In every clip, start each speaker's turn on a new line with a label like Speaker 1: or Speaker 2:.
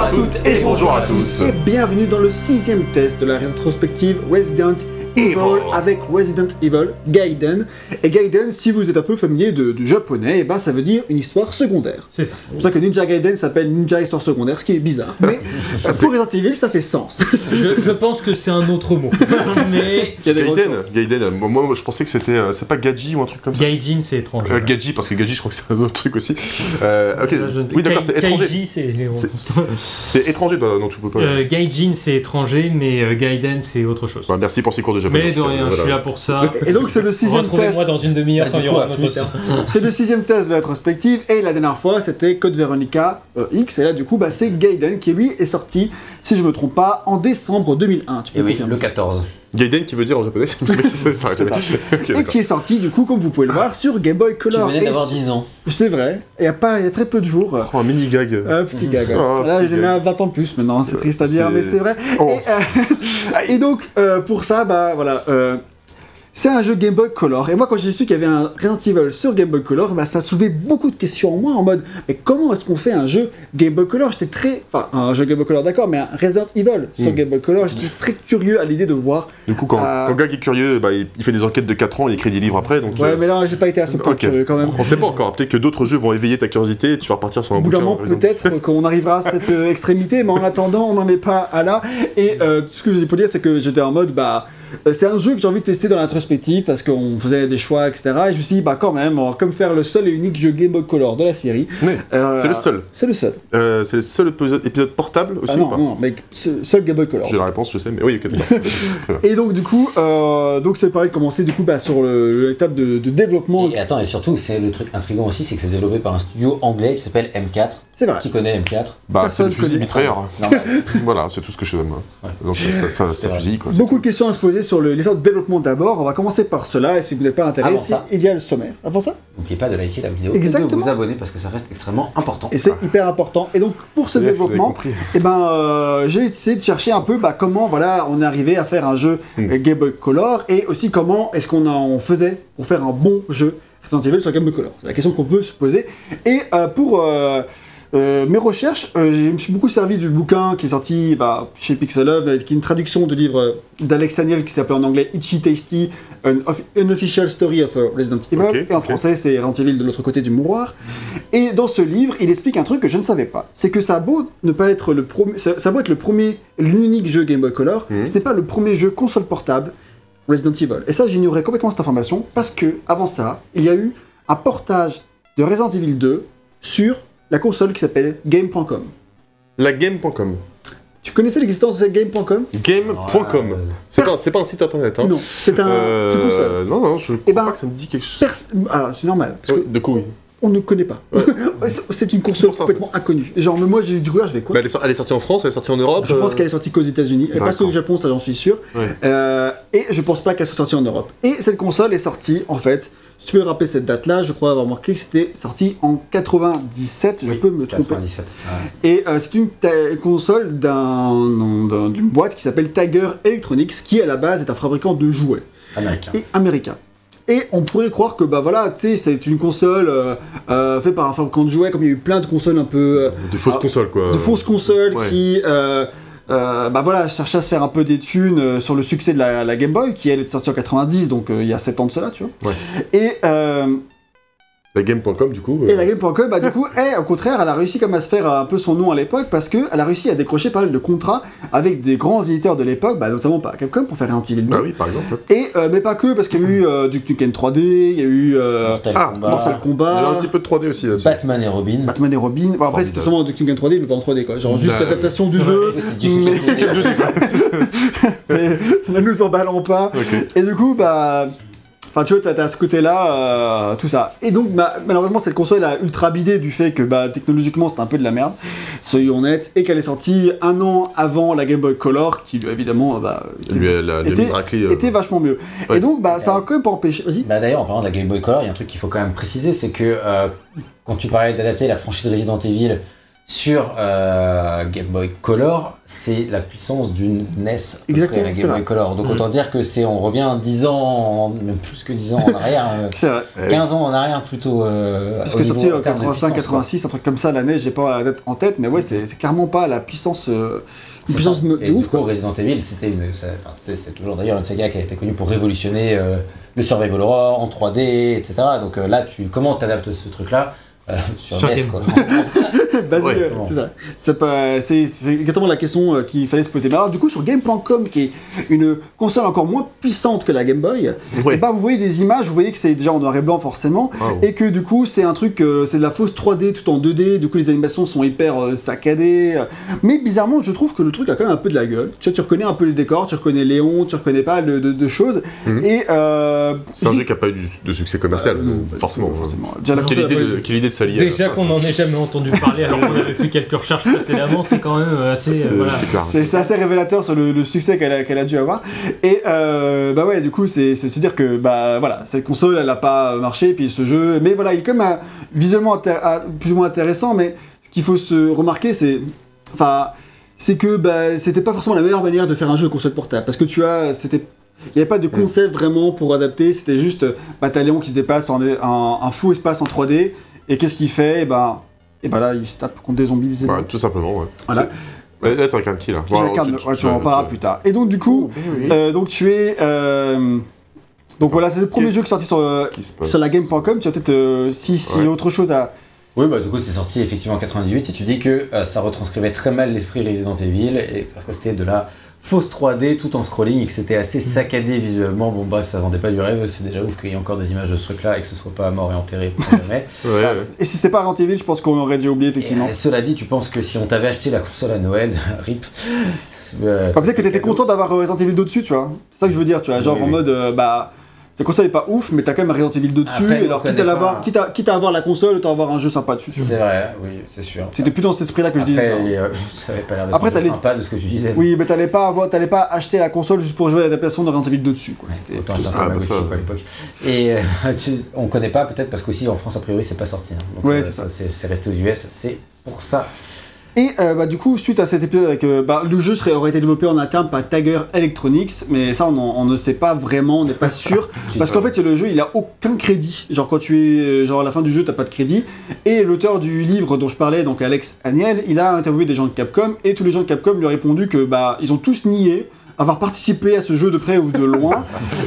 Speaker 1: à toutes et bonjour à tous.
Speaker 2: Et bienvenue dans le sixième test de la rétrospective Resident Evil
Speaker 1: Evil.
Speaker 2: avec Resident Evil Gaiden. Et Gaiden, si vous êtes un peu familier de- du japonais, eh ben ça veut dire une histoire secondaire.
Speaker 3: C'est ça.
Speaker 2: C'est pour ça que Ninja Gaiden s'appelle Ninja Histoire Secondaire, ce qui est bizarre. Mais pour Resident Evil, ça fait sens.
Speaker 3: Je, je pense que c'est un autre mot. Mais
Speaker 2: Il y a des grosses
Speaker 1: Gaiden,
Speaker 2: chances.
Speaker 1: Gaiden, euh, moi moi, je pensais que c'était. euh, C'est pas Gaji ou un truc comme ça
Speaker 3: Gaijin, c'est étranger.
Speaker 1: Euh, Gaji, parce que Gaji, je crois que c'est un autre truc aussi. Euh, ok,
Speaker 3: Ah, Je-
Speaker 1: oui, d'accord,
Speaker 3: Kai-
Speaker 1: c'est étranger.
Speaker 3: Kaiji, c'est.
Speaker 1: C'est- C'est étranger, bah non, tu peux pas.
Speaker 3: Euh, Gaijin, c'est étranger, mais euh, Gaiden, c'est autre chose.
Speaker 1: Bah, merci pour ces cours de japonais.
Speaker 3: Mais de
Speaker 1: en tout cas,
Speaker 3: rien, je
Speaker 1: voilà.
Speaker 3: suis là pour ça.
Speaker 2: Et donc c'est le sixième test.
Speaker 3: Retrouvez-moi dans une demi-heure
Speaker 2: Bah,
Speaker 3: quand
Speaker 2: du
Speaker 3: il y
Speaker 2: coup,
Speaker 3: aura
Speaker 2: à
Speaker 3: un autre
Speaker 2: plus.
Speaker 3: terme.
Speaker 2: C'est le sixième test de la rétrospective et la dernière fois c'était Code Veronica euh, X et là du coup bah, c'est Gaiden qui lui est sorti, si je me trompe pas, en décembre 2001. Tu peux
Speaker 4: Et oui,
Speaker 2: confirmer
Speaker 4: le
Speaker 2: ça
Speaker 4: 14.
Speaker 1: Gaiden qui veut dire en japonais, c'est ça.
Speaker 2: C'est ça.
Speaker 1: Ok,
Speaker 2: Et
Speaker 1: d'accord. Ah.
Speaker 2: qui est sorti du coup comme vous pouvez le voir sur Game Boy
Speaker 4: Tu
Speaker 2: Color.
Speaker 4: venais
Speaker 2: Et
Speaker 4: d'avoir 10 ans.
Speaker 2: C'est vrai, et il y a pas il y a très peu de jours.
Speaker 1: Oh, un mini gag.
Speaker 2: Euh, petit gag. ouais.
Speaker 1: Oh,
Speaker 2: là,
Speaker 1: petit
Speaker 2: j'ai mis
Speaker 1: gag.
Speaker 2: à 20 ans de plus maintenant, c'est
Speaker 1: Euh,
Speaker 2: triste à dire,
Speaker 1: c'est-
Speaker 2: mais c'est vrai.
Speaker 1: Oh.
Speaker 2: Et, euh, et donc, euh, pour ça, bah voilà. euh, c'est un jeu Game Boy Color. Et moi, quand j'ai su qu'il y avait un Resident Evil sur Game Boy Color, bah, ça soulevait beaucoup de questions en moi en mode mais comment est-ce qu'on fait un jeu Game Boy Color J'étais très. Enfin, un jeu Game Boy Color, d'accord, mais un Resident Evil sur
Speaker 1: Mm.
Speaker 2: Game Boy Color, j'étais très curieux à l'idée de voir.
Speaker 1: Du coup, quand,
Speaker 2: Euh,
Speaker 1: quand Gag est curieux, bah, il, il fait des enquêtes de 4 ans, il écrit des livres après. Donc,
Speaker 2: Ouais,
Speaker 1: euh,
Speaker 2: mais là, j'ai pas été à ce point
Speaker 1: Ok.
Speaker 2: curieux quand même.
Speaker 1: On sait pas encore, peut-être que d'autres jeux vont éveiller ta curiosité et tu vas repartir sur un
Speaker 2: Au bout d'un
Speaker 1: bouquin.
Speaker 2: moment,
Speaker 1: par exemple.
Speaker 2: peut-être qu'on arrivera à cette euh, extrémité, mais en attendant, on n'en est pas à là. Et euh, tout ce que je pour dire, c'est que j'étais en mode, bah, euh, c'est un jeu que j'ai envie de tester dans l'introspective parce qu'on faisait des choix, etc. Et je me suis dit, bah, quand même, on va comme faire le seul et unique jeu Game Boy Color de la série.
Speaker 1: Mais,
Speaker 2: Euh,
Speaker 1: c'est le seul.
Speaker 2: C'est le seul.
Speaker 1: Euh, c'est le seul épisode, épisode portable aussi ou
Speaker 2: Ah non,
Speaker 1: pas
Speaker 2: non, mais se- seul Game Boy Color.
Speaker 1: J'ai la réponse, je sais, mais oui, ok, d'accord.
Speaker 2: Et donc, du coup, euh, donc c'est pareil de commencer du coup bah, sur le- l'étape de, de développement.
Speaker 4: Oh, Et attends, et surtout, c'est le truc intriguant aussi, c'est que c'est développé par un studio anglais qui s'appelle M4.
Speaker 2: C'est vrai.
Speaker 4: Qui connaît M4
Speaker 1: bah, c'est
Speaker 2: Personne
Speaker 1: le fusil
Speaker 2: connaît.
Speaker 1: mitrailleur.
Speaker 4: Normal.
Speaker 1: voilà, c'est tout ce que je donne. moi.
Speaker 4: Ouais.
Speaker 1: Donc, ça, ça, ça, ça
Speaker 4: vrai.
Speaker 1: fusille, quoi.
Speaker 2: Beaucoup de questions à se poser sur le- l'histoire de développement d'abord. On va commencer par cela et si vous n'êtes pas
Speaker 4: Avant
Speaker 2: intéressé,
Speaker 4: ça.
Speaker 2: il y a le sommaire. Avant ça
Speaker 4: N'oubliez pas de liker la vidéo et de
Speaker 2: Exactement.
Speaker 4: vous abonner parce que ça reste extrêmement important.
Speaker 2: Et c'est hyper important. Et donc pour ce
Speaker 1: J'espère que vous avez
Speaker 2: développement,
Speaker 1: compris. hein.
Speaker 2: eh ben, euh, j'ai essayé de chercher un peu bah, comment voilà, on est arrivé à faire un jeu
Speaker 1: Mm.
Speaker 2: euh, Game Boy Color et aussi comment est-ce qu'on en faisait pour faire un bon jeu Resident Evil sur Game Boy Color. C'est la question qu'on peut se poser. Et euh, pour euh, euh, mes recherches, euh, je me suis beaucoup servi du bouquin qui est sorti bah, chez Pixel Love, euh, qui est une traduction du livre euh, d'Alex Daniel qui s'appelle en anglais Itchy Tasty, An, Of- An Official Story of euh, Resident Evil.
Speaker 1: Ok,
Speaker 2: et en
Speaker 1: ok.
Speaker 2: français, c'est Resident Evil de l'autre côté du mouroir. Et dans ce livre, il explique un truc que je ne savais pas. C'est que ça a beau ne pas être le premier, ça, ça a beau être le premier, l'unique jeu Game Boy Color,
Speaker 1: Mhm.
Speaker 2: c'était pas le premier jeu console portable Resident Evil. Et ça, j'ignorais complètement cette information parce que avant ça, il y a eu un portage de Resident Evil 2 sur la console qui s'appelle Game.com.
Speaker 1: La game.com.
Speaker 2: Tu connaissais l'existence de cette Game.com
Speaker 1: Game.com.
Speaker 4: Voilà.
Speaker 1: C'est pas, c'est pas un site internet, hein.
Speaker 2: Ah, Non, c'est un,
Speaker 1: Euh,
Speaker 2: c'est une console.
Speaker 1: non, non, je crois
Speaker 2: ben,
Speaker 1: pas que ça me dit quelque chose.
Speaker 2: Pers- ah, c'est normal. Parce
Speaker 1: Ouais, de couilles.
Speaker 2: qu'on ne connaît pas. C'est- c'est une
Speaker 1: C'est
Speaker 2: console
Speaker 1: pour ça, en
Speaker 2: complètement inconnue. Genre, mais moi, j'ai découvert, je vais quoi
Speaker 1: Bah, elle, est sor- elle est sortie en France, elle est sortie en Europe.
Speaker 2: Je pense
Speaker 1: euh,
Speaker 2: qu'elle est sortie qu'aux États-Unis. Elle est pas
Speaker 1: D'accord.
Speaker 2: sortie au Japon, ça j'en suis sûr.
Speaker 1: Ouais.
Speaker 2: Euh, et je pense pas qu'elle soit sortie en Europe. Et cette console est sortie, en fait, si tu peux rappeler cette date-là, je crois avoir marqué que c'était sorti en 97, je
Speaker 4: Oui,
Speaker 2: peux me tromper.
Speaker 4: 97, ça.
Speaker 2: Et euh, c'est une ta- console d'un- d'un- d'une boîte qui s'appelle Tiger Electronics, qui à la base est un fabricant de jouets
Speaker 4: Américain.
Speaker 2: et américain. Et on pourrait croire que bah voilà, tu sais, c'est une console euh, euh, faite par un fabricant de jouets, comme il y a eu plein de consoles un peu euh,
Speaker 1: De fausses
Speaker 2: Ah,
Speaker 1: consoles, quoi.
Speaker 2: de fausses consoles
Speaker 1: ouais.
Speaker 2: qui euh, euh, bah voilà, cherchaient à se faire un peu des thunes euh, sur le succès de la, la Game Boy, qui elle est sortie en 90, donc euh, il y a 7 ans de cela, tu vois.
Speaker 1: Ouais.
Speaker 2: Et, euh,
Speaker 1: La game.com, du coup. euh,
Speaker 2: et la Game.com, bah, du coup, elle, au contraire, elle a réussi comme à se faire euh, un peu son nom à l'époque, parce qu'elle a réussi à décrocher pas mal de contrats avec des grands éditeurs de l'époque, bah, notamment par Capcom, pour faire un Evil 2.
Speaker 1: Bah oui, par exemple.
Speaker 2: Et, euh, mais pas que, parce qu'il y a eu euh, Duke Nukem 3D, il y a eu euh,
Speaker 4: Mortal
Speaker 1: ah,
Speaker 4: Kombat,
Speaker 2: Mortal
Speaker 1: Il y a
Speaker 2: Kombat,
Speaker 1: un petit peu de 3D aussi
Speaker 2: bah,
Speaker 1: là-dessus.
Speaker 4: Batman et Robin.
Speaker 2: Batman et Robin. Bon, après, c'était
Speaker 1: Formidable.
Speaker 2: sûrement Duke Nukem 3D, mais pas en 3D, quoi. Genre juste
Speaker 1: Bah,
Speaker 2: l'adaptation du jeu,
Speaker 4: C'est du film qui est-
Speaker 2: mais ne nous emballons pas.
Speaker 1: Ok.
Speaker 2: Et du coup, bah. Enfin, tu vois, t'as- t'as ce côté-là, euh, tout ça. Et donc, bah, malheureusement, cette console a ultra bidé du fait que, bah, technologiquement, c'était un peu de la merde, soyons honnêtes, et qu'elle est sortie un an avant la Game Boy Color, qui, évidemment, bah,
Speaker 1: Lui, elle a
Speaker 2: était,
Speaker 1: mis raclée. euh,
Speaker 2: était vachement mieux.
Speaker 1: ouais.
Speaker 2: Et donc, bah, ça a quand même pas empêché. Vas-y.
Speaker 4: Bah d'ailleurs, en parlant de la Game Boy Color, il y a un truc qu'il faut quand même préciser, c'est que euh, quand tu parlais d'adapter la franchise Resident Evil sur euh, Game Boy Color, c'est la puissance d'une NES. à peu
Speaker 2: Exactement,
Speaker 4: près, La
Speaker 2: c'est
Speaker 4: Game Boy
Speaker 2: vrai.
Speaker 4: Color. Donc
Speaker 3: Mhm.
Speaker 4: autant dire que c'est, on revient 10 ans, en- même plus que 10 ans en arrière, euh,
Speaker 2: C'est vrai.
Speaker 1: Eh oui.
Speaker 4: 15 ans en arrière plutôt. euh,
Speaker 2: Parce
Speaker 4: au
Speaker 2: que
Speaker 4: niveau-
Speaker 2: sorti en
Speaker 4: en termes de
Speaker 2: 85,
Speaker 4: puissance, quoi.
Speaker 2: 86, un truc comme ça l'année, j'ai pas la date en tête, mais ouais, c'est c'est clairement pas la puissance, euh, une puissance me-
Speaker 4: Et
Speaker 2: de
Speaker 4: du
Speaker 2: ouf.
Speaker 4: coup,
Speaker 2: quoi.
Speaker 4: Resident Evil, c'était une, ça- enfin, c'est c'est toujours d'ailleurs une saga qui a été connue pour révolutionner euh, le survival horror en 3D, etc. Donc euh, là, tu comment t'adaptes ce truc-là euh, sur,
Speaker 3: Sur
Speaker 4: NES,
Speaker 3: Game
Speaker 4: quoi.
Speaker 2: Basé,
Speaker 1: Ouais,
Speaker 2: euh,
Speaker 4: exactement.
Speaker 2: c'est ça. C'est pas- c'est- c'est exactement la question euh, qu'il fallait se poser. Mais alors, du coup, sur Game.com, qui est une console encore moins puissante que la Game Boy,
Speaker 1: Ouais.
Speaker 2: et ben, vous voyez des images, vous voyez que c'est déjà en noir et blanc forcément,
Speaker 1: Ah, ouais.
Speaker 2: et que du coup, c'est un truc, euh, c'est de la fausse 3D tout en 2D, du coup, les animations sont hyper euh, saccadées. euh. Mais bizarrement, je trouve que le truc a quand même un peu de la gueule. Tu vois, tu reconnais un peu les décors, tu reconnais Léon, tu reconnais pas de, de- de choses.
Speaker 1: Mhm.
Speaker 2: Et. euh,
Speaker 1: C'est un jeu qui n'a pas eu du- de succès commercial,
Speaker 2: Euh, non,
Speaker 1: euh, forcément.
Speaker 2: forcément. Déjà, la
Speaker 1: Quelle
Speaker 2: console
Speaker 1: idée,
Speaker 2: a pas
Speaker 1: de,
Speaker 2: eu-
Speaker 1: quelle idée de s'allier à
Speaker 3: Déjà
Speaker 1: ça,
Speaker 3: qu'on
Speaker 1: quoi.
Speaker 3: n'en ait jamais entendu parler alors qu'on avait fait quelques recherches précédemment, c'est quand même euh, assez. euh,
Speaker 1: C'est
Speaker 3: voilà.
Speaker 1: c'est clair.
Speaker 2: C'est c'est assez révélateur sur le, le succès qu'elle a, qu'elle a dû avoir. Et euh, bah ouais, du coup, c'est c'est se dire que bah voilà, cette console, elle n'a pas marché, puis ce jeu, mais voilà, il est comme un- visuellement intér- un- plus ou moins intéressant, mais ce qu'il faut se remarquer, c'est, enfin, c'est que bah, c'était pas forcément la meilleure manière de faire un jeu console portable, parce que tu as, c'était il n'y avait pas de concept vraiment pour adapter, c'était juste euh, bah, t'as Léon qui se dépasse en en- un faux espace en 3D, et qu'est-ce qu'il fait Et ben, et ben là, il se tape contre des zombies, visiblement.
Speaker 1: Ouais, tout simplement, ouais.
Speaker 2: Voilà.
Speaker 1: C'est- Ouais, Là, tu incarnes qui, là
Speaker 2: Je
Speaker 1: Bon,
Speaker 2: l'incarne- ouais, tu en parleras plus tard. Et donc, du
Speaker 4: Oh,
Speaker 2: coup,
Speaker 4: ben
Speaker 2: euh, donc tu es. euh, donc voilà, c'est le premier
Speaker 1: Qu'est-ce
Speaker 2: jeu qui est sorti sur, euh,
Speaker 1: qui se passe
Speaker 2: sur la game.com. Tu as peut-être euh, si, si
Speaker 1: Ouais.
Speaker 2: autre chose à.
Speaker 4: Oui, bah du coup, c'est sorti effectivement en 98 et tu dis que euh, ça retranscrivait très mal l'esprit Resident Evil et, parce que c'était de la fausse 3D tout en scrolling et que c'était assez saccadé visuellement. Bon, bah ça vendait pas du rêve, c'est déjà ouf qu'il y ait encore des images de ce truc-là et que ce soit pas mort et enterré pour jamais.
Speaker 1: Ouais, ouais.
Speaker 2: Et si c'était pas Resident Evil, je pense qu'on aurait déjà oublié, effectivement.
Speaker 4: Et, euh, cela dit, tu penses que si on t'avait acheté la console à Noël, rip. euh,
Speaker 2: Enfin, peut-être que t'étais
Speaker 4: cadeau.
Speaker 2: content d'avoir euh, Resident Evil 2 dessus, tu vois. C'est ça que je veux dire, tu vois. Genre
Speaker 4: Oui,
Speaker 2: en
Speaker 4: oui.
Speaker 2: mode, euh, bah. Cette console est pas ouf, mais t'as quand même Resident Evil 2 dessus.
Speaker 4: Après, on
Speaker 2: alors, quitte à,
Speaker 4: connaît
Speaker 2: l'avoir,
Speaker 4: pas.
Speaker 2: quitte, à, quitte à avoir la console, autant avoir un jeu sympa dessus. tu vois.
Speaker 4: C'est vrai, oui, c'est sûr.
Speaker 2: C'était plus dans cet esprit-là que je
Speaker 4: Après,
Speaker 2: disais ça.
Speaker 4: euh, ça avait pas l'air
Speaker 2: Après,
Speaker 4: d'être un jeu
Speaker 2: t'allais-
Speaker 4: sympa de ce que tu disais.
Speaker 2: Oui, mais t'allais pas, avoir, t'allais pas acheter la console juste pour jouer à l'adaptation de Resident Evil 2 dessus, quoi. C'était-
Speaker 4: Autant acheter un
Speaker 1: Ah, bah,
Speaker 4: Tamagotchi,
Speaker 1: ça,
Speaker 4: quoi,
Speaker 1: ouais.
Speaker 4: à l'époque. Et euh, tu- on connaît pas peut-être parce qu'aussi en France a priori c'est pas sorti. hein. Donc,
Speaker 2: Ouais,
Speaker 4: euh,
Speaker 2: c'est ça.
Speaker 4: C'est c'est resté aux US, c'est pour ça.
Speaker 2: Et euh, bah, du coup, suite à cet épisode, avec, euh, bah, le jeu serait, aurait été développé en interne par Tiger Electronics, mais ça, on, en- on ne sait pas vraiment, on n'est pas sûr. parce qu'en fait, le jeu, il a aucun crédit. Genre, quand tu es, euh, genre, à la fin du jeu, t'as pas de crédit. Et l'auteur du livre dont je parlais, donc Alex Aniel, il a interviewé des gens de Capcom, et tous les gens de Capcom lui ont répondu que, bah, ils ont tous nié avoir participé à ce jeu de près ou de loin,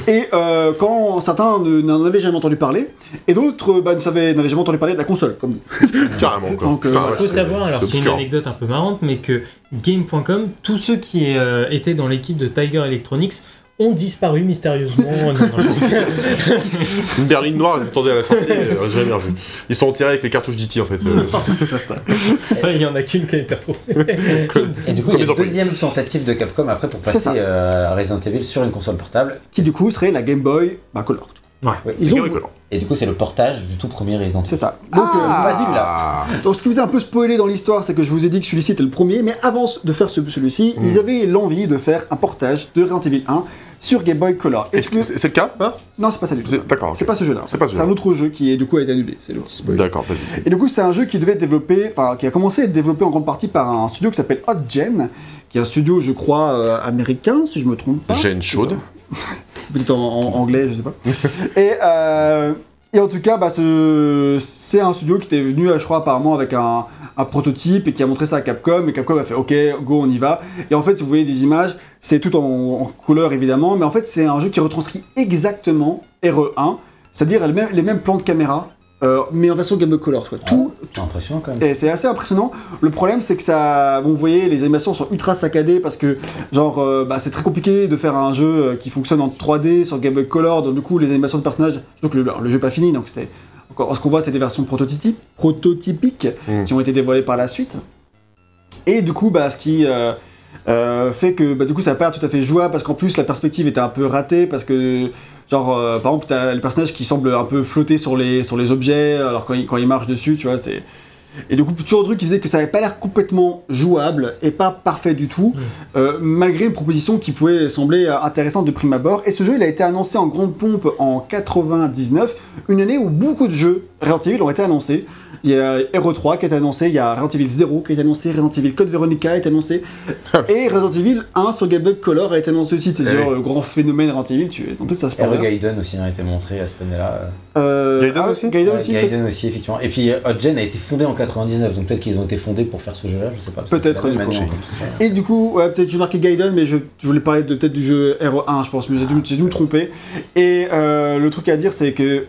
Speaker 2: et euh, quand certains ne- n'en avaient jamais entendu parler, et d'autres euh, bah, ne savaient- n'avaient jamais entendu parler de la console, comme
Speaker 1: Carrément, quoi.
Speaker 2: Donc, euh,
Speaker 1: Putain,
Speaker 2: il
Speaker 1: ouais,
Speaker 3: faut
Speaker 1: c'est-
Speaker 3: savoir, alors c'est une
Speaker 1: obscur.
Speaker 3: anecdote un peu marrante, mais que Game.com, tous ceux qui euh, étaient dans l'équipe de Tiger Electronics ont disparu mystérieusement. Non, non, je-
Speaker 1: Une berline noire, ils attendaient à la sortie, euh, j'ai jamais revu. Ils sont enterrés avec les cartouches d'E.T. en fait. euh,
Speaker 3: Il y en a qu'une qui a été retrouvée.
Speaker 4: Et du coup,
Speaker 1: Comme
Speaker 4: il y
Speaker 1: ils
Speaker 4: a
Speaker 1: ont
Speaker 4: une
Speaker 1: pris.
Speaker 4: deuxième tentative de Capcom après pour
Speaker 2: C'est
Speaker 4: passer
Speaker 2: ça.
Speaker 4: euh, à Resident Evil sur une console portable.
Speaker 2: qui du coup serait la Game Boy bah, Color.
Speaker 3: Ouais.
Speaker 4: Oui.
Speaker 2: Ils ont,
Speaker 1: rigolant.
Speaker 4: Et du coup, c'est le portage du tout premier Resident
Speaker 2: C'est
Speaker 4: Evil.
Speaker 2: ça. Donc,
Speaker 4: Ah,
Speaker 2: euh,
Speaker 4: vas-y,
Speaker 1: Ah,
Speaker 2: donc, ce qui vous a un peu spoilé dans l'histoire, c'est que je vous ai dit que celui-ci était le premier, mais avant de faire ce- celui-ci,
Speaker 1: Mm.
Speaker 2: ils avaient l'envie de faire un portage de Resident Evil 1 sur Game Boy Color.
Speaker 1: Est-ce que c'est c'est le cas hein
Speaker 2: Non, c'est pas ça du tout.
Speaker 1: C'est- D'accord. ok.
Speaker 2: C'est pas ce jeu-là.
Speaker 1: C'est pas ce
Speaker 2: un
Speaker 1: jeu-là.
Speaker 2: autre jeu qui, est, du coup, a été annulé. C'est l'autre spoil.
Speaker 1: D'accord, vas-y.
Speaker 2: Et du coup, c'est un jeu qui devait être développé, enfin, qui a commencé à être développé en grande partie par un studio qui s'appelle Hot Gen, qui est un studio, je crois, euh, américain, si je me trompe pas.
Speaker 1: Gêne chaude.
Speaker 2: peut-être en, en anglais, je sais pas. et, euh, et en tout cas, bah, ce- c'est un studio qui était venu, euh, je crois, apparemment avec un, un prototype et qui a montré ça à Capcom. Et Capcom a fait OK, go, on y va. Et en fait, vous voyez des images, c'est tout en, en couleur évidemment, mais en fait, c'est un jeu qui retranscrit exactement E RE1, c'est-à-dire les mêmes, les mêmes plans de caméra, euh, mais en version Game Boy Color. quoi. Tout,
Speaker 4: Ah, C'est impressionnant quand même.
Speaker 2: et c'est assez impressionnant. Le problème, c'est que ça. Bon, vous voyez, les animations sont ultra saccadées parce que, genre, euh, bah, c'est très compliqué de faire un jeu euh, qui fonctionne en 3D sur Game Boy Color. Donc, du coup, les animations de personnages. Donc, le, alors, le jeu n'est pas fini, donc c'est. Encore, ce qu'on voit, c'est des versions prototypes, prototypiques
Speaker 4: Hmm.
Speaker 1: Mm.
Speaker 2: qui ont été dévoilées par la suite. Et du coup, bah, ce qui. euh, euh, fait que bah, du coup ça perd tout à fait jouable parce qu'en plus la perspective était un peu ratée parce que genre euh, par exemple t'as le personnage qui semble un peu flotter sur les, sur les objets alors quand il, quand il marche dessus tu vois c'est Et du coup, toujours un truc qui faisait que ça n'avait pas l'air complètement jouable et pas parfait du tout, euh, malgré une proposition qui pouvait sembler euh, intéressante de prime abord. Et ce jeu, il a été annoncé en grande pompe en 99, une année où beaucoup de jeux Resident Evil ont été annoncés. Il y a Hero 3 qui a été annoncé, il y a Resident Evil 0 qui a été annoncé, Resident Evil Code Veronica a été annoncé, et Resident Evil 1 sur Game Boy Color a été annoncé aussi. C'est
Speaker 1: Eh
Speaker 2: genre
Speaker 1: oui.
Speaker 2: le grand phénomène Resident Evil, tu es dans toute sa
Speaker 4: Hero
Speaker 2: splendeur.
Speaker 4: Gaiden aussi hein, a été montré à cette année-là.
Speaker 2: Euh,
Speaker 1: Gaiden
Speaker 2: ah ouais,
Speaker 1: aussi
Speaker 2: Gaiden
Speaker 4: Ouais,
Speaker 2: aussi, peut-être.
Speaker 4: Gaiden aussi, effectivement. Et puis euh, Hot Gen a été fondé en 99, donc peut-être qu'ils ont été fondés pour faire ce jeu-là, je sais pas. parce que
Speaker 2: Peut-être,
Speaker 4: c'est la
Speaker 2: du
Speaker 4: même
Speaker 2: coup. Euh,
Speaker 4: année, en fait, tout ça.
Speaker 2: Et du coup, ouais, peut-être j'ai marqué Gaiden, mais je, je voulais parler de peut-être du jeu Hero 1, je pense, mais j'ai dû, j'ai dû me tromper. Et euh, le truc à dire, c'est que,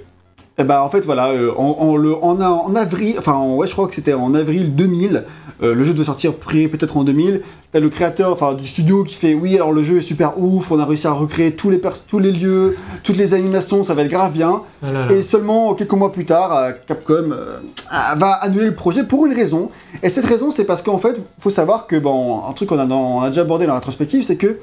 Speaker 2: eh ben, en fait, voilà, euh, en, en le, en, a- en avril, enfin, en- ouais, je crois que c'était en avril 2000, euh, le jeu devait sortir pré- peut-être en 2000. T'as le créateur, enfin, du studio qui fait, oui, alors le jeu est super ouf, on a réussi à recréer tous les, pers- tous les lieux, toutes les animations, ça va être grave bien.
Speaker 3: Ah là là.
Speaker 2: Et seulement quelques mois plus tard, euh, Capcom euh, ah, va annuler le projet pour une raison. Et cette raison, c'est parce qu'en fait, faut savoir que, bon, un truc qu'on a, dans- on a déjà abordé dans la rétrospective, c'est que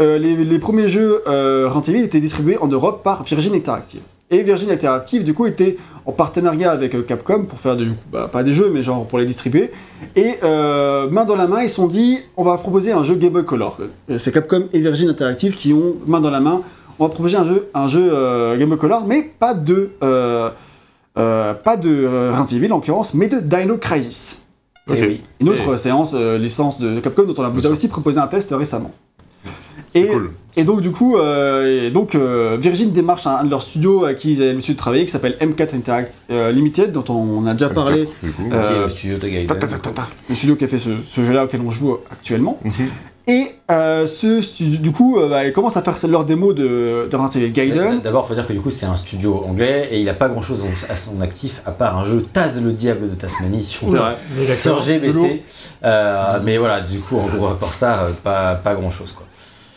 Speaker 2: euh, les, les premiers jeux euh, Resident Evil étaient distribués en Europe par Virgin Interactive. Et Virgin Interactive, du coup, était en partenariat avec euh, Capcom pour faire, des, du coup, bah, pas des jeux, mais genre pour les distribuer. Et euh, main dans la main, ils se sont dit, on va proposer un jeu Game Boy Color. Euh, C'est Capcom et Virgin Interactive qui ont, main dans la main, on va proposer un jeu, un jeu euh, Game Boy Color, mais pas de... euh, euh, pas de euh, Resident Evil en l'occurrence, mais de Dino Crisis.
Speaker 1: Ok.
Speaker 4: Et oui.
Speaker 2: Une autre séance, euh, licence de Capcom, dont on a- vous a aussi proposé un test récemment.
Speaker 1: C'est
Speaker 2: Et-
Speaker 1: cool.
Speaker 2: Et donc, du coup, euh, et donc, euh, Virgin démarche un, un de leurs studios à qui ils avaient l'habitude de travailler, qui s'appelle M4 Interact euh, Limited, dont on, on a déjà parlé.
Speaker 1: Quatre, du coup.
Speaker 4: Qui est
Speaker 2: euh,
Speaker 4: le studio de Gaiden.
Speaker 2: Ta, ta, ta, ta, ta. Le studio qui a fait ce, ce jeu-là auquel on joue actuellement.
Speaker 1: Mhm.
Speaker 2: Et euh, ce studio, du coup, euh, bah, ils commencent à faire leur démo de, de Resident Evil Gaiden.
Speaker 4: D'abord, faut dire que du coup, c'est un studio anglais et il a pas grand chose à son actif à part un jeu Taz le Diable de Tasmanie sur,
Speaker 2: C'est vrai.
Speaker 3: Mais
Speaker 4: sur
Speaker 3: d'accord.
Speaker 2: de l'eau.
Speaker 4: GBC. Euh, mais voilà, du coup, en gros, à part ça, euh, pas, pas grand chose quoi.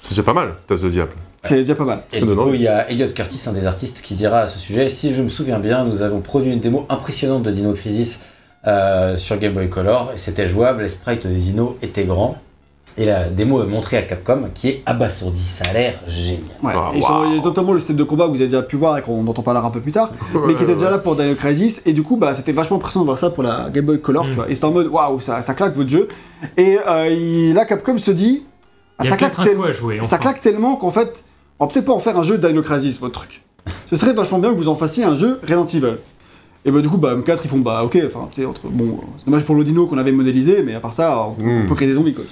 Speaker 1: C'est déjà pas mal, Tasse de Diable.
Speaker 2: C'est déjà pas mal.
Speaker 4: Et
Speaker 1: Ça
Speaker 4: du
Speaker 1: donne
Speaker 4: coup,
Speaker 1: envie.
Speaker 4: il y a Elliot Curtis, un des artistes, qui dira à ce sujet Si je me souviens bien, nous avons produit une démo impressionnante de Dino Crisis euh, sur Game Boy Color. et C'était jouable, les sprites des dinos étaient grands. Et la démo est montrée à Capcom, qui est abasourdie. Ça a l'air génial.
Speaker 2: Ouais.
Speaker 1: Ah,
Speaker 2: et sur-
Speaker 1: waouh.
Speaker 2: il y a notamment le système de combat que vous avez déjà pu voir et qu'on, dont on parlera un peu plus tard, mais qui était déjà là pour Dino Crisis. Et du coup, bah, c'était vachement impressionnant de voir ça pour la Game Boy Color,
Speaker 3: Mm.
Speaker 2: tu vois. Et c'était en mode, waouh, ça, ça claque votre jeu. Et euh, il- là, Capcom se dit, ah,
Speaker 3: Il y a
Speaker 2: ça, claque
Speaker 3: peut-être un
Speaker 2: tel-
Speaker 3: coup à jouer.
Speaker 2: ça
Speaker 3: enfin.
Speaker 2: claque tellement qu'en fait, on va peut-être pas en faire un jeu Dino Crisis, votre truc. Ce serait vachement bien que vous en fassiez un jeu Resident Evil. Et bah, du coup, bah, M4, ils font, bah, ok, enfin, tu sais, entre. Bon, c'est dommage pour le dino qu'on avait modélisé, mais à part ça, on,
Speaker 1: Mm.
Speaker 2: on peut créer des zombies, quoi.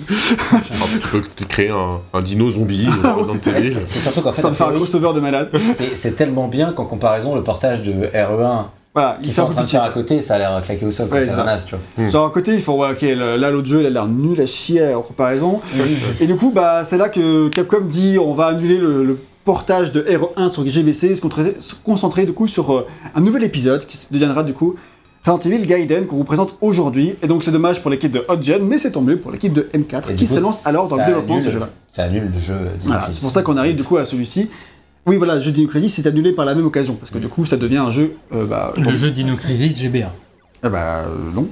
Speaker 1: Ah, tu peux t- créer un, un dino zombie euh, Resident Evil.
Speaker 4: C'est surtout qu'en fait,
Speaker 2: Ça
Speaker 4: a
Speaker 2: me fait un
Speaker 4: priori,
Speaker 2: crossover de malade.
Speaker 4: c'est- c'est tellement bien qu'en comparaison, le portage de RE1
Speaker 2: Voilà, il
Speaker 4: qu'ils
Speaker 2: fait
Speaker 4: sont
Speaker 2: un
Speaker 4: en
Speaker 2: peu
Speaker 4: train de
Speaker 2: pitié.
Speaker 4: faire à côté, ça a l'air claqué au sol.
Speaker 2: Ouais,
Speaker 4: quoi,
Speaker 2: c'est
Speaker 4: ça
Speaker 2: ça.
Speaker 4: ramasse, tu vois.
Speaker 2: Genre à côté, ils font ouais, ok, le- là l'autre jeu il a l'air nul à chier en comparaison.
Speaker 4: Hmm.
Speaker 2: Et du coup, bah, c'est là que Capcom dit on va annuler le, le portage de R1 sur GBC et se concentrer, se concentrer, du coup sur euh, un nouvel épisode qui se- deviendra du coup Resident Evil Gaiden qu'on vous présente aujourd'hui. Et donc c'est dommage pour l'équipe de Hot Gen, mais c'est tant mieux pour l'équipe de N4
Speaker 4: Et du
Speaker 2: qui
Speaker 4: coup,
Speaker 2: se lance alors dans le
Speaker 4: ça
Speaker 2: développement de
Speaker 4: annule-
Speaker 2: ce jeu-là.
Speaker 4: Ça annule le jeu. Dino
Speaker 2: Voilà,
Speaker 4: Crisis.
Speaker 2: c'est pour ça qu'on arrive du coup à celui-ci. Oui, voilà, le jeu Dino Crisis c'est annulé par la même occasion parce que du coup ça devient un jeu. euh, bah,
Speaker 3: Le
Speaker 2: donc-
Speaker 3: jeu Dino Crisis GBA.
Speaker 2: Ah bah euh, non,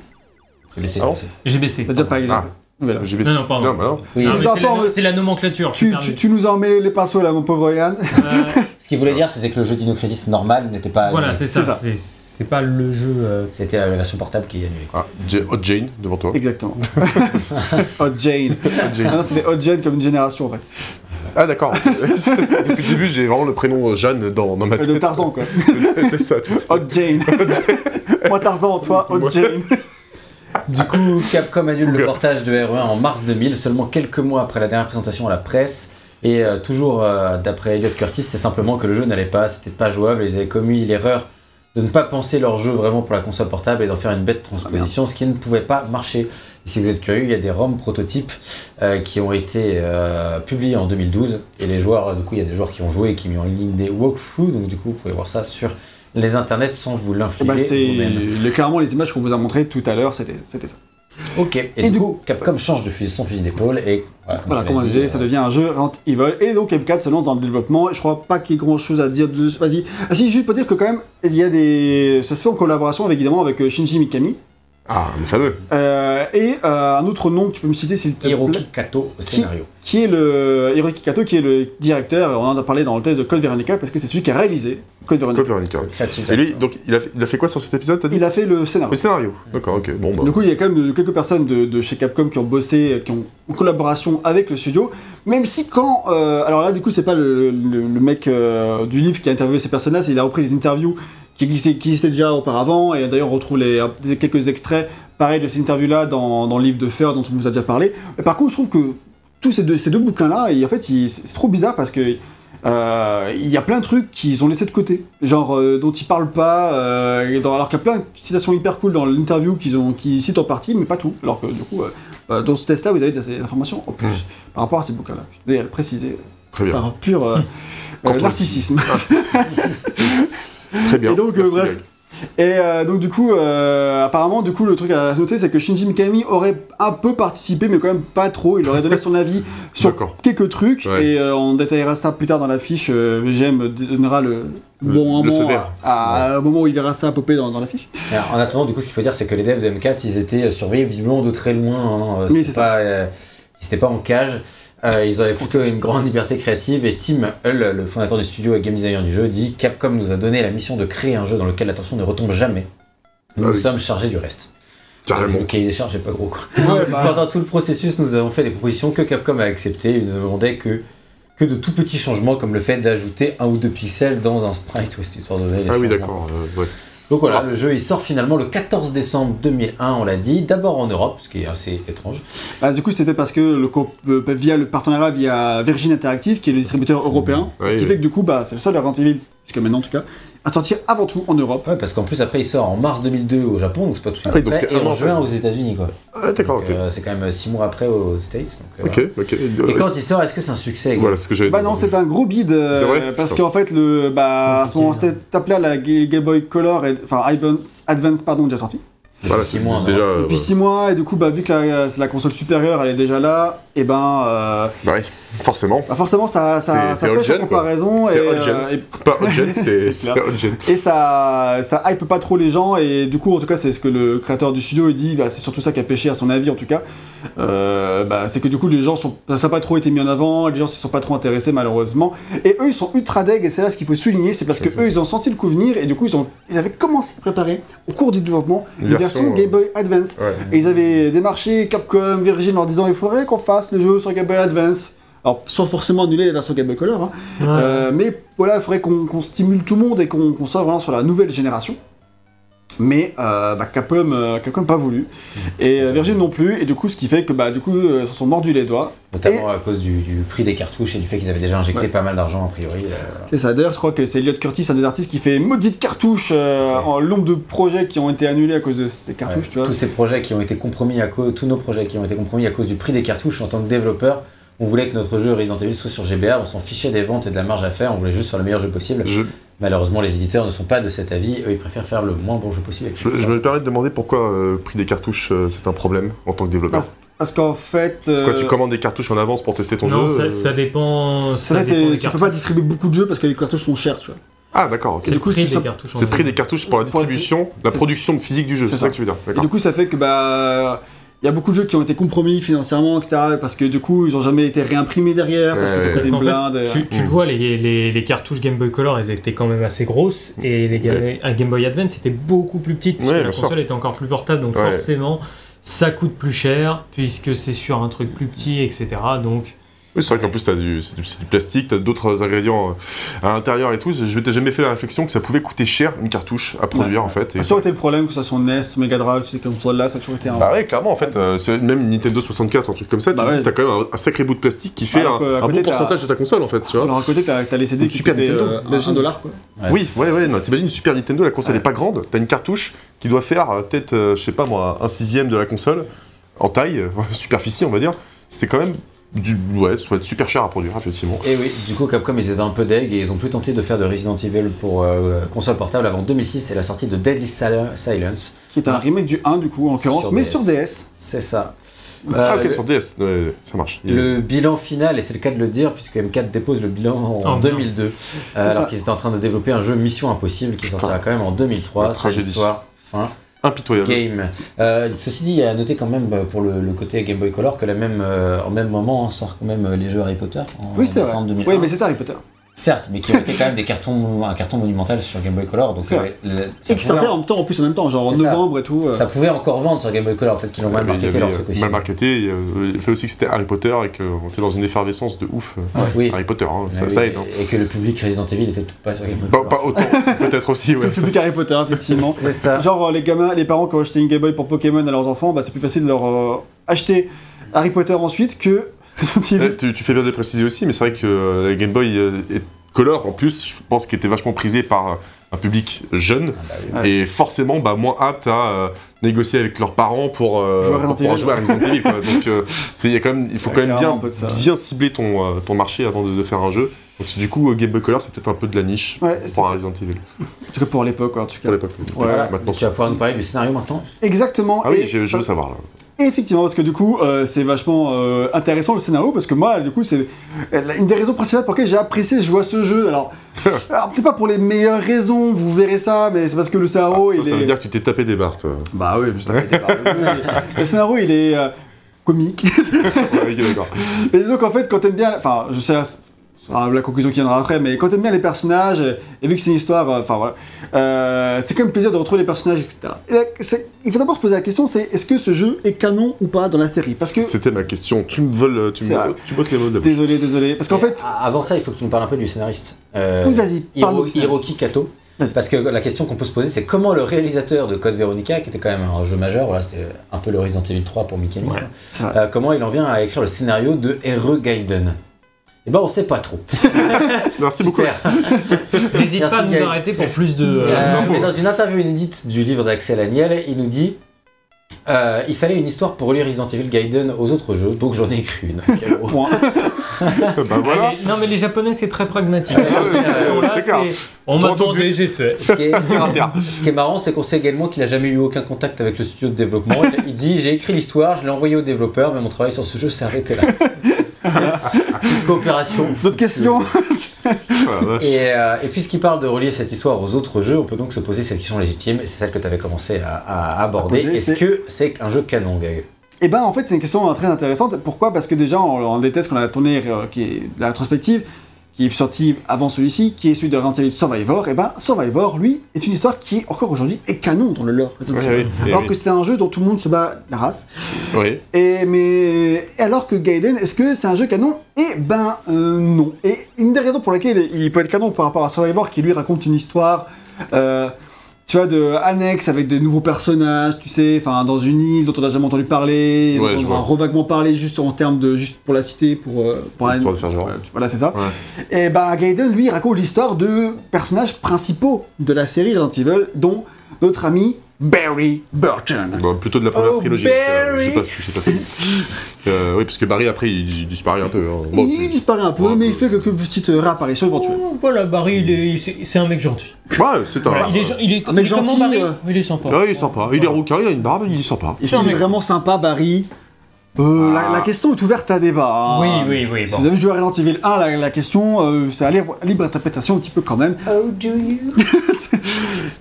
Speaker 4: Je vais laisser-
Speaker 1: Ah bon
Speaker 3: GBC.
Speaker 2: ça devient pas
Speaker 1: Ah.
Speaker 2: Voilà.
Speaker 1: JB.
Speaker 3: Non, non, pardon.
Speaker 1: Non, bah non.
Speaker 4: Oui,
Speaker 3: Non, mais
Speaker 2: Ça
Speaker 3: c'est la-
Speaker 2: parle-
Speaker 3: c'est la nomenclature. je suis
Speaker 2: Tu,
Speaker 3: perdu.
Speaker 2: tu, tu nous as emmêlé les pinceaux là, mon pauvre Yann.
Speaker 3: Euh,
Speaker 4: Ce qu'il voulait dire, c'était que le jeu Dino Crisis normal n'était pas.
Speaker 3: Voilà, c'est ça.
Speaker 2: C'est ça.
Speaker 3: c'est- C'est pas le jeu. euh,
Speaker 4: C'était la version portable qui est annulée.
Speaker 1: Ah, J- Hot Jane devant toi.
Speaker 2: Exactement. Hot Jane.
Speaker 1: Jane.
Speaker 2: Non, c'était Hot Jane comme une génération en fait.
Speaker 1: Ah, d'accord. ok. Depuis le début, j'ai vraiment le prénom euh, Jeanne dans, dans ma tête.
Speaker 2: De Tarzan quoi.
Speaker 1: c'est ça, tout ça.
Speaker 2: Hot Jane. Moi Tarzan, toi Hot
Speaker 1: Moi.
Speaker 2: Jane.
Speaker 4: Du coup, Capcom annule le
Speaker 1: Google.
Speaker 4: portage de RE1 en mars 2000, seulement quelques mois après la dernière présentation à la presse. Et euh, toujours euh, d'après Elliot Curtis, c'est simplement que le jeu n'allait pas, c'était pas jouable, ils avaient commis l'erreur de ne pas penser leur jeu vraiment pour la console portable et d'en faire une bête transposition, ce qui ne pouvait pas marcher. Et si vous êtes curieux, il y a des ROM prototypes euh, qui ont été euh, publiés en 2012. Et les joueurs, euh, du coup, il y a des joueurs qui ont joué et qui ont mis en ligne des walkthroughs. Donc, du coup, vous pouvez voir ça sur les internets sans vous
Speaker 2: Et
Speaker 4: l'infliger
Speaker 2: bah, c'est
Speaker 4: vous-même.
Speaker 2: les- clairement les images qu'on vous a montrées tout à l'heure, c'était c'était ça.
Speaker 4: Ok, et,
Speaker 2: Et
Speaker 4: du
Speaker 2: du
Speaker 4: coup, Capcom change de fusil, son fusil d'épaule et voilà,
Speaker 2: Voilà,
Speaker 4: tu
Speaker 2: comme on
Speaker 4: l'as dit,
Speaker 2: disait, ça
Speaker 4: euh,
Speaker 2: devient un jeu Resident Evil. Et donc M4 se lance dans le développement. Et je crois pas qu'il y ait grand chose à dire de. Vas-y. Ah si, juste pour dire que quand même, il y a des. Ça se fait en collaboration avec, évidemment avec euh, Shinji Mikami.
Speaker 1: Ah, mais fameux.
Speaker 2: Euh, et euh, un autre nom que tu peux me citer, s'il te plaît,
Speaker 4: euh, Hiroki Kato au
Speaker 2: Qui-
Speaker 4: scénario.
Speaker 2: qui est le Hiroki Kato, qui est le directeur. On en a parlé dans le test de Code Veronica parce que c'est celui qui a réalisé Code Veronica.
Speaker 1: Code Veronica.
Speaker 4: Creative
Speaker 1: Et lui,
Speaker 4: director.
Speaker 1: donc, il a, fait- il a fait quoi sur cet épisode, t'as dit
Speaker 2: Il a fait le scénario.
Speaker 1: Le scénario. D'accord, ok. Bon, bah.
Speaker 2: Du coup, il y a quand même quelques personnes de, de chez Capcom qui ont bossé, qui ont en collaboration avec le studio. Même si quand, euh, alors là, du coup, c'est pas le, le- le mec euh, du livre qui a interviewé ces personnes-là, c'est il a repris des interviews qui existaient, qui existaient déjà auparavant. Et d'ailleurs, on retrouve les, les- quelques extraits, pareil, de ces interviews-là dans, dans le livre de Fer dont on vous a déjà parlé. Mais par contre, je trouve que tous ces deux, ces deux bouquins-là, et en fait, ils- c'est c'est trop bizarre parce que euh, il y a plein de trucs qu'ils ont laissés de côté, genre euh, dont ils parlent pas, euh, et dans- alors qu'il y a plein de citations hyper cool dans l'interview qu'ils ont, qu'ils citent en partie, mais pas tout. Alors que du coup, euh, euh, dans ce test-là, vous avez des informations en plus par rapport à ces bouquins-là. Je tenais à le préciser
Speaker 1: Très bien.
Speaker 2: par un pur euh,
Speaker 1: Quand
Speaker 2: euh,
Speaker 1: on-
Speaker 2: narcissisme.
Speaker 1: Très bien.
Speaker 2: Et donc, euh,
Speaker 1: Merci,
Speaker 2: bref.
Speaker 1: Greg.
Speaker 2: Et euh, donc du coup, euh, apparemment, du coup, le truc à noter, c'est que Shinji Mikami aurait un peu participé, mais quand même pas trop. Il aurait donné son avis sur
Speaker 1: D'accord.
Speaker 2: quelques trucs,
Speaker 1: Ouais.
Speaker 2: et euh, on détaillera ça plus tard dans la fiche. euh, VGM donnera le
Speaker 1: Le-
Speaker 2: bon
Speaker 1: le
Speaker 2: moment
Speaker 1: feu vert.
Speaker 2: à- à- au moment où il verra ça popper dans, dans la fiche.
Speaker 4: Alors, en attendant, du coup, ce qu'il faut dire, c'est que les devs de M4, ils étaient euh, surveillés visiblement de très loin. hein. Euh,
Speaker 2: Oui,
Speaker 4: c'était
Speaker 2: c'est ça.
Speaker 4: pas, euh, ils n'étaient pas en cage. Euh, ils avaient plutôt une grande liberté créative. Et Tim Hull, le fondateur du studio et game designer du jeu, dit Capcom nous a donné la mission de créer un jeu dans lequel l'attention ne retombe jamais. Nous
Speaker 1: Ah
Speaker 4: nous
Speaker 1: oui.
Speaker 4: sommes chargés du reste.
Speaker 1: Carrément.
Speaker 4: Le cahier des charges est pas gros. Quoi.
Speaker 2: Ouais, bah,
Speaker 4: Pendant tout le processus, nous avons fait des propositions que Capcom a acceptées. Ils ne demandaient que, que de tout petits changements, comme le fait d'ajouter un ou deux pixels dans un sprite ou histoire de donner des
Speaker 1: Ah oui,
Speaker 4: changements.
Speaker 1: d'accord. euh, ouais.
Speaker 4: Donc voilà, le jeu il sort finalement le 14 décembre 2001, on l'a dit, d'abord en Europe, ce qui est assez étrange.
Speaker 2: bah, du coup, c'était parce que le co- euh, via le partenariat via Virgin Interactive, qui est le distributeur européen,
Speaker 1: Ouais,
Speaker 2: ce qui
Speaker 1: ouais.
Speaker 2: fait que du coup, bah, c'est le seul Resident Evil, jusqu'à maintenant en tout cas, à sortir avant tout en Europe.
Speaker 4: Ouais, parce qu'en plus après il sort en mars 2002 au Japon, donc c'est pas tout de suite
Speaker 1: Ah oui, donc
Speaker 4: après,
Speaker 1: c'est
Speaker 4: et
Speaker 1: un
Speaker 4: en
Speaker 1: an,
Speaker 4: juin
Speaker 1: quoi.
Speaker 4: aux États-Unis quoi.
Speaker 1: Ah, d'accord,
Speaker 4: Donc,
Speaker 1: ok.
Speaker 4: euh, c'est quand même 6 mois après aux States. donc, euh,
Speaker 1: Ok, ok.
Speaker 4: voilà. Et
Speaker 1: Euh,
Speaker 4: quand il sort, est-ce que c'est un succès
Speaker 1: Voilà ce que j'ai.
Speaker 2: Bah non, c'est un gros bide. euh,
Speaker 1: C'est vrai
Speaker 2: Parce
Speaker 1: Putain.
Speaker 2: qu'en fait, le, bah, à ce moment, cette étape-là, la Ga- Game Boy Color, et, enfin Advance- Advance, pardon, déjà sortie.
Speaker 1: Voilà,
Speaker 4: six
Speaker 1: c'est
Speaker 4: mois,
Speaker 1: déjà. euh,
Speaker 2: Depuis 6 mois, et du coup, bah, vu que la, la console supérieure, elle est déjà là, et ben, euh,
Speaker 1: Bah oui, forcément.
Speaker 2: bah, forcément, ça, ça,
Speaker 1: C'est-
Speaker 2: ça
Speaker 1: c'est
Speaker 2: pêche
Speaker 1: old-gen,
Speaker 2: en
Speaker 1: quoi.
Speaker 2: comparaison.
Speaker 1: C'est
Speaker 2: et,
Speaker 1: old-gen.
Speaker 2: euh, et-
Speaker 1: Pas Hodgen, c'est
Speaker 2: C'est
Speaker 1: c'est
Speaker 2: clair.
Speaker 1: Hodgen.
Speaker 2: et ça, ça hype pas trop les gens, et du coup, en tout cas, c'est ce que le créateur du studio il dit, bah, c'est surtout ça qui a pêché à son avis, en tout cas. Euh, bah, c'est que du coup, les gens sont, ça n'a pas trop été mis en avant, les gens se sont pas trop intéressés, malheureusement. Et eux, ils sont ultra deg, et c'est là ce qu'il faut souligner, c'est parce que eux, ils ont senti le coup venir, et du coup, ils, ont, ils avaient commencé à préparer, au cours du développement,
Speaker 1: Une
Speaker 2: une
Speaker 1: version,
Speaker 2: version
Speaker 1: euh,
Speaker 2: Game Boy Advance.
Speaker 1: Ouais.
Speaker 2: Et ils avaient démarché Capcom, Virgin en disant il faudrait qu'on fasse le jeu sur Game Boy Advance. Alors, sans forcément annuler la version Game Boy Color, hein.
Speaker 3: Ouais.
Speaker 2: Euh, mais voilà, il faudrait qu'on qu'on stimule tout le monde et qu'on qu'on soit vraiment sur la nouvelle génération. Mais euh, bah, Capcom, euh, Capcom pas voulu. Et euh, Virgin non plus, et du coup, ce qui fait que bah, du coup, euh, ils se sont mordus les doigts.
Speaker 4: Notamment à cause du, du prix des cartouches et du fait qu'ils avaient déjà injecté
Speaker 2: Ouais.
Speaker 4: pas mal d'argent a priori. euh, voilà.
Speaker 2: C'est ça, d'ailleurs, je crois que c'est Elliot Curtis, un des artistes qui fait maudite cartouche euh,
Speaker 4: Ouais.
Speaker 2: en nombre de projets qui ont été annulés à cause de ces cartouches,
Speaker 4: Ouais,
Speaker 2: tu vois.
Speaker 4: Tous ces projets qui ont été compromis à cause, tous nos projets qui ont été compromis à cause du prix des cartouches en tant que développeur. On voulait que notre jeu Resident Evil soit sur GBA, on s'en fichait des ventes et de la marge à faire, on voulait juste faire le meilleur jeu possible.
Speaker 1: Je,
Speaker 4: Malheureusement, les éditeurs ne sont pas de cet avis, eux ils préfèrent faire le moins bon jeu possible. avec
Speaker 1: je,
Speaker 4: les
Speaker 1: je
Speaker 4: cartouches.
Speaker 1: me permets de demander pourquoi euh, prix des cartouches euh, c'est un problème en tant que développeur.
Speaker 2: Parce- Parce qu'en fait.
Speaker 1: C'est quoi, tu
Speaker 2: euh,
Speaker 1: commandes des cartouches en avance pour tester ton
Speaker 3: non,
Speaker 1: jeu
Speaker 3: ça,
Speaker 1: euh,
Speaker 3: ça dépend.
Speaker 2: C'est
Speaker 3: Ça
Speaker 2: vrai,
Speaker 3: dépend
Speaker 2: c'est-
Speaker 3: des
Speaker 2: tu peux
Speaker 3: cartouches.
Speaker 2: pas distribuer beaucoup de jeux parce que les cartouches sont chères, tu vois.
Speaker 1: Ah, d'accord, ok.
Speaker 3: C'est
Speaker 2: Et
Speaker 3: le
Speaker 2: du coup,
Speaker 3: prix
Speaker 2: tout ça-
Speaker 3: des cartouches. en
Speaker 1: C'est le prix
Speaker 3: vrai.
Speaker 1: des cartouches pour la
Speaker 2: Pour la-
Speaker 1: distribution, la
Speaker 2: c'est-
Speaker 1: production physique du jeu,
Speaker 2: c'est
Speaker 1: c'est
Speaker 2: ça.
Speaker 1: ça que tu veux dire.
Speaker 2: Et
Speaker 1: D'accord.
Speaker 2: du coup, ça fait que bah il y a beaucoup de jeux qui ont été compromis financièrement, etc. Parce que du coup, ils ont jamais été réimprimés derrière parce que
Speaker 1: Ouais,
Speaker 2: ça
Speaker 1: ouais.
Speaker 2: coûtait
Speaker 3: Parce
Speaker 2: une
Speaker 3: qu'en
Speaker 2: blinde.
Speaker 3: fait, tu, tu le
Speaker 1: Mm.
Speaker 3: vois, les, les, les cartouches Game Boy Color, elles étaient quand même assez grosses, et les ga- un Game Boy Advance était beaucoup plus petite, puisque
Speaker 1: Ouais,
Speaker 3: la
Speaker 1: bien sûr.
Speaker 3: console était encore plus portable, donc
Speaker 1: Ouais.
Speaker 3: forcément, ça coûte plus cher, puisque c'est sur un truc plus petit, etc. Donc,
Speaker 1: Oui, c'est vrai qu'en plus, t'as du, c'est du, c'est du plastique, t'as d'autres ingrédients euh, à l'intérieur et tout. Je m'étais jamais fait la réflexion que ça pouvait coûter cher une cartouche à produire en fait. et-
Speaker 2: Ah, Ça aurait été le problème que ça soit NES, Mega Drive, tu sais, comme ça là, ça a toujours été un.
Speaker 1: Bah ouais, clairement, en fait, euh, c'est même une Nintendo 64, un truc comme ça, tu
Speaker 2: Bah
Speaker 1: te dis,
Speaker 2: ouais.
Speaker 1: t'as quand même un, un sacré bout de plastique qui fait
Speaker 2: Ouais,
Speaker 1: un,
Speaker 2: donc, euh, à
Speaker 1: un bon
Speaker 2: côté, t'as-
Speaker 1: pourcentage de ta console, en fait, tu vois.
Speaker 2: Alors à côté, t'as t'as les CD
Speaker 1: Ou
Speaker 2: qui
Speaker 1: Super
Speaker 2: coûtaient
Speaker 1: Nintendo,
Speaker 2: euh, un- un
Speaker 1: imagine.
Speaker 2: dollar quoi.
Speaker 4: Ouais.
Speaker 1: Oui, ouais, ouais, non, t'imagines une Super Nintendo, la console n'est pas grande, t'as une cartouche qui doit faire euh, peut-être, euh, je sais pas moi, un sixième de la console, en taille, euh, superficie, on va dire. C'est quand même du. Ouais, ça doit être super cher à produire, effectivement.
Speaker 4: Et oui, du coup, Capcom ils étaient un peu deg et ils ont plus tenté de faire de Resident Evil pour euh, console portable avant 2006 et la sortie de Deadly Sil- Silence.
Speaker 2: Qui est un remake du 1 du coup en l'occurrence,
Speaker 4: Sur
Speaker 2: mais
Speaker 4: DS.
Speaker 2: sur DS.
Speaker 4: C'est ça.
Speaker 1: ah,
Speaker 4: Euh,
Speaker 1: ok, sur DS, ouais, ça marche. Il-
Speaker 4: Le bilan final, et c'est le cas de le dire, puisque M4 dépose le bilan en
Speaker 3: En
Speaker 4: 2002, euh,
Speaker 2: ça.
Speaker 4: alors qu'ils étaient en train de développer un jeu Mission Impossible qui sortira quand même en 2003.
Speaker 1: La
Speaker 4: C'est
Speaker 1: tragédie.
Speaker 4: l'histoire, fin
Speaker 1: Impitoyable.
Speaker 4: Game. Euh, ceci dit, à noter quand même bah, pour le, le côté Game Boy Color que la même, euh, en même moment sort quand même euh, les jeux Harry Potter en
Speaker 2: Oui, c'est vrai.
Speaker 4: décembre 2001.
Speaker 2: Oui, mais c'est Harry Potter.
Speaker 4: Certes, mais qui ont été quand même des cartons, un carton monumental sur Game Boy Color. Donc
Speaker 2: C'est
Speaker 4: euh,
Speaker 2: vrai.
Speaker 4: le-
Speaker 2: Et
Speaker 4: ça,
Speaker 2: qui sortait
Speaker 4: pouvait,
Speaker 2: en même temps, en plus, en même temps, genre en
Speaker 4: C'est ça.
Speaker 2: novembre et tout. euh.
Speaker 4: ça pouvait encore vendre sur Game Boy Color. Peut-être qu'ils l'ont mal
Speaker 1: Mais il y
Speaker 4: marketé leur
Speaker 1: avait,
Speaker 4: truc
Speaker 1: euh,
Speaker 4: aussi.
Speaker 1: mal marketé. euh, Le fait aussi que c'était Harry Potter et qu'on était dans une effervescence de ouf. euh,
Speaker 4: Oui.
Speaker 1: Harry Potter, hein, ça,
Speaker 4: Mais
Speaker 1: ça
Speaker 4: oui,
Speaker 1: aide. hein.
Speaker 4: Et que le public Resident Evil était peut-être pas sur Game Boy
Speaker 1: Pas,
Speaker 4: Color.
Speaker 1: pas autant, peut-être aussi, ouais.
Speaker 2: Le public Harry Potter, effectivement.
Speaker 4: C'est ça.
Speaker 2: Genre euh, les gamins, les parents qui ont acheté une Game Boy pour Pokémon à leurs enfants, bah, c'est plus facile de leur euh, acheter Harry Potter ensuite que Resident Evil.
Speaker 1: Eh, tu, tu fais bien de le préciser aussi, mais c'est vrai que euh, la Game Boy euh, est- Color, en plus, je pense qu'elle était vachement prisée par euh, un public jeune
Speaker 4: Ah bah oui.
Speaker 2: Ouais.
Speaker 1: et forcément bah, moins apte à euh, négocier avec leurs parents pour, euh,
Speaker 2: Jouer à
Speaker 1: pour
Speaker 2: Resident
Speaker 1: pouvoir
Speaker 2: Evil.
Speaker 1: jouer à Resident Evil. quoi. Donc euh, c'est- il y a quand même, il faut
Speaker 2: Ouais,
Speaker 1: quand même bien,
Speaker 2: clairement, un peu de ça, ouais.
Speaker 1: bien cibler ton, euh, ton marché avant de, de faire un jeu. Donc du coup, euh, Game Boy Color, c'est peut-être un peu de la niche
Speaker 2: Ouais, c'était-
Speaker 1: pour un Resident Evil,
Speaker 2: En tout cas pour l'époque, quoi, en tout cas.
Speaker 1: pour l'époque.
Speaker 2: Voilà.
Speaker 1: Maintenant,
Speaker 4: Tu vas pouvoir nous parler du scénario maintenant
Speaker 2: Exactement.
Speaker 1: ah oui,
Speaker 2: et-
Speaker 1: je, je veux savoir là.
Speaker 2: Et Effectivement, parce que du coup, euh, c'est vachement euh, intéressant le scénario, parce que moi, du coup, c'est euh, une des raisons principales pour lesquelles j'ai apprécié de jouer à ce jeu. Alors, alors peut-être pas pour les meilleures raisons, vous verrez ça, mais c'est parce que le
Speaker 1: Ah,
Speaker 2: scénario,
Speaker 1: ça,
Speaker 2: Oh, il
Speaker 1: ça
Speaker 2: est...
Speaker 1: veut dire que tu t'es tapé des barres, toi.
Speaker 2: Bah oui, je t'arrête pas. Le scénario, il est euh, comique.
Speaker 1: Ouais, ok, d'accord.
Speaker 2: Mais disons qu'en fait, quand t'aimes bien. Enfin, je sais. ce sera la conclusion qui viendra après, mais quand t'aimes bien les personnages, euh, et vu que c'est une histoire, euh, enfin voilà, euh, c'est quand même plaisir de retrouver les personnages, etc. Et là, c'est- il faut d'abord se poser la question, c'est est-ce que ce jeu est canon ou pas dans la série Parce que
Speaker 1: C'était ma question. Tu me voles, euh, tu
Speaker 2: C'est vrai.
Speaker 1: me, tu bottes les mots de la bouche.
Speaker 2: désolé, désolé, parce qu'en
Speaker 4: Mais
Speaker 2: fait,
Speaker 4: a- Avant ça, il faut que tu nous parles un peu du scénariste. Euh,
Speaker 2: Oui, vas-y,
Speaker 4: Hiro-
Speaker 2: parle-nous du scénariste.
Speaker 4: Hiroki Kato.
Speaker 2: Vas-y.
Speaker 4: Parce que la question qu'on peut se poser, c'est comment le réalisateur de Code Veronica, qui était quand même un jeu majeur, voilà, c'était un peu le Resident Evil 3 pour Mikami, quoi.
Speaker 2: c'est vrai.
Speaker 4: Euh, comment il en vient à écrire le scénario de R.E. Gaiden Eh ben, on sait pas trop.
Speaker 1: Merci beaucoup.
Speaker 4: Super. Merci,
Speaker 3: N'hésite pas à nous
Speaker 4: Gaël.
Speaker 3: arrêter pour plus de.
Speaker 4: Euh,
Speaker 3: euh, d'infos.
Speaker 4: mais dans une interview inédite du livre d'Axel Agniel, il nous dit euh, Il fallait une histoire pour relier Resident Evil Gaiden aux autres jeux, donc j'en ai écrit une. Ok, bon.
Speaker 2: point.
Speaker 1: bah voilà. Ah,
Speaker 3: Ah, les- non, mais les Japonais, c'est très pragmatique.
Speaker 1: Ouais,
Speaker 3: Sur cette
Speaker 1: c'est-
Speaker 3: question-là,
Speaker 1: c'est clair.
Speaker 3: c'est- On
Speaker 1: Droit
Speaker 3: m'a
Speaker 1: au but.
Speaker 3: demandé, j'ai fait.
Speaker 4: Ce qui est-
Speaker 1: Terre à terre.
Speaker 4: Ce qui est marrant, c'est qu'on sait également qu'il a jamais eu aucun contact avec le studio de développement. Il, il dit J'ai écrit l'histoire, je l'ai envoyé au développeur, mais mon travail sur ce jeu s'est arrêté là. Une coopération.
Speaker 2: D'autres questions
Speaker 1: Voilà, Ah, vache.
Speaker 4: Et, euh, et puisqu'il parle de relier cette histoire aux autres jeux, on peut donc se poser cette question légitime, et c'est celle que tu avais commencé à, à aborder.
Speaker 2: À poser,
Speaker 4: Est-ce
Speaker 2: c'est-
Speaker 4: que c'est un jeu canon, Gag
Speaker 2: Eh ben en fait c'est une question euh, très intéressante. Pourquoi Parce que déjà on, on déteste qu'on a tourné euh, qui est la rétrospective qui est sortie avant celui-ci, qui est celui de Resident Evil Survivor. Et ben Survivor lui est une histoire qui encore aujourd'hui est canon dans le lore. Resident
Speaker 1: Ouais,
Speaker 2: Evil.
Speaker 1: oui, oui,
Speaker 2: alors
Speaker 1: oui.
Speaker 2: que c'est un jeu dont tout le monde se bat la race.
Speaker 1: Oui.
Speaker 2: Et mais et alors que Gaiden, est-ce que c'est un jeu canon Eh ben euh, non. Et une des raisons pour laquelle il peut être canon par rapport à Survivor, qui lui raconte une histoire, euh, tu vois, de annexe avec des nouveaux personnages, tu sais, enfin dans une île dont on n'a jamais entendu parler,
Speaker 1: Ouais,
Speaker 2: dont
Speaker 1: je
Speaker 2: on a
Speaker 1: vois.
Speaker 2: revaguement parlé juste en termes de juste pour la cité, pour euh, pour la-
Speaker 1: Histoire de faire genre.
Speaker 2: Ouais, Voilà, c'est ça. Et ben Gaiden, lui, raconte l'histoire de personnages principaux de la série Resident Evil, dont notre ami Barry Burton.
Speaker 1: Bon, Bah, plutôt de la première
Speaker 3: Oh,
Speaker 1: trilogie. parce que, euh,
Speaker 3: Barry.
Speaker 1: je sais pas, je sais pas ça. Euh, oui, parce que Barry, après, il, dis- disparaît un peu. hein. Bon,
Speaker 2: il
Speaker 1: tu-
Speaker 2: disparaît un peu,
Speaker 1: Ouais,
Speaker 2: mais
Speaker 1: peu.
Speaker 2: il fait quelques petites euh, réapparitions éventuelles.
Speaker 3: Ouh, Oh, Voilà, Barry, il est- c'est- c'est un mec gentil.
Speaker 1: Ouais, c'est un.
Speaker 3: Voilà, il est, gen- il est,
Speaker 2: Un mec
Speaker 3: il est comment
Speaker 2: gentil,
Speaker 3: Barry
Speaker 2: euh.
Speaker 3: Il est sympa.
Speaker 1: Ouais, il est sympa. Il est rouquin, il a une barbe, il est sympa.
Speaker 2: Est-ce
Speaker 3: C'est un
Speaker 2: qu'il est
Speaker 3: mec.
Speaker 2: vraiment sympa, Barry Euh, la,
Speaker 1: Ah.
Speaker 2: la question est ouverte à débat. hein.
Speaker 3: Oui, oui, oui.
Speaker 2: Si
Speaker 3: bon.
Speaker 2: vous avez joué à Resident Evil 1, la, la question, euh, c'est à libre, libre interprétation un petit peu quand même.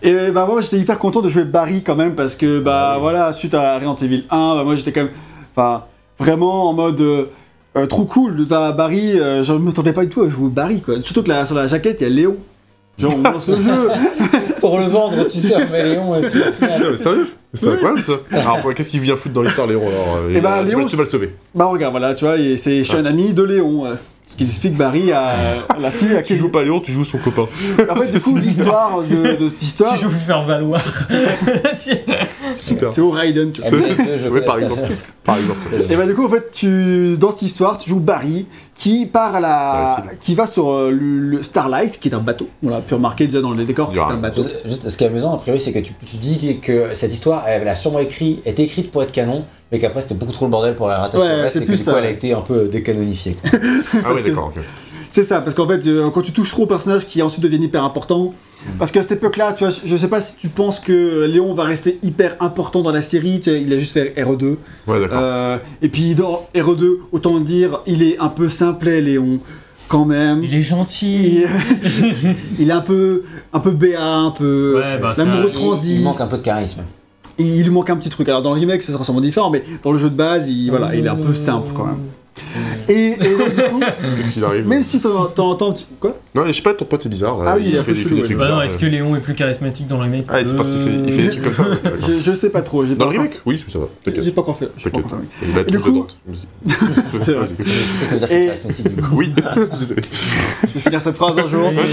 Speaker 2: Et euh, bah moi j'étais hyper content de jouer Barry quand même parce que
Speaker 3: Ah
Speaker 2: bah voilà, suite à Resident Evil 1, bah, moi j'étais quand même enfin, vraiment en mode euh, euh, trop cool, bah, Barry, euh, je ne m'attendais pas du tout à jouer Barry quoi. Surtout que la- sur la jaquette il y a Léon. Genre on lance le jeu.
Speaker 4: Pour le vendre, tu sais, Léon.
Speaker 1: Putain, mais sérieux C'est incroyable ça. Alors, ouais, qu'est-ce qu'il vient foutre dans l'histoire, Léon alors, euh,
Speaker 2: Eh ben,
Speaker 1: euh, tu
Speaker 2: Léon,
Speaker 1: vas- Tu vas le sauver.
Speaker 2: Bah regarde, voilà, tu vois, et c'est, je suis un ami de Léon. euh, ce qui explique Barry à à la fille à qui
Speaker 1: Tu
Speaker 2: joue
Speaker 1: joues pas Léon, tu joues son copain.
Speaker 2: En fait, du coup, l'histoire de, de cette histoire,
Speaker 3: Si je vous faire valoir. Tu-
Speaker 1: Super.
Speaker 2: c'est au Raiden, tu vois.
Speaker 1: Oui, par exemple. Par exemple.
Speaker 2: Et bah du coup, en fait, tu, dans cette histoire, tu joues Barry, qui part à la,
Speaker 1: Ouais,
Speaker 2: qui va sur euh, le, le Starlight, qui est un bateau. On l'a pu remarquer déjà dans le décor, que c'est
Speaker 1: Yeah.
Speaker 2: un bateau.
Speaker 4: Juste, ce qui est amusant, a priori, c'est que tu, tu dis que cette histoire, elle a sûrement écrit, été écrite pour être canon, mais qu'après c'était beaucoup trop le bordel pour la rattacher
Speaker 2: Ouais,
Speaker 4: au reste,
Speaker 2: c'est
Speaker 4: et que
Speaker 2: plus
Speaker 4: du coup,
Speaker 2: ça.
Speaker 4: elle a été un peu décanonifiée. quoi.
Speaker 1: Ah, ouais, d'accord. ok.
Speaker 2: C'est ça, parce qu'en fait, euh, quand tu touches trop au personnage, qui ensuite devient hyper important. Parce qu'à cette époque-là, tu vois, je sais pas si tu penses que Léon va rester hyper important dans la série. tu sais, il a juste fait E RE2.
Speaker 1: Ouais, d'accord.
Speaker 2: Euh, et puis dans RE2, autant dire, il est un peu simplet, Léon, quand même.
Speaker 3: Il est gentil.
Speaker 2: Il, il est un peu, un peu BA, un peu
Speaker 3: Ouais, bah, c'est
Speaker 2: l'amoureux
Speaker 3: un-
Speaker 4: Il, il
Speaker 2: transi.
Speaker 4: manque un peu de charisme.
Speaker 2: il il lui manque un petit truc. Alors dans le remake, ça sera sûrement différent, mais dans le jeu de base, il, voilà, il est un peu simple quand même. Et, et donc, du coup,
Speaker 1: Qu'est-ce qu'il arrive euh,
Speaker 2: même si t'en t'en entends un petit quoi
Speaker 1: Non, je sais pas, ton pote est bizarre. Là.
Speaker 2: Ah oui, il a fait chelou, ouais.
Speaker 3: Bah non,
Speaker 1: bizarres,
Speaker 3: est-ce
Speaker 1: euh.
Speaker 3: que Léon est plus charismatique dans le remake
Speaker 1: Ah, c'est parce qu'il fait, il fait des trucs comme ça. ouais, d'accord.
Speaker 2: je, je sais pas trop. j'ai
Speaker 1: Dans
Speaker 2: pas
Speaker 1: le remake Oui, ça va.
Speaker 2: encore- J'ai
Speaker 1: T'inquiète.
Speaker 2: pas encore fait. j'ai pas
Speaker 1: T'inquiète.
Speaker 2: encore fait.
Speaker 1: Il va
Speaker 2: Et du
Speaker 1: tout
Speaker 2: coup-
Speaker 1: dedans.
Speaker 2: C'est vrai.
Speaker 4: Est-ce que ça veut dire
Speaker 2: Et-
Speaker 4: qu'il passe aussi du coup
Speaker 1: Oui, désolé.
Speaker 2: Je vais finir cette phrase un jour.
Speaker 3: Oui.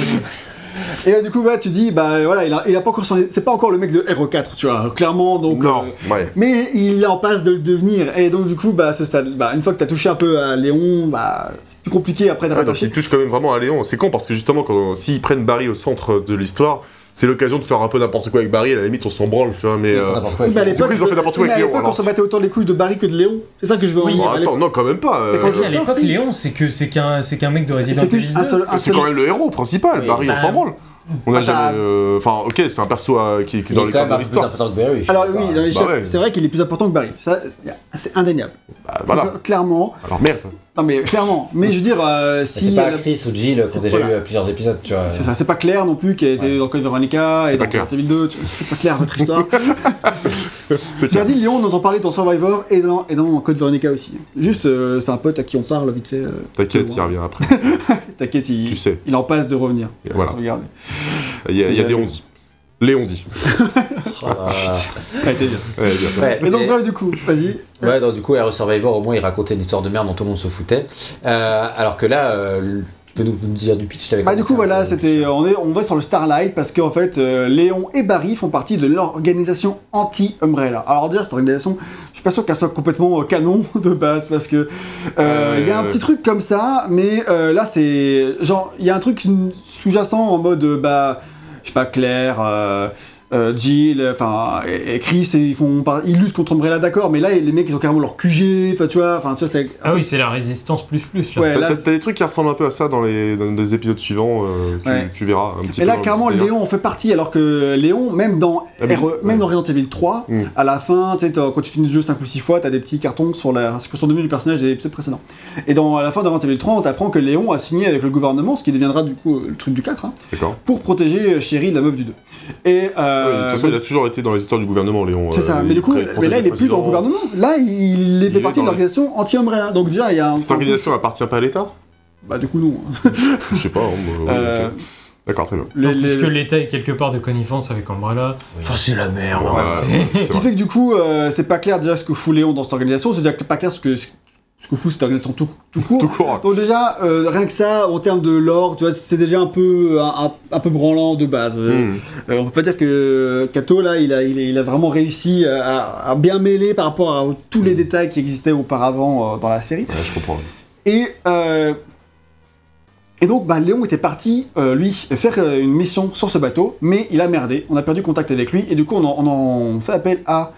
Speaker 2: Et euh, du coup, bah, tu dis, bah voilà, il a, il a pas encore son- C'est pas encore le mec de RO4, tu vois, clairement, donc. euh,
Speaker 1: Non, ouais.
Speaker 2: mais il en passe de le devenir. Et donc, du coup, bah, ce stade- bah, une fois que t'as touché un peu à Léon, bah, c'est plus compliqué après
Speaker 1: Ah, donc
Speaker 2: d'attacher.
Speaker 1: il touche quand même vraiment à Léon. C'est con parce que justement, quand euh, s'ils prennent Barry au centre de l'histoire, c'est l'occasion de faire un peu n'importe quoi avec Barry. À la limite, on s'en branle, tu vois. Mais euh,
Speaker 4: N'importe quoi.
Speaker 2: Oui, mais à l'époque,
Speaker 1: coup, ils ont fait n'importe quoi
Speaker 2: oui, mais
Speaker 1: avec
Speaker 2: à
Speaker 1: Léon,
Speaker 2: l'époque, on
Speaker 1: alors.
Speaker 2: se battait autant les couilles de Barry que de Léon. C'est ça que je veux en
Speaker 3: Oui,
Speaker 2: dire.
Speaker 1: bon,
Speaker 2: À l'époque,
Speaker 1: attends, non, quand même pas.
Speaker 2: Mais quand
Speaker 1: euh,
Speaker 2: je dis
Speaker 3: à l'époque,
Speaker 2: si.
Speaker 3: Léon, c'est que c'est qu'un c'est qu'un mec de
Speaker 2: c'est-
Speaker 3: Resident
Speaker 2: c'est que
Speaker 3: Evil.
Speaker 2: juste un seul.
Speaker 3: 2.
Speaker 2: un
Speaker 1: C'est
Speaker 2: seul-
Speaker 1: quand même le héros principal,
Speaker 3: Oui,
Speaker 1: Barry,
Speaker 3: bah,
Speaker 1: on s'en branle. On n'a
Speaker 2: bah,
Speaker 1: jamais. euh, Enfin, ok, c'est un perso euh, qui, qui est dans
Speaker 4: il est
Speaker 1: les
Speaker 4: quand
Speaker 1: codes
Speaker 4: même
Speaker 1: de
Speaker 4: un peu plus
Speaker 1: l'histoire.
Speaker 4: important que Barry. je suis
Speaker 2: Alors, oui,
Speaker 4: d'accord. hein.
Speaker 2: non, mais
Speaker 1: Bah
Speaker 2: je-
Speaker 1: ouais.
Speaker 2: c'est vrai qu'il est plus important que Barry. Ça, c'est indéniable.
Speaker 1: Bah, voilà.
Speaker 2: Clairement.
Speaker 1: Alors merde.
Speaker 2: Non, mais clairement. Mais je veux dire, euh,
Speaker 4: Mais
Speaker 2: si.
Speaker 4: C'est pas
Speaker 2: elle a-
Speaker 4: Chris ou Jill qui
Speaker 2: c'est-
Speaker 4: ont déjà
Speaker 2: voilà.
Speaker 4: eu euh, plusieurs épisodes, tu vois.
Speaker 2: C'est ça, c'est pas clair non plus, qui a été
Speaker 4: Ouais.
Speaker 2: dans Code Veronica
Speaker 1: C'est
Speaker 2: et
Speaker 1: pas
Speaker 2: dans
Speaker 1: clair.
Speaker 2: Resident Evil 2. tu- C'est pas clair votre histoire.
Speaker 1: C'est
Speaker 2: Tu as
Speaker 1: clair.
Speaker 2: dit Léon, on entend parler dans Survivor et dans, et dans Code Veronica aussi. Juste, euh, c'est un pote à qui on parle vite fait. euh,
Speaker 1: T'inquiète,
Speaker 2: tu
Speaker 1: il
Speaker 2: vois.
Speaker 1: revient après.
Speaker 2: T'inquiète, il,
Speaker 1: Tu sais.
Speaker 2: il en passe de revenir.
Speaker 1: Et voilà.
Speaker 2: Ça, Regarde.
Speaker 1: Il y a,
Speaker 2: C'est
Speaker 1: il y a
Speaker 2: bien.
Speaker 1: des ondis. Les ondis.
Speaker 4: Oh là là.
Speaker 2: Ah, t'es bien.
Speaker 1: Ouais, bien.
Speaker 4: Ouais,
Speaker 2: Et donc,
Speaker 4: et-
Speaker 2: bref, du coup, vas-y.
Speaker 4: Ouais, donc du coup, Aero Survivor, au moins, il racontait une histoire de merde dont tout le monde se foutait. Euh, alors que là, euh, le- tu peux nous, nous dire du pitch t'avais
Speaker 2: Bah du
Speaker 4: commencé
Speaker 2: coup
Speaker 4: un
Speaker 2: voilà,
Speaker 4: peu.
Speaker 2: c'était on, est, on va sur le Starlight parce qu'en fait euh, Léon et Barry font partie de l'organisation anti-Umbrella. Alors déjà cette organisation, je suis pas sûr qu'elle soit complètement euh, canon de base parce que euh,
Speaker 1: Ah Ouais,
Speaker 2: il y a un
Speaker 1: ouais.
Speaker 2: petit truc comme ça, mais euh, là c'est genre il y a un truc sous-jacent en mode euh, bah je sais pas Claire. euh, euh, Jill, euh, enfin et, et Chris, et ils font, par- ils luttent contre Umbrella, d'accord, mais là les mecs ils ont carrément leur QG, enfin tu vois, enfin tu vois c'est.
Speaker 3: Ah oui, c'est la résistance plus plus là.
Speaker 2: Ouais,
Speaker 1: T'as
Speaker 2: là,
Speaker 1: t'as- t'as des trucs qui ressemblent un peu à ça dans les, dans les épisodes suivants, euh, tu,
Speaker 2: Ouais.
Speaker 1: tu verras un petit
Speaker 2: Et
Speaker 1: peu.
Speaker 2: là,
Speaker 1: dans le
Speaker 2: clairement,
Speaker 1: délire.
Speaker 2: Léon en fait partie, alors que Léon, même dans,
Speaker 1: Ah, mais-
Speaker 2: RE, même dans Resident Evil 3,
Speaker 1: Mm.
Speaker 2: à la fin, tu sais, t'as- quand tu finis le jeu 5 ou 6 fois, t'as des petits cartons sur, la, sur le du personnage des épisodes précédents. Et dans, à la fin de Resident Evil 3, on t'apprend que Léon a signé avec le gouvernement, ce qui deviendra du coup le truc du 4, hein,
Speaker 1: D'accord.
Speaker 2: pour protéger euh, Chérie, la meuf du 2. Et,
Speaker 1: Oui, de
Speaker 2: euh,
Speaker 1: toute façon, il a toujours été dans les histoires du gouvernement, Léon.
Speaker 2: c'est
Speaker 1: euh,
Speaker 2: ça,
Speaker 1: il
Speaker 2: mais du coup,
Speaker 1: protège
Speaker 2: mais là, il est plus dans
Speaker 1: président.
Speaker 2: le gouvernement. Là, il,
Speaker 1: est
Speaker 2: fait partie
Speaker 1: dans
Speaker 2: de
Speaker 1: la-
Speaker 2: l'organisation anti-Umbrella. Donc déjà, il y a un.
Speaker 1: Cette organisation appartient pas à l'État
Speaker 2: Bah, du coup, non.
Speaker 1: Je sais pas. hein, moi, ouais,
Speaker 2: Euh,
Speaker 1: ok. D'accord, très bien.
Speaker 2: les-
Speaker 3: Parce
Speaker 2: les-
Speaker 3: que l'État est quelque part de connivence avec Umbrella. Enfin, c'est la
Speaker 4: Ah,
Speaker 3: merde.
Speaker 4: hein.
Speaker 1: Ouais, ouais, ouais, c'est
Speaker 2: Ce qui
Speaker 1: vrai.
Speaker 2: fait que du coup, euh, c'est pas clair déjà ce que fout Léon dans cette organisation, c'est déjà pas clair ce que, ce que fout cette organisation tout, tout court.
Speaker 1: Tout court.
Speaker 2: Donc déjà, euh, rien que ça, en termes de lore, tu vois, c'est déjà un peu, un, un- un peu branlant de base. Euh,
Speaker 1: Hmm.
Speaker 2: euh, on peut pas dire que Kato, là, il a, il a, il a vraiment réussi à, à bien mêler par rapport à tous
Speaker 1: Hmm.
Speaker 2: les détails qui existaient auparavant euh, dans la série.
Speaker 1: Ouais, je comprends.
Speaker 2: Et, euh, et donc, bah, Léon était parti, euh, lui, faire euh, une mission sur ce bateau, mais il a merdé, on a perdu contact avec lui, et du coup, on en, on en fait appel à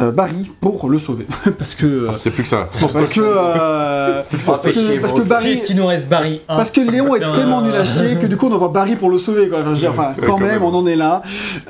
Speaker 2: euh, Barry pour le sauver. parce que. euh,
Speaker 1: Parce qu'il y a Ah, plus que ça.
Speaker 2: parce que. euh, parce que, parce que Barry.
Speaker 3: Qu'est-ce qui nous reste, Barry hein
Speaker 2: Parce que Léon est
Speaker 3: Putain.
Speaker 2: tellement nul à chier que du coup on envoie Barry pour le sauver quoi. Enfin, je veux dire, enfin,
Speaker 1: Ouais,
Speaker 2: quand,
Speaker 1: quand
Speaker 2: même,
Speaker 1: même.
Speaker 2: on en est là.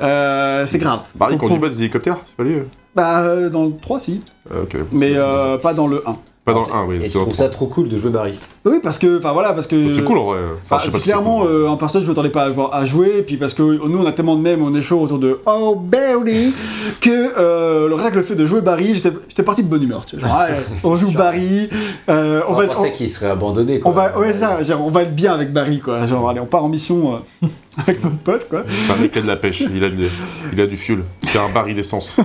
Speaker 2: Euh, c'est grave.
Speaker 1: Barry
Speaker 2: Pour-
Speaker 1: conduit
Speaker 2: pour-
Speaker 1: Bah, pas des hélicoptères C'est pas lui euh
Speaker 2: Bah euh, dans le 3 si,
Speaker 1: Ah, Ok. c'est-
Speaker 2: mais
Speaker 1: c'est-
Speaker 2: euh, pas dans le 1.
Speaker 1: c'est- Pas dans le 1, oui.
Speaker 4: Et
Speaker 1: c'est
Speaker 4: je
Speaker 1: dans
Speaker 4: trouve
Speaker 1: le trois.
Speaker 4: ça trop cool de jouer Barry.
Speaker 2: Oui parce que, enfin voilà, parce que.
Speaker 1: C'est cool en vrai. Enfin,
Speaker 2: Enfin,
Speaker 1: je sais
Speaker 2: c'est
Speaker 1: pas si
Speaker 2: euh, clairement
Speaker 1: cool.
Speaker 2: euh, un personnage que je m'attendais pas à, voir, à jouer, et puis parce que nous on a tellement de mèmes, on est chaud autour de Oh Barry que euh, le rien que le fait de jouer Barry, j'étais j'étais parti de bonne humeur. Tu vois, Genre, ouais, on joue
Speaker 4: sûr.
Speaker 2: Barry, euh, on,
Speaker 4: On,
Speaker 2: va être,
Speaker 4: pensait
Speaker 2: on,
Speaker 4: qu'il serait abandonné. Quoi.
Speaker 2: on va, ouais, c'est ça, genre, on va être bien avec Barry quoi. Genre allez, on part en mission euh, avec notre pote quoi.
Speaker 1: C'est un mec qui a de la pêche. Il a des- il a du fuel. C'est un baril d'essence.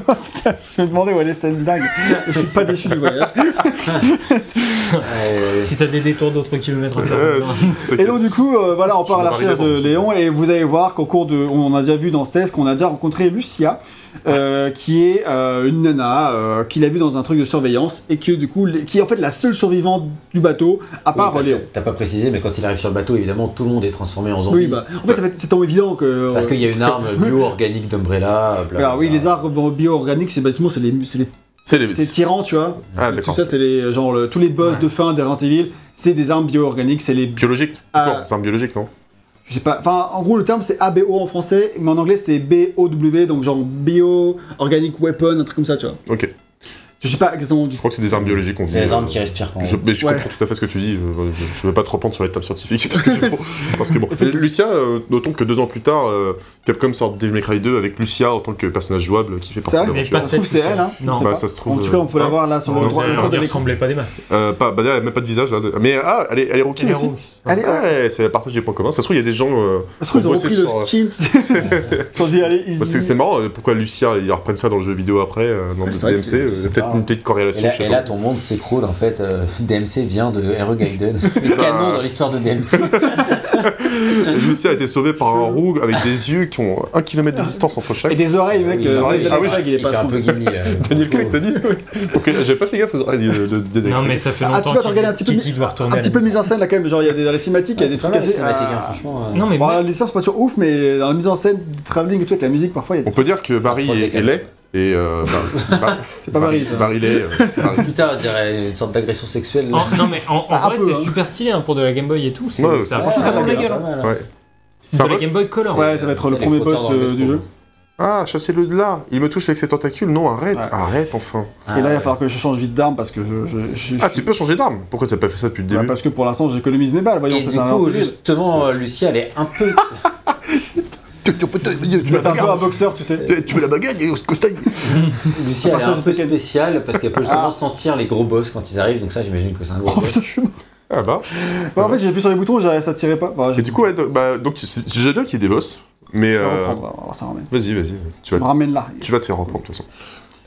Speaker 2: Je me demandais où allait cette blague. je suis pas déçu du voyage.
Speaker 4: Ouais,
Speaker 3: Si t'as des détours d'autres kilomètres, t'as
Speaker 1: Euh,
Speaker 3: besoin.
Speaker 2: Et
Speaker 1: t'inquiète.
Speaker 2: donc du coup, euh, voilà, on
Speaker 1: Je
Speaker 2: part à la
Speaker 1: me marie
Speaker 2: recherche de
Speaker 1: d'avance.
Speaker 2: Léon et vous allez voir qu'au cours de, on a déjà vu dans ce test qu'on a déjà rencontré Lucia, euh, qui est euh, une nana euh, qu'il a vue dans un truc de surveillance et que du coup, les- qui est en fait la seule survivante du bateau à
Speaker 4: Oui,
Speaker 2: part
Speaker 4: parce que
Speaker 2: Léon.
Speaker 4: T'as pas précisé, mais quand il arrive sur le bateau, évidemment, tout le monde est transformé en zombie.
Speaker 2: Oui, bah, en fait, ça fait- c'est tant évident que. euh,
Speaker 4: Parce qu'il y a une arme bio-organique d'Umbrella.
Speaker 2: Voilà,
Speaker 4: blablabla.
Speaker 2: oui, les arbres bio-organiques, c'est basiquement c'est les, c'est les-
Speaker 1: C'est
Speaker 2: c'est les
Speaker 1: les.
Speaker 2: tyrans, tu vois.
Speaker 1: Ah,
Speaker 2: tout
Speaker 1: d'accord.
Speaker 2: ça, c'est les genre le- tous les boss
Speaker 3: Ouais.
Speaker 2: de fin des Resident Evil, c'est des armes bio-organiques, c'est les
Speaker 1: Biologique
Speaker 2: Ah.
Speaker 1: Non, c'est un biologique, non
Speaker 2: je sais pas, enfin en gros le terme c'est ABO en français, mais en anglais c'est BOW, donc genre Bio Organic Weapon, un truc comme ça, tu vois.
Speaker 1: Ok.
Speaker 2: Je sais pas exactement du
Speaker 1: Je crois que c'est des armes biologiques qu'on dit.
Speaker 4: C'est les armes
Speaker 1: euh,
Speaker 4: qui respirent quand
Speaker 1: Je,
Speaker 4: même.
Speaker 1: mais je
Speaker 2: Ouais.
Speaker 1: comprends tout à fait ce que tu dis. euh, Je, je vais pas te reprendre sur les tables scientifiques parce que, c'est bon, parce que bon. Et Lucia, euh, notons que deux ans plus tard, euh, Capcom sort Devil May Cry 2 2 avec Lucia en tant que personnage jouable qui fait partie
Speaker 2: C'est
Speaker 1: de
Speaker 2: vrai
Speaker 3: Mais pas
Speaker 1: l'aventure.
Speaker 2: Je trouve
Speaker 3: celle
Speaker 2: que c'est elle, hein.
Speaker 3: Ah, Non.
Speaker 2: Je sais
Speaker 1: Bah,
Speaker 2: pas.
Speaker 1: ça se trouve,
Speaker 2: En tout cas, on peut la
Speaker 1: euh,
Speaker 2: voir là sur
Speaker 1: non,
Speaker 2: le
Speaker 1: non,
Speaker 2: droit
Speaker 1: c'est
Speaker 2: le droit
Speaker 1: un
Speaker 2: de
Speaker 1: gars
Speaker 3: ne
Speaker 2: l'écran.
Speaker 3: ressemblait pas des masses.
Speaker 1: Euh, pas, bah, elle a même pas de visage là. de- Mais ah, elle est, elle est rookie
Speaker 3: Elle est
Speaker 1: aussi.
Speaker 3: rookie.
Speaker 2: Allez, ouais.
Speaker 1: ouais, c'est partage des points communs. Ça se trouve, il y a des gens. euh,
Speaker 2: Parce qu'ils ont
Speaker 1: Pour bosser
Speaker 2: repris le
Speaker 1: sur, euh,
Speaker 2: skin. Ils se sont dit, allez, ils
Speaker 1: bah, c'est c'est marrant euh, pourquoi Lucia, ils reprennent ça dans le jeu vidéo après, euh, dans le
Speaker 2: C'est vrai que
Speaker 1: DMC.
Speaker 2: c'est-
Speaker 1: euh, Il y a peut-être
Speaker 3: Ah.
Speaker 4: pas-
Speaker 1: une petite
Speaker 4: Et
Speaker 1: corrélation.
Speaker 4: là,
Speaker 1: je sais
Speaker 4: et
Speaker 1: pas.
Speaker 4: là, ton monde s'écroule en fait. Euh, DMC vient de Hero Gaiden. Le canon dans l'histoire de DMC.
Speaker 1: Et Lucia a été sauvée par un roux avec des yeux qui ont un kilomètre de distance entre chaque.
Speaker 2: Et des oreilles, mec.
Speaker 4: Ils
Speaker 2: euh,
Speaker 4: ont-
Speaker 2: Daniel
Speaker 1: ah oui,
Speaker 2: Craig, il est
Speaker 4: Il fait
Speaker 2: pas
Speaker 4: un peu Gimli là.
Speaker 1: Daniel Craig t'a dit Ok, j'avais pas fait gaffe aux oreilles de- de- de- de-
Speaker 3: Non, mais ça fait
Speaker 2: Ah, tu
Speaker 3: longtemps
Speaker 2: vas te regarder un petit
Speaker 3: qu'il
Speaker 2: peu de-
Speaker 3: qu'il doit retourner.
Speaker 2: Un
Speaker 3: à
Speaker 2: petit
Speaker 3: la
Speaker 2: peu de
Speaker 3: maison.
Speaker 2: mise en scène là quand même, genre il y a des, dans les cinématiques, il y a des trucs assez. ah.
Speaker 4: franchement. euh,
Speaker 3: Non, mais
Speaker 2: Bon, alors,
Speaker 3: moi,
Speaker 2: les dessins c'est pas toujours ouf, mais dans la mise en scène, du travelling et tout, avec la musique parfois, il y a des
Speaker 1: On peut dire que Barry
Speaker 4: Trois
Speaker 1: est,
Speaker 4: décades.
Speaker 1: est laid. Et euh, bah, bah,
Speaker 2: C'est pas Barry, ça.
Speaker 1: Barry laid. euh, Barry.
Speaker 4: Plus tard, on dirait une sorte d'agression sexuelle. là.
Speaker 3: en- non, mais en, en
Speaker 2: Ah, un
Speaker 3: vrai,
Speaker 2: peu,
Speaker 3: c'est
Speaker 2: hein.
Speaker 3: super stylé hein, pour de la Game Boy et tout. C'est
Speaker 1: Ouais,
Speaker 3: ça
Speaker 1: c'est-
Speaker 3: fout
Speaker 2: c'est
Speaker 3: ça dans la
Speaker 2: Ah, ça,
Speaker 3: gueule. hein.
Speaker 4: mal, hein.
Speaker 1: Ouais. C'est
Speaker 3: De
Speaker 1: un
Speaker 3: la
Speaker 1: boss
Speaker 3: Game Boy Color.
Speaker 2: Ouais, ça va être le
Speaker 4: Les
Speaker 2: premier
Speaker 4: frotteurs
Speaker 2: boss
Speaker 4: dans le
Speaker 2: euh, du
Speaker 4: métro.
Speaker 2: jeu.
Speaker 1: Ah, chassez-le de là Il me touche avec ses tentacules Non, arrête
Speaker 2: Ouais.
Speaker 1: Arrête enfin
Speaker 4: Ah,
Speaker 2: et là, il va
Speaker 4: ouais.
Speaker 2: falloir que je change vite d'arme parce que je. je- je-
Speaker 1: Ah,
Speaker 2: je-
Speaker 1: tu peux changer d'arme Pourquoi t'as pas fait ça depuis le
Speaker 2: Bah,
Speaker 1: début
Speaker 2: parce que pour l'instant, j'économise mes balles, voyons,
Speaker 4: Et
Speaker 2: ça
Speaker 4: du
Speaker 2: fait un
Speaker 4: coup,
Speaker 2: artiste.
Speaker 4: justement, euh, Lucie, elle est un peu.
Speaker 1: Tu
Speaker 2: Mais C'est un peu un boxeur, tu sais.
Speaker 1: Tu veux la bagarre et on se costaille
Speaker 4: Lucie, elle
Speaker 2: Un
Speaker 4: est un
Speaker 2: personnage
Speaker 4: peu
Speaker 2: de Tekken.
Speaker 4: spéciale parce qu'elle peut justement
Speaker 2: Ah.
Speaker 4: sentir les gros boss quand ils arrivent. Donc, ça, j'imagine que c'est un gros
Speaker 2: Oh
Speaker 4: boss.
Speaker 2: putain, je suis mort.
Speaker 1: Ah bah
Speaker 2: Bah, en fait, j'ai appuyé sur les boutons, j'ai- ça tirait pas. Bah, j'ai-
Speaker 1: Et du coup, ouais, donc- bah, donc c'est- c'est- j'aime bien qu'il y ait des boss, mais...
Speaker 2: je vais
Speaker 1: euh,
Speaker 2: reprendre, on va voir, ça ramène.
Speaker 1: Vas-y, vas-y, tu
Speaker 2: Ça me
Speaker 1: vas,
Speaker 2: ramène là.
Speaker 1: tu vas te faire reprendre de toute façon.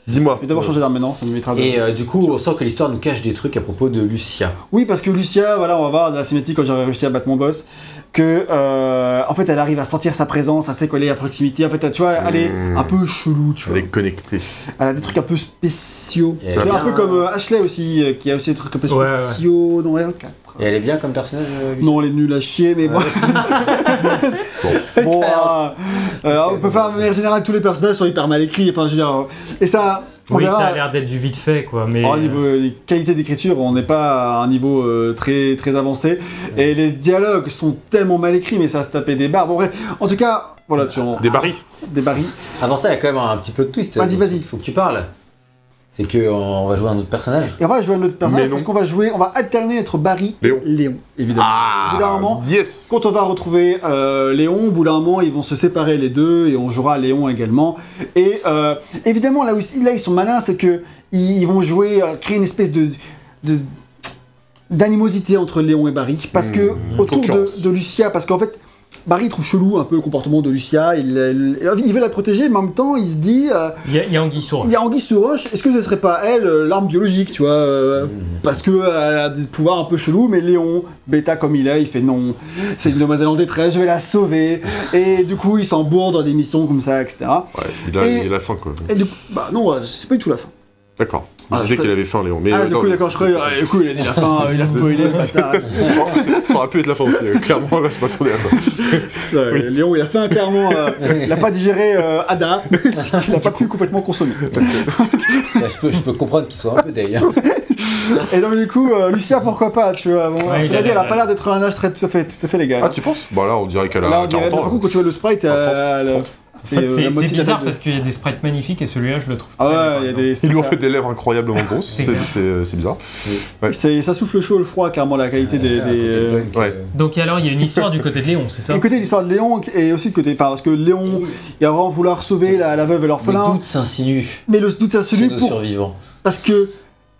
Speaker 1: Dis-moi...
Speaker 2: Je vais d'abord changer d'arme maintenant, ça me mettra de.
Speaker 4: Et euh, du coup, on sent que l'histoire nous cache des trucs à propos de Lucia.
Speaker 2: Oui, parce que Lucia, voilà, on va voir dans la cinématique quand j'aurai réussi à battre mon boss, que euh, en fait elle arrive à sentir sa présence, à sait qu'elle est à proximité. En fait, tu vois, elle est
Speaker 1: Mmh.
Speaker 2: un peu chelou, tu
Speaker 1: Elle
Speaker 2: vois.
Speaker 1: est connectée.
Speaker 2: Elle a des trucs un peu spéciaux.
Speaker 4: Et
Speaker 2: C'est
Speaker 4: elle
Speaker 2: un
Speaker 4: a
Speaker 2: peu
Speaker 4: bien-
Speaker 2: comme euh, Ashley aussi, euh, qui a aussi des trucs un peu
Speaker 3: Ouais, ouais.
Speaker 2: spéciaux dans R4.
Speaker 4: Et elle est bien comme personnage, euh, Lucia
Speaker 2: Non, elle est nulle à chier, mais bon. bon, euh, euh, on peut faire un manière générale, tous les personnages sont hyper mal écrits. Enfin, je veux dire, euh, et ça, on
Speaker 3: Oui,
Speaker 2: verra.
Speaker 3: ça a l'air d'être du vite fait, quoi. Mais
Speaker 2: Au niveau euh, qualité d'écriture, on n'est pas à un niveau euh, très, très avancé. Et les dialogues sont tellement mal écrits, mais ça se tapait des barres. Bon, bref, en tout cas, voilà, tu en.
Speaker 1: Des barils
Speaker 2: Des barils.
Speaker 4: Avant ça, il y a quand même un, petit peu de twist.
Speaker 2: Vas-y,
Speaker 4: Donc,
Speaker 2: vas-y.
Speaker 4: Faut que tu parles. C'est que euh, on on va jouer un autre personnage.
Speaker 2: Et on va jouer un autre personnage,
Speaker 1: Mais non.
Speaker 2: parce qu'on va jouer, on va alterner entre Barry
Speaker 1: Léon.
Speaker 2: et Léon, évidemment. Au bout d'un
Speaker 1: Ah
Speaker 2: moment,
Speaker 1: Yes
Speaker 2: Quand on va retrouver euh, Léon, au bout d'un moment, ils vont se séparer les deux et on jouera Léon également. Et euh, évidemment, là où ils- là, ils sont malins, c'est que ils ils vont jouer, euh, créer une espèce de de- d'animosité entre Léon et Barry, parce que
Speaker 1: Mmh,
Speaker 2: autour de,
Speaker 1: concurrence.
Speaker 2: de Lucia, parce qu'en fait. Barry trouve chelou un peu le comportement de Lucia, il, il- il veut la protéger, mais en même temps il se dit, euh,
Speaker 3: il y a, il y a Anguille sur
Speaker 2: il y a Anguille sous roche, est-ce que ce serait pas elle euh, l'arme biologique, tu vois euh, Parce que euh, elle a des pouvoirs un peu chelous, mais Léon, bêta comme il est, il fait non, c'est une demoiselle en détresse, je vais la sauver. Et du coup, il s'embourre dans des missions comme ça, etc.
Speaker 1: Ouais, il a,
Speaker 2: Et-
Speaker 1: il a faim, quoi.
Speaker 2: Et du coup, bah non, euh, c'est pas du tout la fin.
Speaker 1: D'accord.
Speaker 2: Ah,
Speaker 1: Il disait
Speaker 2: je-
Speaker 1: qu'il avait faim, Léon, mais...
Speaker 2: ah,
Speaker 1: euh,
Speaker 2: du
Speaker 1: non,
Speaker 2: coup,
Speaker 1: mais
Speaker 2: d'accord, je
Speaker 1: c'est-
Speaker 2: croyais, ouais, du coup, il a dit la fin, euh, il a spoilé, le bâtard.
Speaker 1: Oh, c'est- Ça aurait pu être la fin aussi, euh, clairement, là, je m'attendais à ça.
Speaker 2: Ouais, Léon, il a faim, clairement, euh, il a pas digéré euh, Ada, il a pas pu complètement consommer.
Speaker 4: Là, je, peux, je peux comprendre qu'il soit un peu d'ailleurs.
Speaker 2: Et donc, du coup, euh, Lucia, pourquoi pas, tu vois, bon,
Speaker 3: Ouais, il
Speaker 2: cela
Speaker 3: a
Speaker 2: dit, elle a
Speaker 3: l'air-
Speaker 2: pas l'air d'être à un âge très, tout à fait, tout à fait légal.
Speaker 1: Ah, tu penses Bah là, on dirait qu'elle a
Speaker 2: Là, on dirait,
Speaker 1: 40
Speaker 2: par
Speaker 1: ans.
Speaker 2: contre, quand tu vois le sprite,
Speaker 1: Ah, 30,
Speaker 2: euh, le-
Speaker 1: 30.
Speaker 3: En fait,
Speaker 2: euh, la
Speaker 3: c'est
Speaker 2: moitié de
Speaker 3: c'est
Speaker 2: la
Speaker 3: bizarre
Speaker 2: tête de-
Speaker 3: parce qu'il y a des sprites magnifiques et celui-là, je le trouve. très
Speaker 2: Ah
Speaker 3: laid,
Speaker 2: ouais, il y a
Speaker 3: par exemple.
Speaker 2: des.
Speaker 1: Ils lui ont
Speaker 2: ça.
Speaker 1: fait des lèvres incroyablement grosses,
Speaker 3: C'est
Speaker 1: c'est-
Speaker 3: clair.
Speaker 1: c'est c'est bizarre.
Speaker 2: C'est- Ça souffle le chaud, le froid, clairement, la qualité des. des,
Speaker 4: Euh,
Speaker 2: euh,
Speaker 4: donc,
Speaker 1: ouais.
Speaker 4: euh,
Speaker 3: Donc, et alors, il y a une histoire du côté de Léon, c'est ça
Speaker 2: Et côté de l'histoire de Léon, et aussi le côté. Enfin, parce que Léon, il va vraiment vouloir sauver la, la veuve et
Speaker 4: Le
Speaker 2: l'orphelin,
Speaker 4: doute s'insinue
Speaker 2: mais le doute, ça se
Speaker 4: chez
Speaker 2: lui
Speaker 4: nos
Speaker 2: pour.
Speaker 4: survivants.
Speaker 2: Parce que.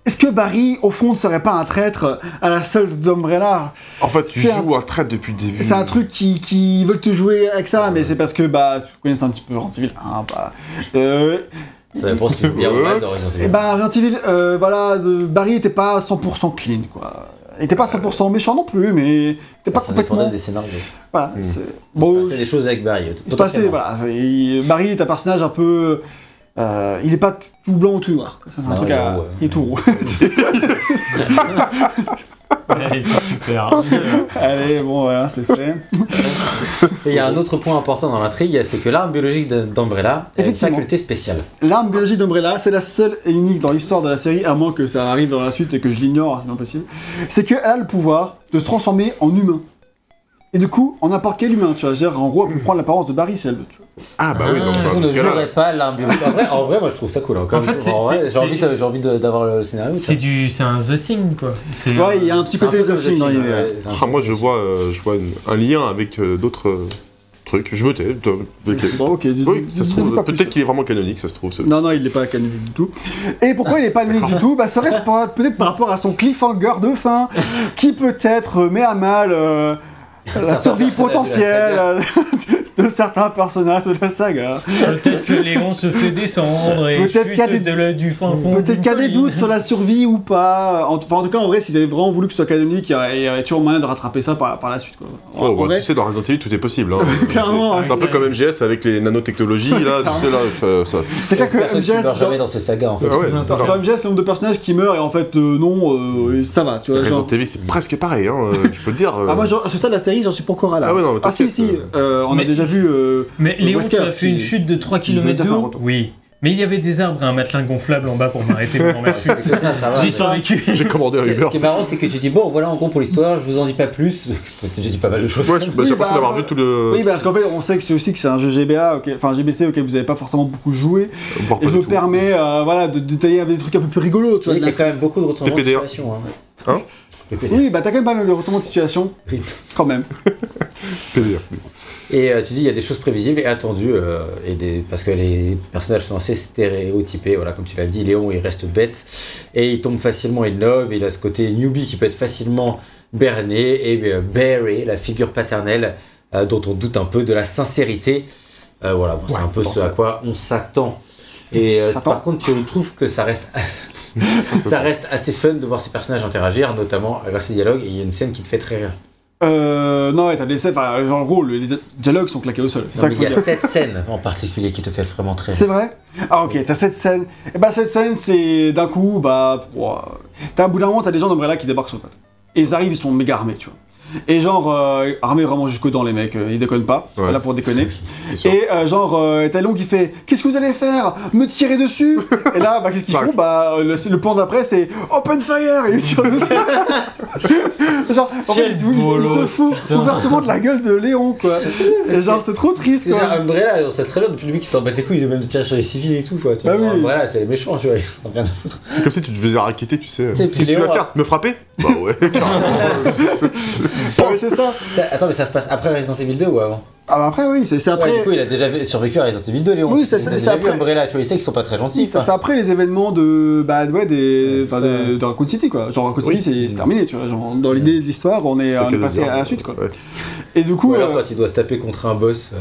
Speaker 2: Est-ce que Barry, au fond, ne serait pas un traître à la solde d'Umbrella
Speaker 1: En fait, tu
Speaker 2: C'est un-
Speaker 1: joues un trait depuis le début.
Speaker 2: C'est un truc qui, qui veulent te jouer avec ça, mais c'est parce que, bah, si vous connaissez un petit peu Rantiville, hein, bah, euh,
Speaker 4: Ça dépend si tu joues bien ou mal dans Resident Evil.
Speaker 2: Et bah, Resident Evil, euh, voilà, de- Barry était pas 100% clean, quoi. Il était pas 100% méchant non plus, mais il était pas
Speaker 4: ça
Speaker 2: complètement.
Speaker 4: dépendait des scénarios.
Speaker 2: Voilà,
Speaker 1: Mm.
Speaker 2: c'est.
Speaker 4: Il
Speaker 2: Bon,
Speaker 4: se passait des choses avec Barry.
Speaker 2: il se passait,
Speaker 4: potentiellement.
Speaker 2: voilà. il- Barry est un personnage un peu. euh, il est pas t- tout blanc ou tout noir, quoi. C'est un
Speaker 4: Ah,
Speaker 2: truc
Speaker 4: il est
Speaker 2: à.
Speaker 4: roux, ouais.
Speaker 2: Il est tout roux.
Speaker 3: Allez, c'est super.
Speaker 2: Allez, bon, voilà, c'est fait.
Speaker 4: Et il y a un autre point important dans l'intrigue, c'est que l'arme biologique d'A- d'Umbrella a une
Speaker 2: Effectivement.
Speaker 4: faculté spéciale.
Speaker 2: L'arme biologique d'Umbrella, c'est la seule et unique dans l'histoire de la série, à moins que ça arrive dans la suite et que je l'ignore, c'est non possible. C'est qu'elle a le pouvoir de se transformer en humain. Et du coup, en n'importe quel humain, tu vois. C'est-à-dire, en gros, elle peut prendre l'apparence de Barry si elle veut. tu vois.
Speaker 1: Ah bah oui,
Speaker 3: Ah,
Speaker 1: non, mais
Speaker 3: ça,
Speaker 1: ça, dans
Speaker 4: On ne
Speaker 1: ce cas-là-
Speaker 4: jouerait pas l'arme biologique. En vrai, en vrai, moi je trouve ça cool. hein, comme-
Speaker 3: En fait, c'est-
Speaker 4: vrai,
Speaker 3: c'est-
Speaker 4: j'ai envie, de- j'ai envie de- d'avoir le scénario. tu
Speaker 3: C'est
Speaker 4: vois.
Speaker 3: du, c'est un The Thing quoi. C'est
Speaker 2: Ouais, il y a un petit
Speaker 4: C'est un
Speaker 2: côté
Speaker 4: peu
Speaker 2: The Thing dans
Speaker 4: ouais,
Speaker 2: l'idée. ouais.
Speaker 4: ouais, c'est un
Speaker 1: Ah,
Speaker 4: peu-
Speaker 1: moi, je vois, euh, je vois une- un lien avec euh, d'autres euh, trucs. Je me tais. t'as- ok.
Speaker 2: Bon, ok. dis-
Speaker 1: Oui,
Speaker 2: dis-
Speaker 1: ça se
Speaker 2: dis- dis
Speaker 1: trouve.
Speaker 2: pas plus.
Speaker 1: Peut-être qu'il est vraiment canonique, ça se trouve. ce-
Speaker 2: Non, non, il n'est pas canonique du tout. Et pourquoi il n'est pas canonique du tout Bah, serait-ce pour- peut-être par rapport à son cliffhanger de fin, qui peut-être euh, met à mal euh, la
Speaker 4: Certains
Speaker 2: survie
Speaker 4: personnages de la
Speaker 2: potentielle euh, de certains personnages de la saga.
Speaker 3: Peut-être que Léon se fait descendre et
Speaker 2: Peut-être
Speaker 3: chute
Speaker 2: qu'il y a des-
Speaker 3: de la- du fin fond.
Speaker 2: Peut-être
Speaker 3: d'une
Speaker 2: qu'il y a des
Speaker 3: colline.
Speaker 2: doutes sur la survie ou pas. euh, En- Enfin, en tout cas, en vrai, s'ils avaient vraiment voulu que ce soit canonique, il y aurait, il y aurait toujours moyen de rattraper ça par, par la suite. Quoi.
Speaker 1: Oh,
Speaker 2: En- en
Speaker 1: bah,
Speaker 2: vrai,
Speaker 1: tu sais, dans Resident Evil, tout est possible. hein.
Speaker 2: Clairement,
Speaker 1: C'est- C'est un peu
Speaker 3: ouais.
Speaker 1: comme MGS avec les nanotechnologies, là, tu sais, là, ça... ça-
Speaker 2: c'est clair que
Speaker 3: euh,
Speaker 4: Personne qui
Speaker 2: MGS,
Speaker 4: meurt
Speaker 2: dans,
Speaker 4: jamais dans ces sagas en fait.
Speaker 1: Ah ouais,
Speaker 3: Non,
Speaker 1: c'est
Speaker 2: dans-
Speaker 1: grave.
Speaker 2: dans MGS, le nombre de personnages qui meurent, et en fait, euh, non, euh, ça va, tu vois.
Speaker 1: Resident
Speaker 2: genre-
Speaker 1: Evil, c'est presque pareil, hein, euh, je peux te dire. euh,
Speaker 2: Ah, moi, genre, c'est ça, la série, j'en suis pas encore à là.
Speaker 1: Ah ouais, non, mais
Speaker 2: Ah, si,
Speaker 1: t'inquiète,
Speaker 2: si,
Speaker 1: euh,
Speaker 2: euh, on a
Speaker 3: mais-
Speaker 2: déjà vu. euh,
Speaker 3: Mais
Speaker 2: Le
Speaker 3: Léon,
Speaker 2: Wesker
Speaker 3: ça a fait une
Speaker 2: qui-
Speaker 3: chute de 3
Speaker 2: qui nous a
Speaker 3: km
Speaker 2: déjà fait un
Speaker 3: d'eau.
Speaker 2: retour.
Speaker 3: Oui. Mais il y avait des arbres et un matelas gonflable en bas pour m'arrêter pendant ma chute.
Speaker 4: C'est ça, ça va,
Speaker 3: J'ai
Speaker 4: mais-
Speaker 3: survécu.
Speaker 1: J'ai commandé un
Speaker 4: Ce qui-
Speaker 1: Uber.
Speaker 4: ce qui est marrant, c'est que tu dis bon, voilà en gros pour l'histoire, je vous en dis pas plus. J'ai dit pas mal de choses.
Speaker 1: Ouais, je- bah,
Speaker 2: Oui,
Speaker 1: j'ai l'impression
Speaker 2: bah,
Speaker 1: d'avoir vu tout le...
Speaker 2: Oui, parce qu'en fait, on sait que c'est aussi que c'est un jeu GBA, auquel- enfin GBC auquel vous n'avez pas forcément beaucoup joué,
Speaker 1: voire
Speaker 2: et
Speaker 1: pas
Speaker 2: me
Speaker 1: du tout.
Speaker 2: permet euh, voilà, de détailler des trucs un peu plus rigolos, tu
Speaker 4: Tu vois, il
Speaker 2: vois.
Speaker 4: y a
Speaker 2: de la-
Speaker 4: quand même beaucoup de retournements de
Speaker 1: PPDA.
Speaker 4: situation. Hein.
Speaker 1: Hein
Speaker 4: PPDA.
Speaker 2: Oui, bah t'as quand même pas mal de retournements de situation,
Speaker 4: Oui.
Speaker 2: quand même.
Speaker 1: Plaisir.
Speaker 4: Et euh, tu dis il y a des choses prévisibles et attendues euh, et des... parce que les personnages sont assez stéréotypés. Voilà, comme tu l'as dit, Léon il reste bête et il tombe facilement in love. Il a ce côté newbie qui peut être facilement berné et euh, Barry, la figure paternelle euh, dont on doute un peu de la sincérité. Euh, voilà, bon, c'est un peu
Speaker 1: bon,
Speaker 4: ce à
Speaker 1: ça-
Speaker 4: quoi on s'attend. Et euh,
Speaker 2: S'attend.
Speaker 4: par contre, tu trouves que ça reste ça reste assez fun de voir ces personnages interagir, notamment euh, grâce aux dialogues, et il y a une scène qui te fait très rire.
Speaker 2: Euh, non, ouais, t'as des scènes, enfin, genre, en gros, le- les dialogues sont claqués au sol, c'est
Speaker 4: Non,
Speaker 2: ça
Speaker 4: mais
Speaker 2: qu'il
Speaker 4: il y
Speaker 2: faut dire.
Speaker 4: a cette scène en particulier qui te fait vraiment très rire.
Speaker 2: C'est vrai Ah ok, t'as cette scène. Et bah cette scène, c'est d'un coup, bah... ouah. T'as un bout d'un moment, t'as des gens d'Umbrella qui débarquent sur le plateau. Et ils arrivent, ils sont méga armés, tu vois. Et genre, euh, armés vraiment jusqu'aux dents les mecs, euh, ils déconnent pas, ils sont
Speaker 1: Ouais.
Speaker 2: pas là pour déconner.
Speaker 1: C'est sûr.
Speaker 2: Et euh, genre, euh, Talon qui fait Qu'est-ce que vous allez faire Me tirer dessus Et là, bah, qu'est-ce qu'ils font Bah, euh, le, le plan d'après, c'est Open fire Et ils tirent dessus. Genre, en fait,
Speaker 3: Quel
Speaker 2: ils, se- ils se- ils se
Speaker 3: bolos,
Speaker 2: foutent
Speaker 3: putain.
Speaker 2: ouvertement de la gueule de Léon, quoi. Et genre, c'est trop triste,
Speaker 4: C'est genre
Speaker 2: quoi.
Speaker 4: Umbrella, on sait très bien depuis le début qu'ils s'en battent les couilles, de même de tirer sur les civils et tout. Quoi, tu vois.
Speaker 2: Bah oui.
Speaker 4: Umbrella, c'est les méchants, tu vois, ils s'en ont rien à foutre.
Speaker 1: C'est comme si tu te faisais raqueter, tu sais.
Speaker 4: sais,
Speaker 1: Qu'est-ce que tu
Speaker 4: Léo,
Speaker 1: vas
Speaker 2: hein.
Speaker 1: faire Me frapper Bah ouais, carrément.
Speaker 2: Ouais, C'est ça.
Speaker 4: Ça- attends, mais ça se passe après Resident Evil 2 ou avant
Speaker 2: Ah, bah, après, oui, c'est c'est après.
Speaker 4: Ouais, du coup, il a déjà vu- survécu à Resident Evil 2, Léon.
Speaker 2: Oui, ça-
Speaker 4: Il
Speaker 2: ça-
Speaker 4: a
Speaker 2: c'est
Speaker 4: déjà vu
Speaker 2: après.
Speaker 4: Umbrella, tu vois, il sait qu'ils sont pas très gentils.
Speaker 2: Ça,
Speaker 4: quoi.
Speaker 2: c'est après les événements de bah ouais des
Speaker 4: C'est
Speaker 2: enfin,
Speaker 4: ça.
Speaker 2: de, de Raccoon City quoi genre Raccoon City c'est- c'est terminé tu vois genre dans l'idée de l'histoire on est, on est
Speaker 1: C'était
Speaker 2: passé
Speaker 1: bizarre.
Speaker 2: à la suite quoi
Speaker 1: Ouais.
Speaker 2: et du coup
Speaker 4: Ou alors,
Speaker 2: euh,
Speaker 4: quand il doit se taper contre un boss, euh,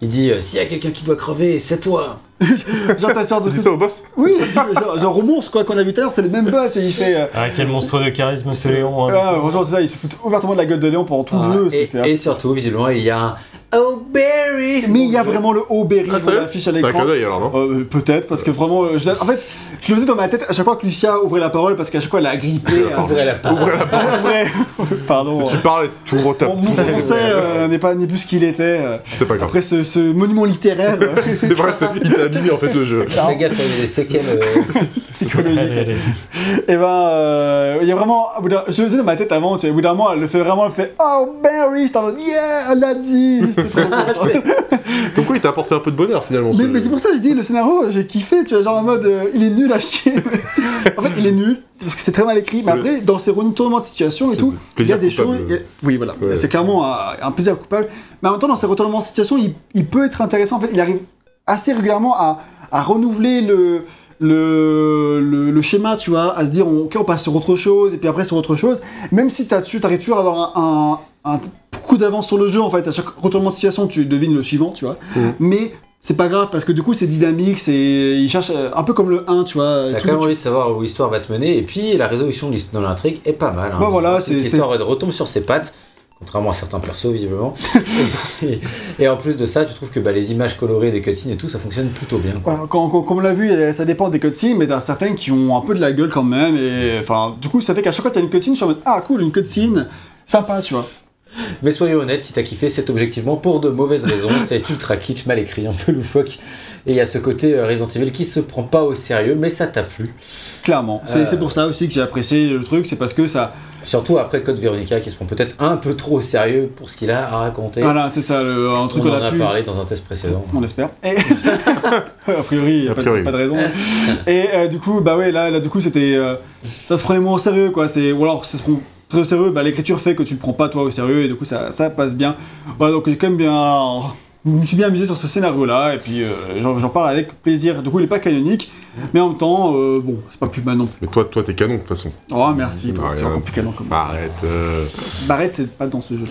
Speaker 4: il dit euh, S'il y a quelqu'un qui doit crever, c'est toi
Speaker 2: genre ta sœur de
Speaker 1: Dis ça au boss
Speaker 2: Oui, genre, genre au monstre, quoi qu'on a vu tout à l'heure, c'est le même boss et il fait. euh,
Speaker 3: Ah, quel monstre de charisme ce Léon. hein.
Speaker 2: ah, bonjour, c'est ça, il se fout ouvertement de la gueule de Léon pendant tout
Speaker 4: Ah,
Speaker 2: le jeu. c'est-
Speaker 4: et,
Speaker 2: c'est-
Speaker 4: et surtout, visiblement, il y a un Oh Barry
Speaker 2: Mais il y a vraiment le haut berry
Speaker 1: Ah,
Speaker 2: on
Speaker 1: sérieux
Speaker 2: l'affiche à
Speaker 1: C'est un
Speaker 2: l'écran.
Speaker 1: clin d'œil alors, non
Speaker 2: Euh, Peut-être, parce que vraiment, euh, je- en fait, je le faisais dans ma tête à chaque fois que Lucia ouvrait la parole, parce qu'à chaque fois elle a grippé.
Speaker 1: Ouvrait la
Speaker 2: hein.
Speaker 1: parole.
Speaker 4: Ouvrez la porte.
Speaker 1: Ouvrez la porte.
Speaker 2: Vrai. Pardon.
Speaker 1: Tu
Speaker 2: euh,
Speaker 1: parles et tu ouvres ta
Speaker 2: Mon mon
Speaker 1: tout-
Speaker 2: français euh, n'est pas n'est plus ce qu'il était. euh,
Speaker 1: C'est pas grave.
Speaker 2: Après ce, ce monument littéraire euh,
Speaker 1: C'est vrai, c'est- il t'a abîmé en fait le jeu.
Speaker 4: Fais gaffe, il y a des séquelles. euh,
Speaker 2: psychologique.
Speaker 3: Allez, allez.
Speaker 2: Et ben, euh, il y a vraiment. au bout d'un- Je le faisais dans ma tête avant, tu vois, au bout d'un moment, elle le fait vraiment, elle fait Oh Barry, je t'en mode Yeah, elle l'a dit J'étais trop content.
Speaker 1: Donc quoi, il t'a apporté un peu de bonheur finalement. ce
Speaker 2: Mais, mais
Speaker 1: jeu.
Speaker 2: c'est pour ça que je dis le scénario, j'ai kiffé, tu vois, genre en mode euh, il est nul à chier. en fait, il est nul parce que c'est très mal écrit,
Speaker 1: C'est
Speaker 2: mais
Speaker 1: le-
Speaker 2: après, dans ces retournements de situation et
Speaker 1: C'est le
Speaker 2: tout, il y
Speaker 1: plaisir
Speaker 2: a des
Speaker 1: coupable.
Speaker 2: choses. il y a- Oui, voilà,
Speaker 1: Ouais.
Speaker 2: c'est clairement un, un plaisir coupable. Mais en même temps, dans ces retournements de situation, il, il peut être intéressant. En fait, il arrive assez régulièrement à, à renouveler le. Le, le, le schéma, tu vois, à se dire on- ok, on passe sur autre chose, et puis après sur autre chose, même si t'as- tu arrives toujours à avoir un, un- un coup d'avance sur le jeu, en fait, à chaque retournement de situation, tu devines le suivant, tu vois,
Speaker 4: Mm.
Speaker 2: mais c'est pas grave parce que du coup c'est dynamique, c'est ils cherchent euh, un peu comme le 1, tu vois.
Speaker 4: T'as
Speaker 2: tout
Speaker 4: quand même
Speaker 2: le-
Speaker 4: envie de savoir où l'histoire va te mener, et puis la résolution de l'hist- dans l'intrigue est pas mal. hein.
Speaker 2: Bah voilà,
Speaker 4: Donc,
Speaker 2: c'est-
Speaker 4: L'histoire retombe sur ses pattes, contrairement à certains persos, visiblement. et, et en plus de ça, tu trouves que bah, les images colorées des cutscenes et tout, ça fonctionne plutôt bien. quoi.
Speaker 2: Voilà, quand, quand- comme on l'a vu, euh, ça dépend des cutscenes, mais t'as certaines qui ont un peu de la gueule quand même. Et enfin, du coup, ça fait qu'à chaque fois t'as une cutscene, je suis en mode ah cool, une cutscene, sympa, tu vois.
Speaker 4: Mais soyons honnêtes, si t'as kiffé, c'est objectivement pour de mauvaises raisons. c'est ultra kitsch, mal écrit, un peu loufoque. Et il y a ce côté euh, Resident Evil qui se prend pas au sérieux, mais ça t'a plu.
Speaker 2: Clairement. C'est
Speaker 4: Euh.
Speaker 2: c'est pour ça aussi que j'ai apprécié le truc, c'est parce que ça,
Speaker 4: Surtout après Code Veronica, qui se prend peut-être un peu trop au sérieux pour ce qu'il a à raconter.
Speaker 2: Voilà, c'est ça, Ah, le, un truc
Speaker 4: On
Speaker 2: qu'on
Speaker 4: en
Speaker 2: a,
Speaker 4: a
Speaker 2: pu.
Speaker 4: parlé dans un test précédent.
Speaker 2: On espère. Et- a priori, il n'y a,
Speaker 1: A
Speaker 2: pas de-
Speaker 1: priori.
Speaker 2: pas de raison. Et euh, du coup, bah ouais, là, là du coup, c'était. euh, ça se prenait moins au sérieux, quoi. C'est, ou alors, ça se prend très au sérieux, bah, l'écriture fait que tu ne prends pas toi au sérieux, et du coup, ça, ça passe bien. Voilà, donc j'ai quand même bien. Je me suis bien amusé sur ce scénario-là, et puis euh, j'en, j'en parle avec plaisir. Du coup, il n'est pas canonique, mais en même temps, euh, bon, c'est pas plus mal non plus.
Speaker 1: Mais toi, toi, t'es canon de toute façon.
Speaker 2: Oh, merci, toi,
Speaker 1: Ouais,
Speaker 2: c'est
Speaker 1: euh,
Speaker 2: encore plus canon que moi.
Speaker 1: Arrête. euh.
Speaker 2: Barrette, c'est pas dans ce jeu.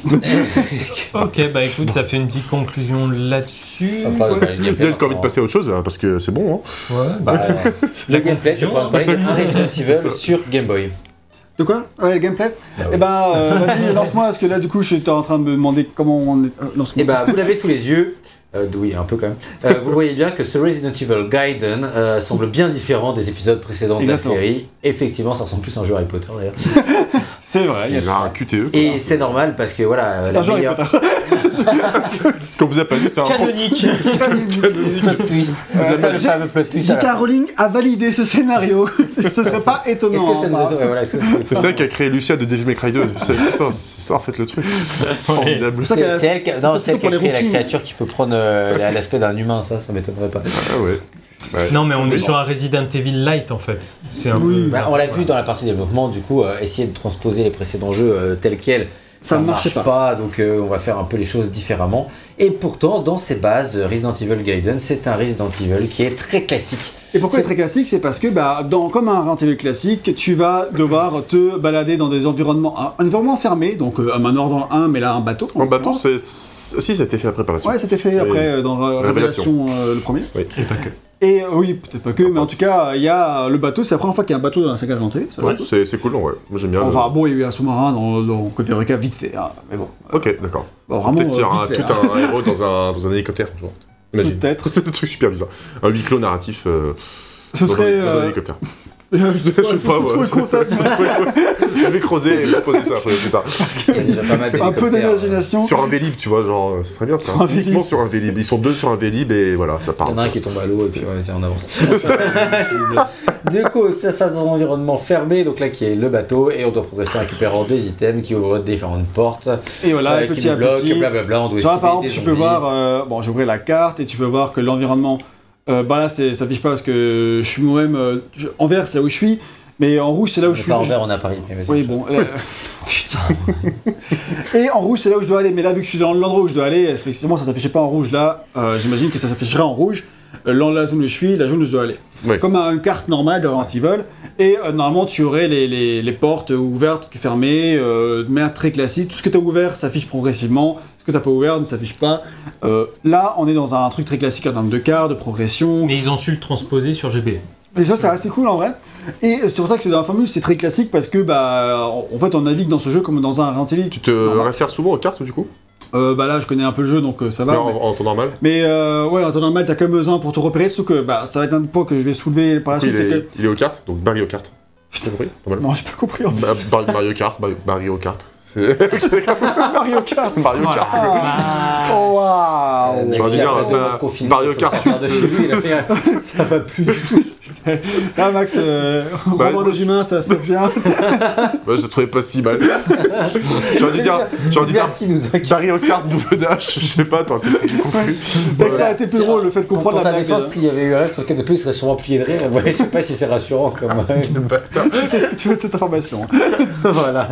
Speaker 3: Ok, bah écoute, ça fait une petite conclusion là-dessus.
Speaker 2: Ah,
Speaker 4: On parle de la
Speaker 1: Il y a
Speaker 4: gameplay,
Speaker 1: encore envie de passer à autre chose là, parce que c'est bon. Hein.
Speaker 3: Ouais.
Speaker 4: Bah, euh, le gameplay, je pourrais en parler
Speaker 3: conclusion.
Speaker 4: un Resident Evil
Speaker 1: ça.
Speaker 4: sur Game Boy.
Speaker 2: De quoi Ouais, le gameplay
Speaker 4: Bah
Speaker 2: Eh
Speaker 4: oui.
Speaker 2: ben, euh, vas-y, lance-moi, parce que là, du coup, je suis en train de me demander comment on est. euh, lance-moi.
Speaker 4: Et bah, vous l'avez sous les yeux. Euh, oui, un peu quand même. Euh, vous voyez bien que ce Resident Evil Gaiden euh, semble bien différent des épisodes précédents
Speaker 2: Exactement.
Speaker 4: de la série. Effectivement, ça ressemble plus à un jeu Harry Potter d'ailleurs.
Speaker 2: C'est vrai, il y a
Speaker 1: Il y a un E. QTE. quoi.
Speaker 4: Et c'est normal parce que voilà.
Speaker 2: C'est
Speaker 4: la
Speaker 2: un jeu Harry
Speaker 4: meilleure-
Speaker 2: Potter.
Speaker 1: Ce qu'on vous a pas dit, c'est un
Speaker 3: Canonique
Speaker 1: canonique.
Speaker 4: C'est
Speaker 2: Ouais,
Speaker 4: la
Speaker 2: J-
Speaker 4: fameuse plot twist à la
Speaker 2: J.K. Rowling a validé ce scénario. ce serait pas
Speaker 4: Est-ce
Speaker 2: étonnant.
Speaker 4: que ça nous
Speaker 2: hein,
Speaker 4: a- ouais, voilà, est-ce que ça nous a-
Speaker 1: C'est ça qui a créé Lucia de Devil May Cry 2. C'est- Putain, c'est ça en fait le truc. Formidable.
Speaker 2: ça qu'elle
Speaker 4: C'est
Speaker 2: a-
Speaker 4: c'est elle qui
Speaker 2: c'est
Speaker 4: a, non,
Speaker 2: surtout
Speaker 4: c'est elle qui a
Speaker 2: pour les
Speaker 4: créé la
Speaker 2: routines.
Speaker 4: créature qui peut prendre euh, la- l'aspect d'un humain, ça, ça m'étonnerait pas.
Speaker 1: Ah ouais. Ouais.
Speaker 3: Non, mais on est
Speaker 1: Oui.
Speaker 3: sur un Resident Evil Light en fait. C'est un
Speaker 2: Oui.
Speaker 3: peu-
Speaker 4: Bah, on l'a vu dans la partie développement, du coup, euh, essayer de transposer les précédents jeux euh, tels quels,
Speaker 2: Ça ne marchait
Speaker 4: marche pas, donc euh, on va faire un peu les choses différemment. Et pourtant, dans ses bases, euh, Resident Evil Gaiden, c'est un Resident Evil qui est très classique.
Speaker 2: Et pourquoi c'est très classique C'est parce que, bah, dans, comme un Resident Evil classique, tu vas devoir te balader dans des environnements, un, un environnement fermé, donc euh, un manoir dans le 1, mais là un bateau. Hein.
Speaker 1: En bateau, bah, c'est. Si, ça a été fait après par la suite.
Speaker 2: Ouais, c'était fait après euh, dans euh,
Speaker 1: Révélation.
Speaker 2: Révélation euh, le premier.
Speaker 1: Oui.
Speaker 2: Et pas que. Et euh, oui, peut-être pas que, mais en tout cas, il y a euh, le bateau, c'est la première fois qu'il y a un bateau dans la saga Resident Evil. ça,
Speaker 1: Ouais,
Speaker 2: c'est cool.
Speaker 1: c'est c'est cool, non, ouais. Moi j'aime bien. le-
Speaker 2: Enfin bon, il y a eu un sous-marin dans, dans Code Veronica vite fait, hein, mais bon.
Speaker 1: Ok, d'accord.
Speaker 2: Bon, vraiment,
Speaker 1: Peut-être qu'il y
Speaker 2: euh,
Speaker 1: aura
Speaker 2: vite fait,
Speaker 1: tout
Speaker 2: hein.
Speaker 1: un héros dans un, dans un hélicoptère, genre. Imagine.
Speaker 2: Peut-être.
Speaker 1: C'est un truc super bizarre. Un huis clos narratif euh,
Speaker 2: Ce
Speaker 1: dans, un-
Speaker 2: serait.
Speaker 1: dans un
Speaker 2: euh,
Speaker 1: hélicoptère.
Speaker 2: je
Speaker 1: Je sais pas,
Speaker 2: faut
Speaker 1: moi.
Speaker 2: trouver le concept.
Speaker 1: Faut trouver le concept. Je vais creuser et proposer ça après, plus tard.
Speaker 4: Il y a déjà pas mal
Speaker 2: Un peu
Speaker 4: d'hélicoptères,
Speaker 2: d'imagination.
Speaker 1: Sur un vélib, tu vois, genre, euh, ce serait bien ça.
Speaker 2: Sur un Vélib.
Speaker 1: Uniquement sur un vélib. Ils sont deux sur un vélib et voilà, ça
Speaker 4: Il
Speaker 1: part.
Speaker 4: y en a un qui tombe à l'eau et puis ouais, c'est en avance. du coup, ça se passe dans un environnement fermé, donc là qui est le bateau, et on doit progresser en récupérant des items qui ouvrent différentes portes,
Speaker 2: Et voilà,
Speaker 4: euh, qui
Speaker 2: petit
Speaker 4: nous
Speaker 2: à
Speaker 4: bloquent,
Speaker 2: petit.
Speaker 4: blablabla. On doit
Speaker 2: Tu vois,
Speaker 4: esquiver
Speaker 2: par exemple,
Speaker 4: des
Speaker 2: tu peux
Speaker 4: zombies.
Speaker 2: voir. euh, bon, j'ai ouvert la carte et tu peux voir que l'environnement. euh, bah là, c'est- ça piche pas parce que je suis moi-même. euh, je- en vert, c'est là où je suis. Mais en rouge, c'est là où
Speaker 4: On
Speaker 2: je
Speaker 4: est
Speaker 2: suis.
Speaker 4: pas en vert, on est à Paris. mais vas-y.
Speaker 2: Oui, bon. euh, et en rouge, c'est là où je dois aller. Mais là, vu que je suis dans l'endroit où je dois aller, effectivement, ça s'affichait pas en rouge là. Euh, J'imagine que ça s'afficherait en rouge. Euh, Dans la zone où je suis, la zone où je dois aller.
Speaker 1: Ouais.
Speaker 2: Comme un- une carte normale de Resident Evil. Et euh, normalement, tu aurais les, les- les portes ouvertes, fermées, euh, de manière très classique. Tout ce que tu as ouvert s'affiche progressivement. Ce que tu pas ouvert ne s'affiche pas. Euh, là, on est dans un truc très classique en termes de cartes, de progression.
Speaker 3: Mais ils ont su le transposer sur GB.
Speaker 2: Déjà, c'est assez cool en vrai. Et c'est pour ça que c'est dans la formule, c'est très classique parce que bah en en fait on navigue dans ce jeu comme dans un Resident Evil.
Speaker 1: Tu te
Speaker 2: Normal.
Speaker 1: réfères souvent aux cartes du coup
Speaker 2: Euh, bah là, je connais un peu le jeu donc euh, ça va.
Speaker 1: Non,
Speaker 2: mais-
Speaker 1: en, en temps normal
Speaker 2: Mais euh, ouais, en temps normal, t'as quand même besoin pour te repérer, surtout que bah, ça va être un point que je vais soulever par la
Speaker 1: il,
Speaker 2: suite, Ah, c'est
Speaker 1: est,
Speaker 2: que...
Speaker 1: il est aux cartes, donc Mario Kart. Putain, compris Pas mal.
Speaker 2: Non, j'ai pas compris en fait.
Speaker 1: Bah, Bar- Mario Kart, Bar- Mario Kart. C'est-
Speaker 2: Mario
Speaker 1: Mario
Speaker 2: Kart
Speaker 3: Voilà.
Speaker 1: Kart.
Speaker 2: Ah, oh, Waouh
Speaker 1: J'aurais dû
Speaker 4: Après
Speaker 1: dire un
Speaker 4: deux
Speaker 1: peu
Speaker 4: mois de confinement,
Speaker 1: Mario
Speaker 4: il faut se
Speaker 1: Kart.
Speaker 4: faire de chez lui, il a fait- Ça va plus du tout.
Speaker 2: Là, Max, euh,
Speaker 1: Bah,
Speaker 2: revoir des humains, ça se passe bien.
Speaker 1: Ouais, je le trouvais pas si mal. J'aurais dû dire, j'aurais dû
Speaker 4: C'est bien
Speaker 1: dire
Speaker 4: ce qui nous inquiète.
Speaker 1: Mario Kart double dash, je sais pas, t'aurais peut-être plus compris.
Speaker 2: Dès que ça a été plus
Speaker 4: C'est
Speaker 2: drôle,
Speaker 4: un-
Speaker 2: le fait de
Speaker 4: Pour
Speaker 2: comprendre
Speaker 4: ta
Speaker 2: la blague.
Speaker 4: défense, s'il y avait eu un rêve sur lequel de plus, il serait sûrement plié de rire. Ouais, je sais pas si c'est rassurant comme.
Speaker 2: déjà. Tu veux cette information
Speaker 4: voilà.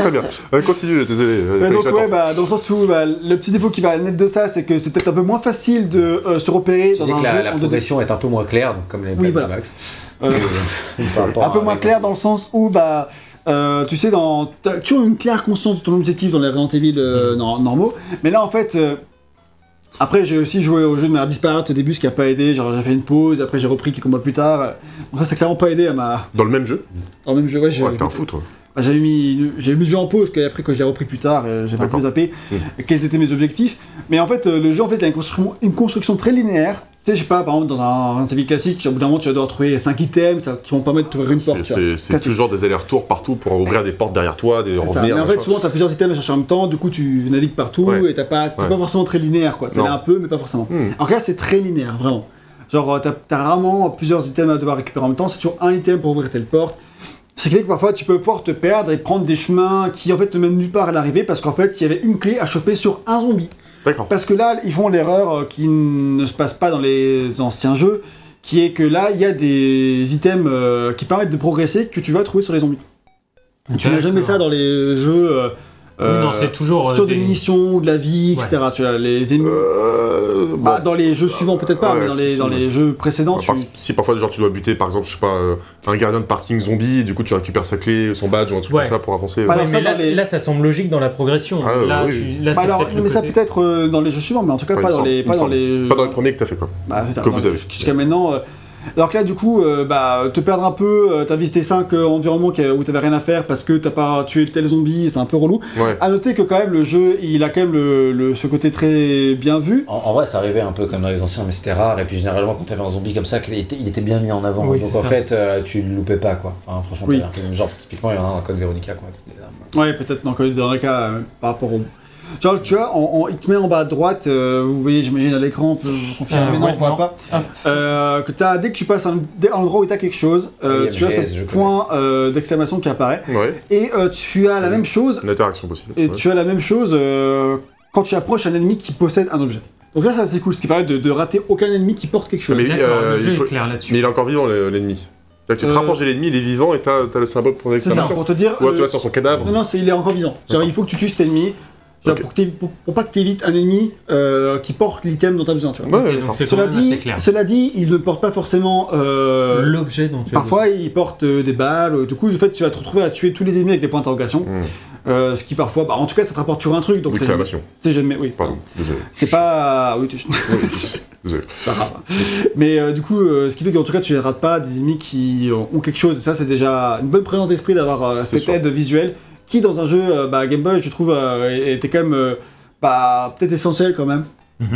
Speaker 1: Très bien. Euh, continue, désolé. euh,
Speaker 2: Bah,
Speaker 1: fallait que
Speaker 2: donc ouais,
Speaker 1: j'attende.
Speaker 2: bah, dans le sens où bah, le petit défaut qui va naître de ça, c'est que c'est peut-être un peu moins facile de euh, se repérer
Speaker 4: Je
Speaker 2: dans
Speaker 4: dis
Speaker 2: un
Speaker 4: que
Speaker 2: jeu
Speaker 4: la, la
Speaker 2: en 2D.
Speaker 4: progression est un peu moins claire, donc comme les
Speaker 2: Oui,
Speaker 4: blagues de
Speaker 2: voilà.
Speaker 4: Max.
Speaker 2: Euh,
Speaker 4: Par rapport
Speaker 2: un peu
Speaker 4: à-
Speaker 2: moins clair dans le sens où bah euh, tu sais dans t'as toujours une claire conscience de ton objectif dans les Resident Evil
Speaker 1: Mm.
Speaker 2: euh, nor- normaux mais là en fait euh, après j'ai aussi joué au jeu de manière disparate au début ce qui a pas aidé genre j'ai fait une pause après j'ai repris quelques mois plus tard donc ça ça a clairement pas aidé à ma
Speaker 1: Dans le même jeu
Speaker 2: dans le même jeu ouais, j'ai-
Speaker 1: Ouais, t'es un fou, toi.
Speaker 2: bah, J'avais mis, j'ai mis le jeu en pause, qu'après quand je l'ai repris plus tard, euh, j'ai pas pu
Speaker 1: D'accord. Mm.
Speaker 2: zapper quels étaient mes objectifs. Mais en fait, euh, le jeu en fait, il a une construction, une construction très linéaire. Tu sais, je sais pas, par exemple, dans un Resident Evil classique, au bout d'un moment, tu vas devoir trouver 5 items ça- qui vont te permettre de trouver une porte.
Speaker 1: C'est-
Speaker 2: tu vois.
Speaker 1: C'est c'est
Speaker 2: Classique.
Speaker 1: toujours des allers-retours partout pour ouvrir des portes derrière toi, des
Speaker 2: C'est ça. Mais
Speaker 1: revenir.
Speaker 2: en fait,
Speaker 1: machin.
Speaker 2: souvent, t'as plusieurs items à chercher en même temps, du coup, tu navigues partout
Speaker 1: Ouais.
Speaker 2: et t'as pas. C'est
Speaker 1: Ouais.
Speaker 2: pas forcément très linéaire, quoi. C'est
Speaker 1: Non.
Speaker 2: là un peu, mais pas forcément.
Speaker 1: Hmm.
Speaker 2: En cas, c'est très linéaire, vraiment. Genre, euh, t'as as rarement plusieurs items à devoir récupérer en même temps, c'est toujours un item pour ouvrir telle porte. Ce qui fait que parfois tu peux pouvoir te perdre et prendre des chemins qui en fait te mènent nulle part à l'arrivée parce qu'en fait il y avait une clé à choper sur un zombie.
Speaker 1: D'accord.
Speaker 2: Parce que là, ils font l'erreur euh, qui ne se passe pas dans les anciens jeux, qui est que là, il y a des items euh, qui permettent de progresser que tu vas trouver sur les zombies. Et tu n'as jamais ça dans les jeux. euh, euh,
Speaker 3: non, c'est toujours. euh,
Speaker 2: sur des
Speaker 3: des-
Speaker 2: munitions, ou de la vie, etc. Tu as les ennemis.
Speaker 1: Euh, bon.
Speaker 2: Ah, dans les jeux suivants, peut-être pas,
Speaker 1: Ouais,
Speaker 2: mais dans
Speaker 1: si,
Speaker 2: les,
Speaker 1: si,
Speaker 2: dans
Speaker 1: ouais.
Speaker 2: les jeux précédents,
Speaker 1: Bah,
Speaker 2: tu.
Speaker 1: par- Si parfois, genre, tu dois buter, par exemple, je sais pas, euh, un gardien de parking zombie, et du coup, tu récupères sa clé, son badge ou un truc
Speaker 3: Ouais.
Speaker 1: comme ça pour avancer.
Speaker 2: Voilà. Alors
Speaker 3: Ouais,
Speaker 2: ça,
Speaker 3: mais là,
Speaker 2: dans les-
Speaker 3: là, ça semble logique dans la progression.
Speaker 1: Ah, euh,
Speaker 3: là,
Speaker 1: oui,
Speaker 3: tu-
Speaker 1: oui.
Speaker 3: là,
Speaker 2: Bah
Speaker 3: c'est
Speaker 2: alors,
Speaker 3: peut-être
Speaker 2: mais
Speaker 3: le
Speaker 2: ça
Speaker 3: côté-
Speaker 2: peut-être euh, dans les jeux suivants, mais en tout cas
Speaker 1: Ouais,
Speaker 2: pas,
Speaker 1: il
Speaker 2: dans
Speaker 1: me
Speaker 2: les,
Speaker 1: semble,
Speaker 2: pas
Speaker 1: il me
Speaker 2: dans les.
Speaker 1: Pas dans le premier que t'as fait, quoi.
Speaker 2: Bah, c'est ça,
Speaker 1: que
Speaker 2: dans-
Speaker 1: vous avez.
Speaker 2: Jusqu'à maintenant. euh, alors que là, du coup, euh, bah, te perdre un peu, euh, t'as visité 5 environnements qui- où t'avais rien à faire parce que t'as pas tué tel zombie, c'est un peu relou.
Speaker 1: Ouais.
Speaker 2: À noter que quand même le jeu, il a quand même le, le- ce côté très bien vu.
Speaker 4: En, en vrai, ça arrivait un peu comme dans les anciens, mais c'était rare. Et puis généralement, quand t'avais un zombie comme ça, qu'il était- il était bien mis en avant.
Speaker 3: Oui,
Speaker 4: Donc
Speaker 3: c'est
Speaker 4: en
Speaker 3: ça.
Speaker 4: fait, euh, tu le loupais pas, quoi. Enfin, franchement,
Speaker 2: Oui.
Speaker 4: t'avais un peu- genre, typiquement, il y en a un dans Code Veronica qu'on a testé la dernière fois.
Speaker 2: Ouais, peut-être dans, dans le cas euh, par rapport au. Genre, tu vois, on, on- il te met en bas à droite, euh, vous voyez, j'imagine à l'écran, on peut vous confirmer,
Speaker 3: Euh,
Speaker 2: mais non,
Speaker 3: ouais,
Speaker 2: on voit
Speaker 3: non.
Speaker 2: pas.
Speaker 3: Ah.
Speaker 2: Euh, que t'as- dès que tu passes un, dès- un endroit où t'as quelque chose, euh,
Speaker 4: Oui,
Speaker 2: tu as
Speaker 4: MGS,
Speaker 2: ce
Speaker 4: je connais.
Speaker 2: point euh, d'exclamation qui apparaît.
Speaker 1: Ouais.
Speaker 2: Et euh, tu as la même chose
Speaker 1: Une interaction possible.
Speaker 2: Et
Speaker 1: Ouais.
Speaker 2: tu as la même chose euh, quand tu approches un ennemi qui possède un objet. Donc là, ça c'est cool, ce qui permet de, de rater aucun ennemi qui porte quelque chose.
Speaker 1: Ah, mais oui,
Speaker 3: D'accord,
Speaker 1: euh,
Speaker 3: le jeu
Speaker 1: il faut-
Speaker 3: est clair là-dessus.
Speaker 1: Mais il est encore vivant, le- l'ennemi. C'est-à-dire que tu te
Speaker 2: Euh,
Speaker 1: rapproches de l'ennemi, il est vivant et t'as t'as le symbole pour
Speaker 2: c'est ça,
Speaker 1: l'exclamation.
Speaker 2: pour te dire.
Speaker 1: Ou
Speaker 2: euh,
Speaker 1: tu vas sur son cadavre.
Speaker 2: Non, non, c'est- il est encore vivant. C'est-à-dire,
Speaker 1: D'accord.
Speaker 2: il faut que tu tues cet ennemi tu vois,
Speaker 1: Ok.
Speaker 2: pour, que t'évi- pour- pour pas que tu évites un ennemi euh, qui porte l'item dont tu as besoin. Tu vois.
Speaker 1: Ouais,
Speaker 3: Ok,
Speaker 1: ouais,
Speaker 3: donc
Speaker 1: d'accord.
Speaker 3: c'est quand
Speaker 2: Cela
Speaker 3: même assez
Speaker 2: dit,
Speaker 3: clair.
Speaker 2: cela dit, il ne porte pas forcément. euh,
Speaker 3: L'objet dont tu as
Speaker 2: Parfois, il porte euh, des balles. euh, Du coup, en fait, tu vas te retrouver à tuer tous les ennemis avec des points d'interrogation.
Speaker 1: Mm.
Speaker 2: Euh, ce qui parfois, bah, en tout cas, ça te rapporte toujours un truc. Donc, c'est
Speaker 1: Exclamation.
Speaker 2: c'est jamais. Oui.
Speaker 1: Pardon, désolé.
Speaker 2: C'est pas. Oui, tu-
Speaker 1: Ouais, désolé.
Speaker 2: C'est pas grave. Mais euh, du coup, euh, ce qui fait qu'en tout cas, tu ne rates pas des ennemis qui ont ont quelque chose. Et ça, c'est déjà une bonne présence d'esprit d'avoir euh,
Speaker 1: C'est
Speaker 2: cette
Speaker 1: sûr.
Speaker 2: aide visuelle qui, dans un jeu euh, bah, Game Boy, je trouve, euh, était quand même euh, bah, peut-être essentiel quand même.
Speaker 3: Mhm.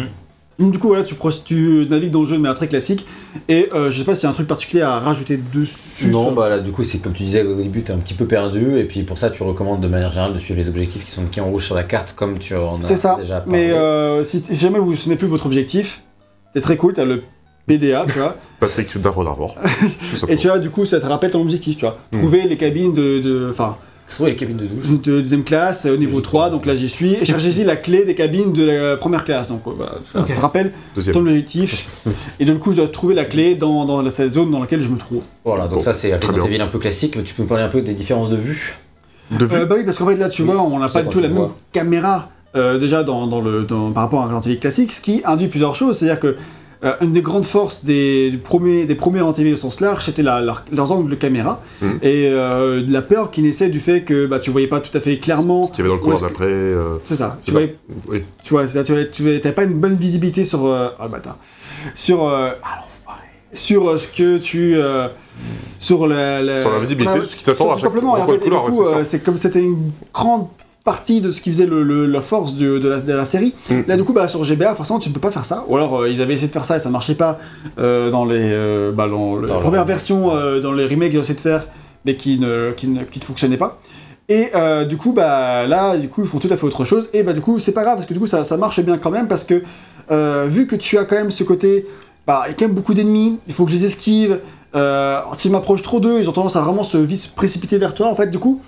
Speaker 2: Donc, du coup, voilà, tu, pro- tu navigues dans le jeu de manière très classique. Et euh, je sais pas s'il y a un truc particulier à rajouter dessus.
Speaker 4: Non,
Speaker 2: sur-
Speaker 4: bah là, du coup, c'est comme tu disais au début, t'es un petit peu perdu. Et puis pour ça, tu recommandes de manière générale de suivre les objectifs qui sont indiqués en rouge sur la carte, comme tu en as
Speaker 2: C'est ça.
Speaker 4: déjà parlé.
Speaker 2: Mais euh, si, si jamais vous vous souvenez plus de votre objectif, c'est très cool, t'as le PDA, tu vois.
Speaker 1: Patrick Darro d'Arvor. Tout
Speaker 2: et
Speaker 1: simplement.
Speaker 2: tu vois, du coup, ça te rappelle ton objectif, tu vois.
Speaker 4: Hmm.
Speaker 1: Mm.
Speaker 2: Trouver les cabines de. de- Enfin,
Speaker 4: Trouver les cabines de douche.
Speaker 2: de deuxième classe euh, au niveau
Speaker 4: J'y
Speaker 2: 3,
Speaker 4: crois.
Speaker 2: donc là j'y suis, et chargez-y la clé des cabines de la première classe, donc euh, bah, ça,
Speaker 3: Ok.
Speaker 2: ça rappelle ton
Speaker 1: Deuxième.
Speaker 2: objectif, et du coup je dois trouver la clé dans, dans la- cette zone dans laquelle je me trouve.
Speaker 4: Voilà, donc
Speaker 1: Bon,
Speaker 4: ça, c'est
Speaker 1: très
Speaker 4: Resident
Speaker 1: bien.
Speaker 4: Evil un peu classique. Mais tu peux me parler un peu des différences de vue
Speaker 1: De vue.
Speaker 2: Euh, bah oui, parce qu'en fait là tu
Speaker 4: Oui.
Speaker 2: vois, on n'a
Speaker 4: Ça,
Speaker 2: pas du
Speaker 4: quand
Speaker 2: tout
Speaker 4: tu
Speaker 2: la même
Speaker 4: vois.
Speaker 2: caméra euh, déjà dans, dans le, dans- par rapport à un Resident Evil classique, ce qui induit plusieurs choses, c'est-à-dire que euh, une des grandes forces des, du premier- des premiers Resident Evil au sens large, c'était la- leur- leurs angles de caméra,
Speaker 1: Mhm.
Speaker 2: et euh, la peur qui naissait du fait que bah, tu voyais pas tout à fait clairement.
Speaker 1: Ce qu'il y avait dans le
Speaker 2: où
Speaker 1: couloir
Speaker 2: est-ce que-
Speaker 1: d'après. euh,
Speaker 2: C'est ça,
Speaker 1: C'est
Speaker 2: tu
Speaker 1: ça.
Speaker 2: voyais
Speaker 1: oui.
Speaker 2: tu vois, c'est-à-dire, tu n'as pas une bonne visibilité sur. euh, ah, le bâtard. Sur. euh, ah, l'enfoiré. Sur euh, ce que tu. euh, sur la, la-
Speaker 1: Sur la visibilité,
Speaker 2: voilà,
Speaker 1: ce qui t'attend à
Speaker 2: tout
Speaker 1: chaque
Speaker 2: simplement, et en
Speaker 1: recoin de
Speaker 2: fait, et du
Speaker 1: couloir, ouais,
Speaker 2: coup,
Speaker 1: c'est
Speaker 2: euh,
Speaker 1: sûr.
Speaker 2: C'est comme c'était une grande partie de ce qui faisait le- le- la force du- de, la, de la série.
Speaker 1: Mm.
Speaker 2: Là, du coup, bah, sur GBA, forcément, tu ne peux pas faire ça. Ou alors, euh, ils avaient essayé de faire ça et ça marchait pas euh, dans les. euh, bah, dans le-
Speaker 4: Dans
Speaker 2: la
Speaker 4: le-
Speaker 2: première version, euh, dans les remakes qu'ils ont essayé de faire, mais qui ne, qui ne, qui ne fonctionnaient pas. Et euh, du coup, bah là, du coup, ils font tout à fait autre chose. Et bah du coup, c'est pas grave parce que du coup, ça, ça marche bien quand même parce que euh, vu que tu as quand même ce côté, bah il y a quand même beaucoup d'ennemis, il faut que je les esquive. Euh, S'ils m'approchent trop d'eux, ils ont tendance à vraiment se vis- précipiter vers toi. En fait, du coup,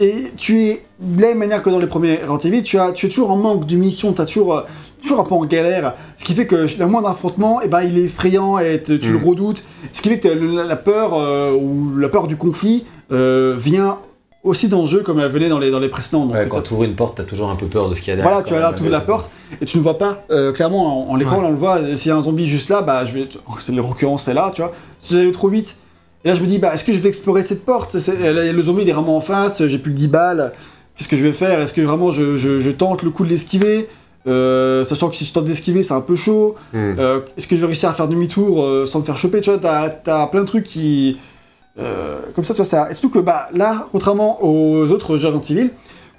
Speaker 2: et tu es de la même manière que dans les premiers Resident Evil, tu as, tu es toujours en manque de mission, tu as toujours, euh, toujours un peu en galère, ce qui fait que le moindre affrontement, eh ben, il est effrayant et te- tu
Speaker 1: Mm.
Speaker 2: le redoutes, ce qui fait que t'as le- la, la peur euh, ou la peur du conflit euh, vient aussi dans le jeu comme elle venait dans les, dans les précédents. donc
Speaker 4: Ouais,
Speaker 2: t'as-
Speaker 4: quand tu ouvres une porte, t'as toujours un peu peur de ce qu'il y a derrière.
Speaker 2: voilà, tu
Speaker 4: quand
Speaker 2: as là,
Speaker 4: même,
Speaker 2: tu ouvres la
Speaker 4: malgré tout.
Speaker 2: porte et tu ne vois pas euh, clairement en, en l'écran.
Speaker 3: Ouais.
Speaker 2: Là, on le voit. euh, S'il y a un zombie juste là, bah, je vais. oh, c'est le reculant, c'est là, tu vois. Si j'allais trop vite, et là, je me dis, bah, est-ce que je vais explorer cette porte C'est- euh, là, Le zombie il est vraiment en face. J'ai plus que 10 balles. Qu'est-ce que je vais faire Est-ce que vraiment je, je- je tente le coup de l'esquiver Euh, Sachant que si je tente d'esquiver, c'est un peu chaud.
Speaker 1: Hmm.
Speaker 2: Euh, est-ce que je vais réussir à faire demi-tour euh, sans me faire choper Tu vois, t'as, t'as plein de trucs qui. euh, comme ça, tu vois, ça. Et surtout que bah, là, contrairement aux autres jeux Resident Evil,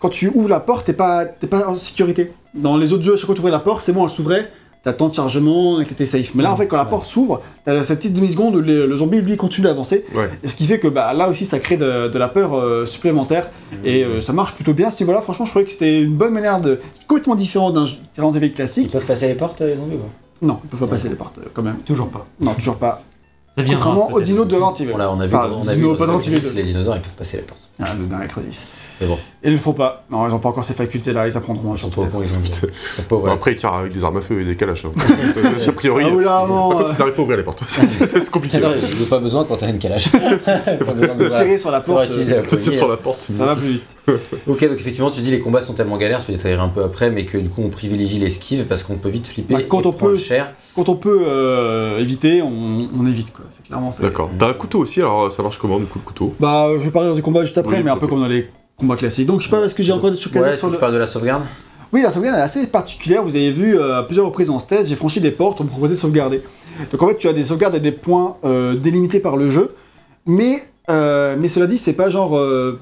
Speaker 2: quand tu ouvres la porte, t'es pas, t'es pas en sécurité. Dans les autres jeux, à chaque fois que tu ouvrais la porte, c'est bon, elle s'ouvrait, t'as le temps de chargement et que t'étais safe. Mais là, en fait, quand la
Speaker 4: Ouais.
Speaker 2: porte s'ouvre, t'as cette petite demi-seconde où le, le zombie, lui, continue d'avancer.
Speaker 1: Ouais.
Speaker 2: Et ce qui fait que bah, là aussi, ça crée de, de la peur euh, supplémentaire. Et euh, ça marche plutôt bien. Si voilà, franchement, je trouvais que c'était une bonne manière de. c'est complètement différent d'un jeu Resident Evil
Speaker 4: Ils
Speaker 2: classique.
Speaker 4: peuvent passer les portes, les zombies ou pas
Speaker 2: Non, ils peuvent pas passer les portes, euh, quand même.
Speaker 3: Toujours pas.
Speaker 2: Non, toujours pas.
Speaker 3: Ça viendra,
Speaker 2: Contrairement aux
Speaker 3: peut-être.
Speaker 2: dinos de Resident Evil.
Speaker 4: Voilà, on a vu,
Speaker 2: Enfin,
Speaker 4: on a vu
Speaker 2: dinos,
Speaker 4: dans
Speaker 2: pas
Speaker 4: un
Speaker 2: dans Evil.
Speaker 4: Crisis, les dinosaures, ils peuvent passer la porte.
Speaker 2: Ah, le dernier Crisis.
Speaker 4: Mais bon,
Speaker 2: Ils le font pas. Non, ils ont pas encore ces facultés-là, ils apprendront un
Speaker 4: ils sont
Speaker 2: jour.
Speaker 4: pas au
Speaker 2: peut-être.
Speaker 4: point, ils ont- ils sont pas au
Speaker 1: Bon,
Speaker 4: point.
Speaker 1: Après, ils tirent avec des armes à feu et des calaches. hein. Euh, a priori.
Speaker 2: Ah, oui, là,
Speaker 1: Par
Speaker 2: vraiment,
Speaker 1: contre, ils n'arrivent pas à ouvrir les portes. C'est c'est compliqué. hein.
Speaker 4: Non, je n'ai pas besoin quand t'as une calage. Pas besoin de
Speaker 2: euh, tirer sur la
Speaker 4: savoir
Speaker 2: porte,
Speaker 4: utiliser la
Speaker 1: Tu tires
Speaker 4: poignée.
Speaker 1: sur la porte, c'est
Speaker 2: ça
Speaker 1: bon.
Speaker 2: va plus vite.
Speaker 4: Ok, donc effectivement, tu dis les combats sont tellement galères, je vais détailler un peu après, mais que du coup on privilégie l'esquive parce qu'on peut vite flipper.
Speaker 2: Bah, quand
Speaker 4: et
Speaker 2: on
Speaker 4: prendre
Speaker 2: peut-
Speaker 4: cher.
Speaker 2: Quand on peut euh, éviter, on, on évite, quoi. C'est clairement ça.
Speaker 1: D'accord. T'as un couteau aussi, alors ça marche comment du coup le couteau
Speaker 2: Bah, je vais parler du combat juste après,
Speaker 1: Oui,
Speaker 2: mais un peu
Speaker 1: ok.
Speaker 2: comme dans les combats classiques. Donc, je sais pas, est-ce que j'ai encore des trucs à
Speaker 4: Ouais,
Speaker 2: dire
Speaker 4: tu
Speaker 2: sur le...
Speaker 4: parles de la sauvegarde
Speaker 2: Oui, la sauvegarde elle est assez particulière. Vous avez vu euh, à plusieurs reprises dans ce test, j'ai franchi des portes, on me proposait de sauvegarder. Donc en fait, tu as des sauvegardes à des points euh, délimités par le jeu, mais, euh, mais cela dit, c'est pas genre. euh,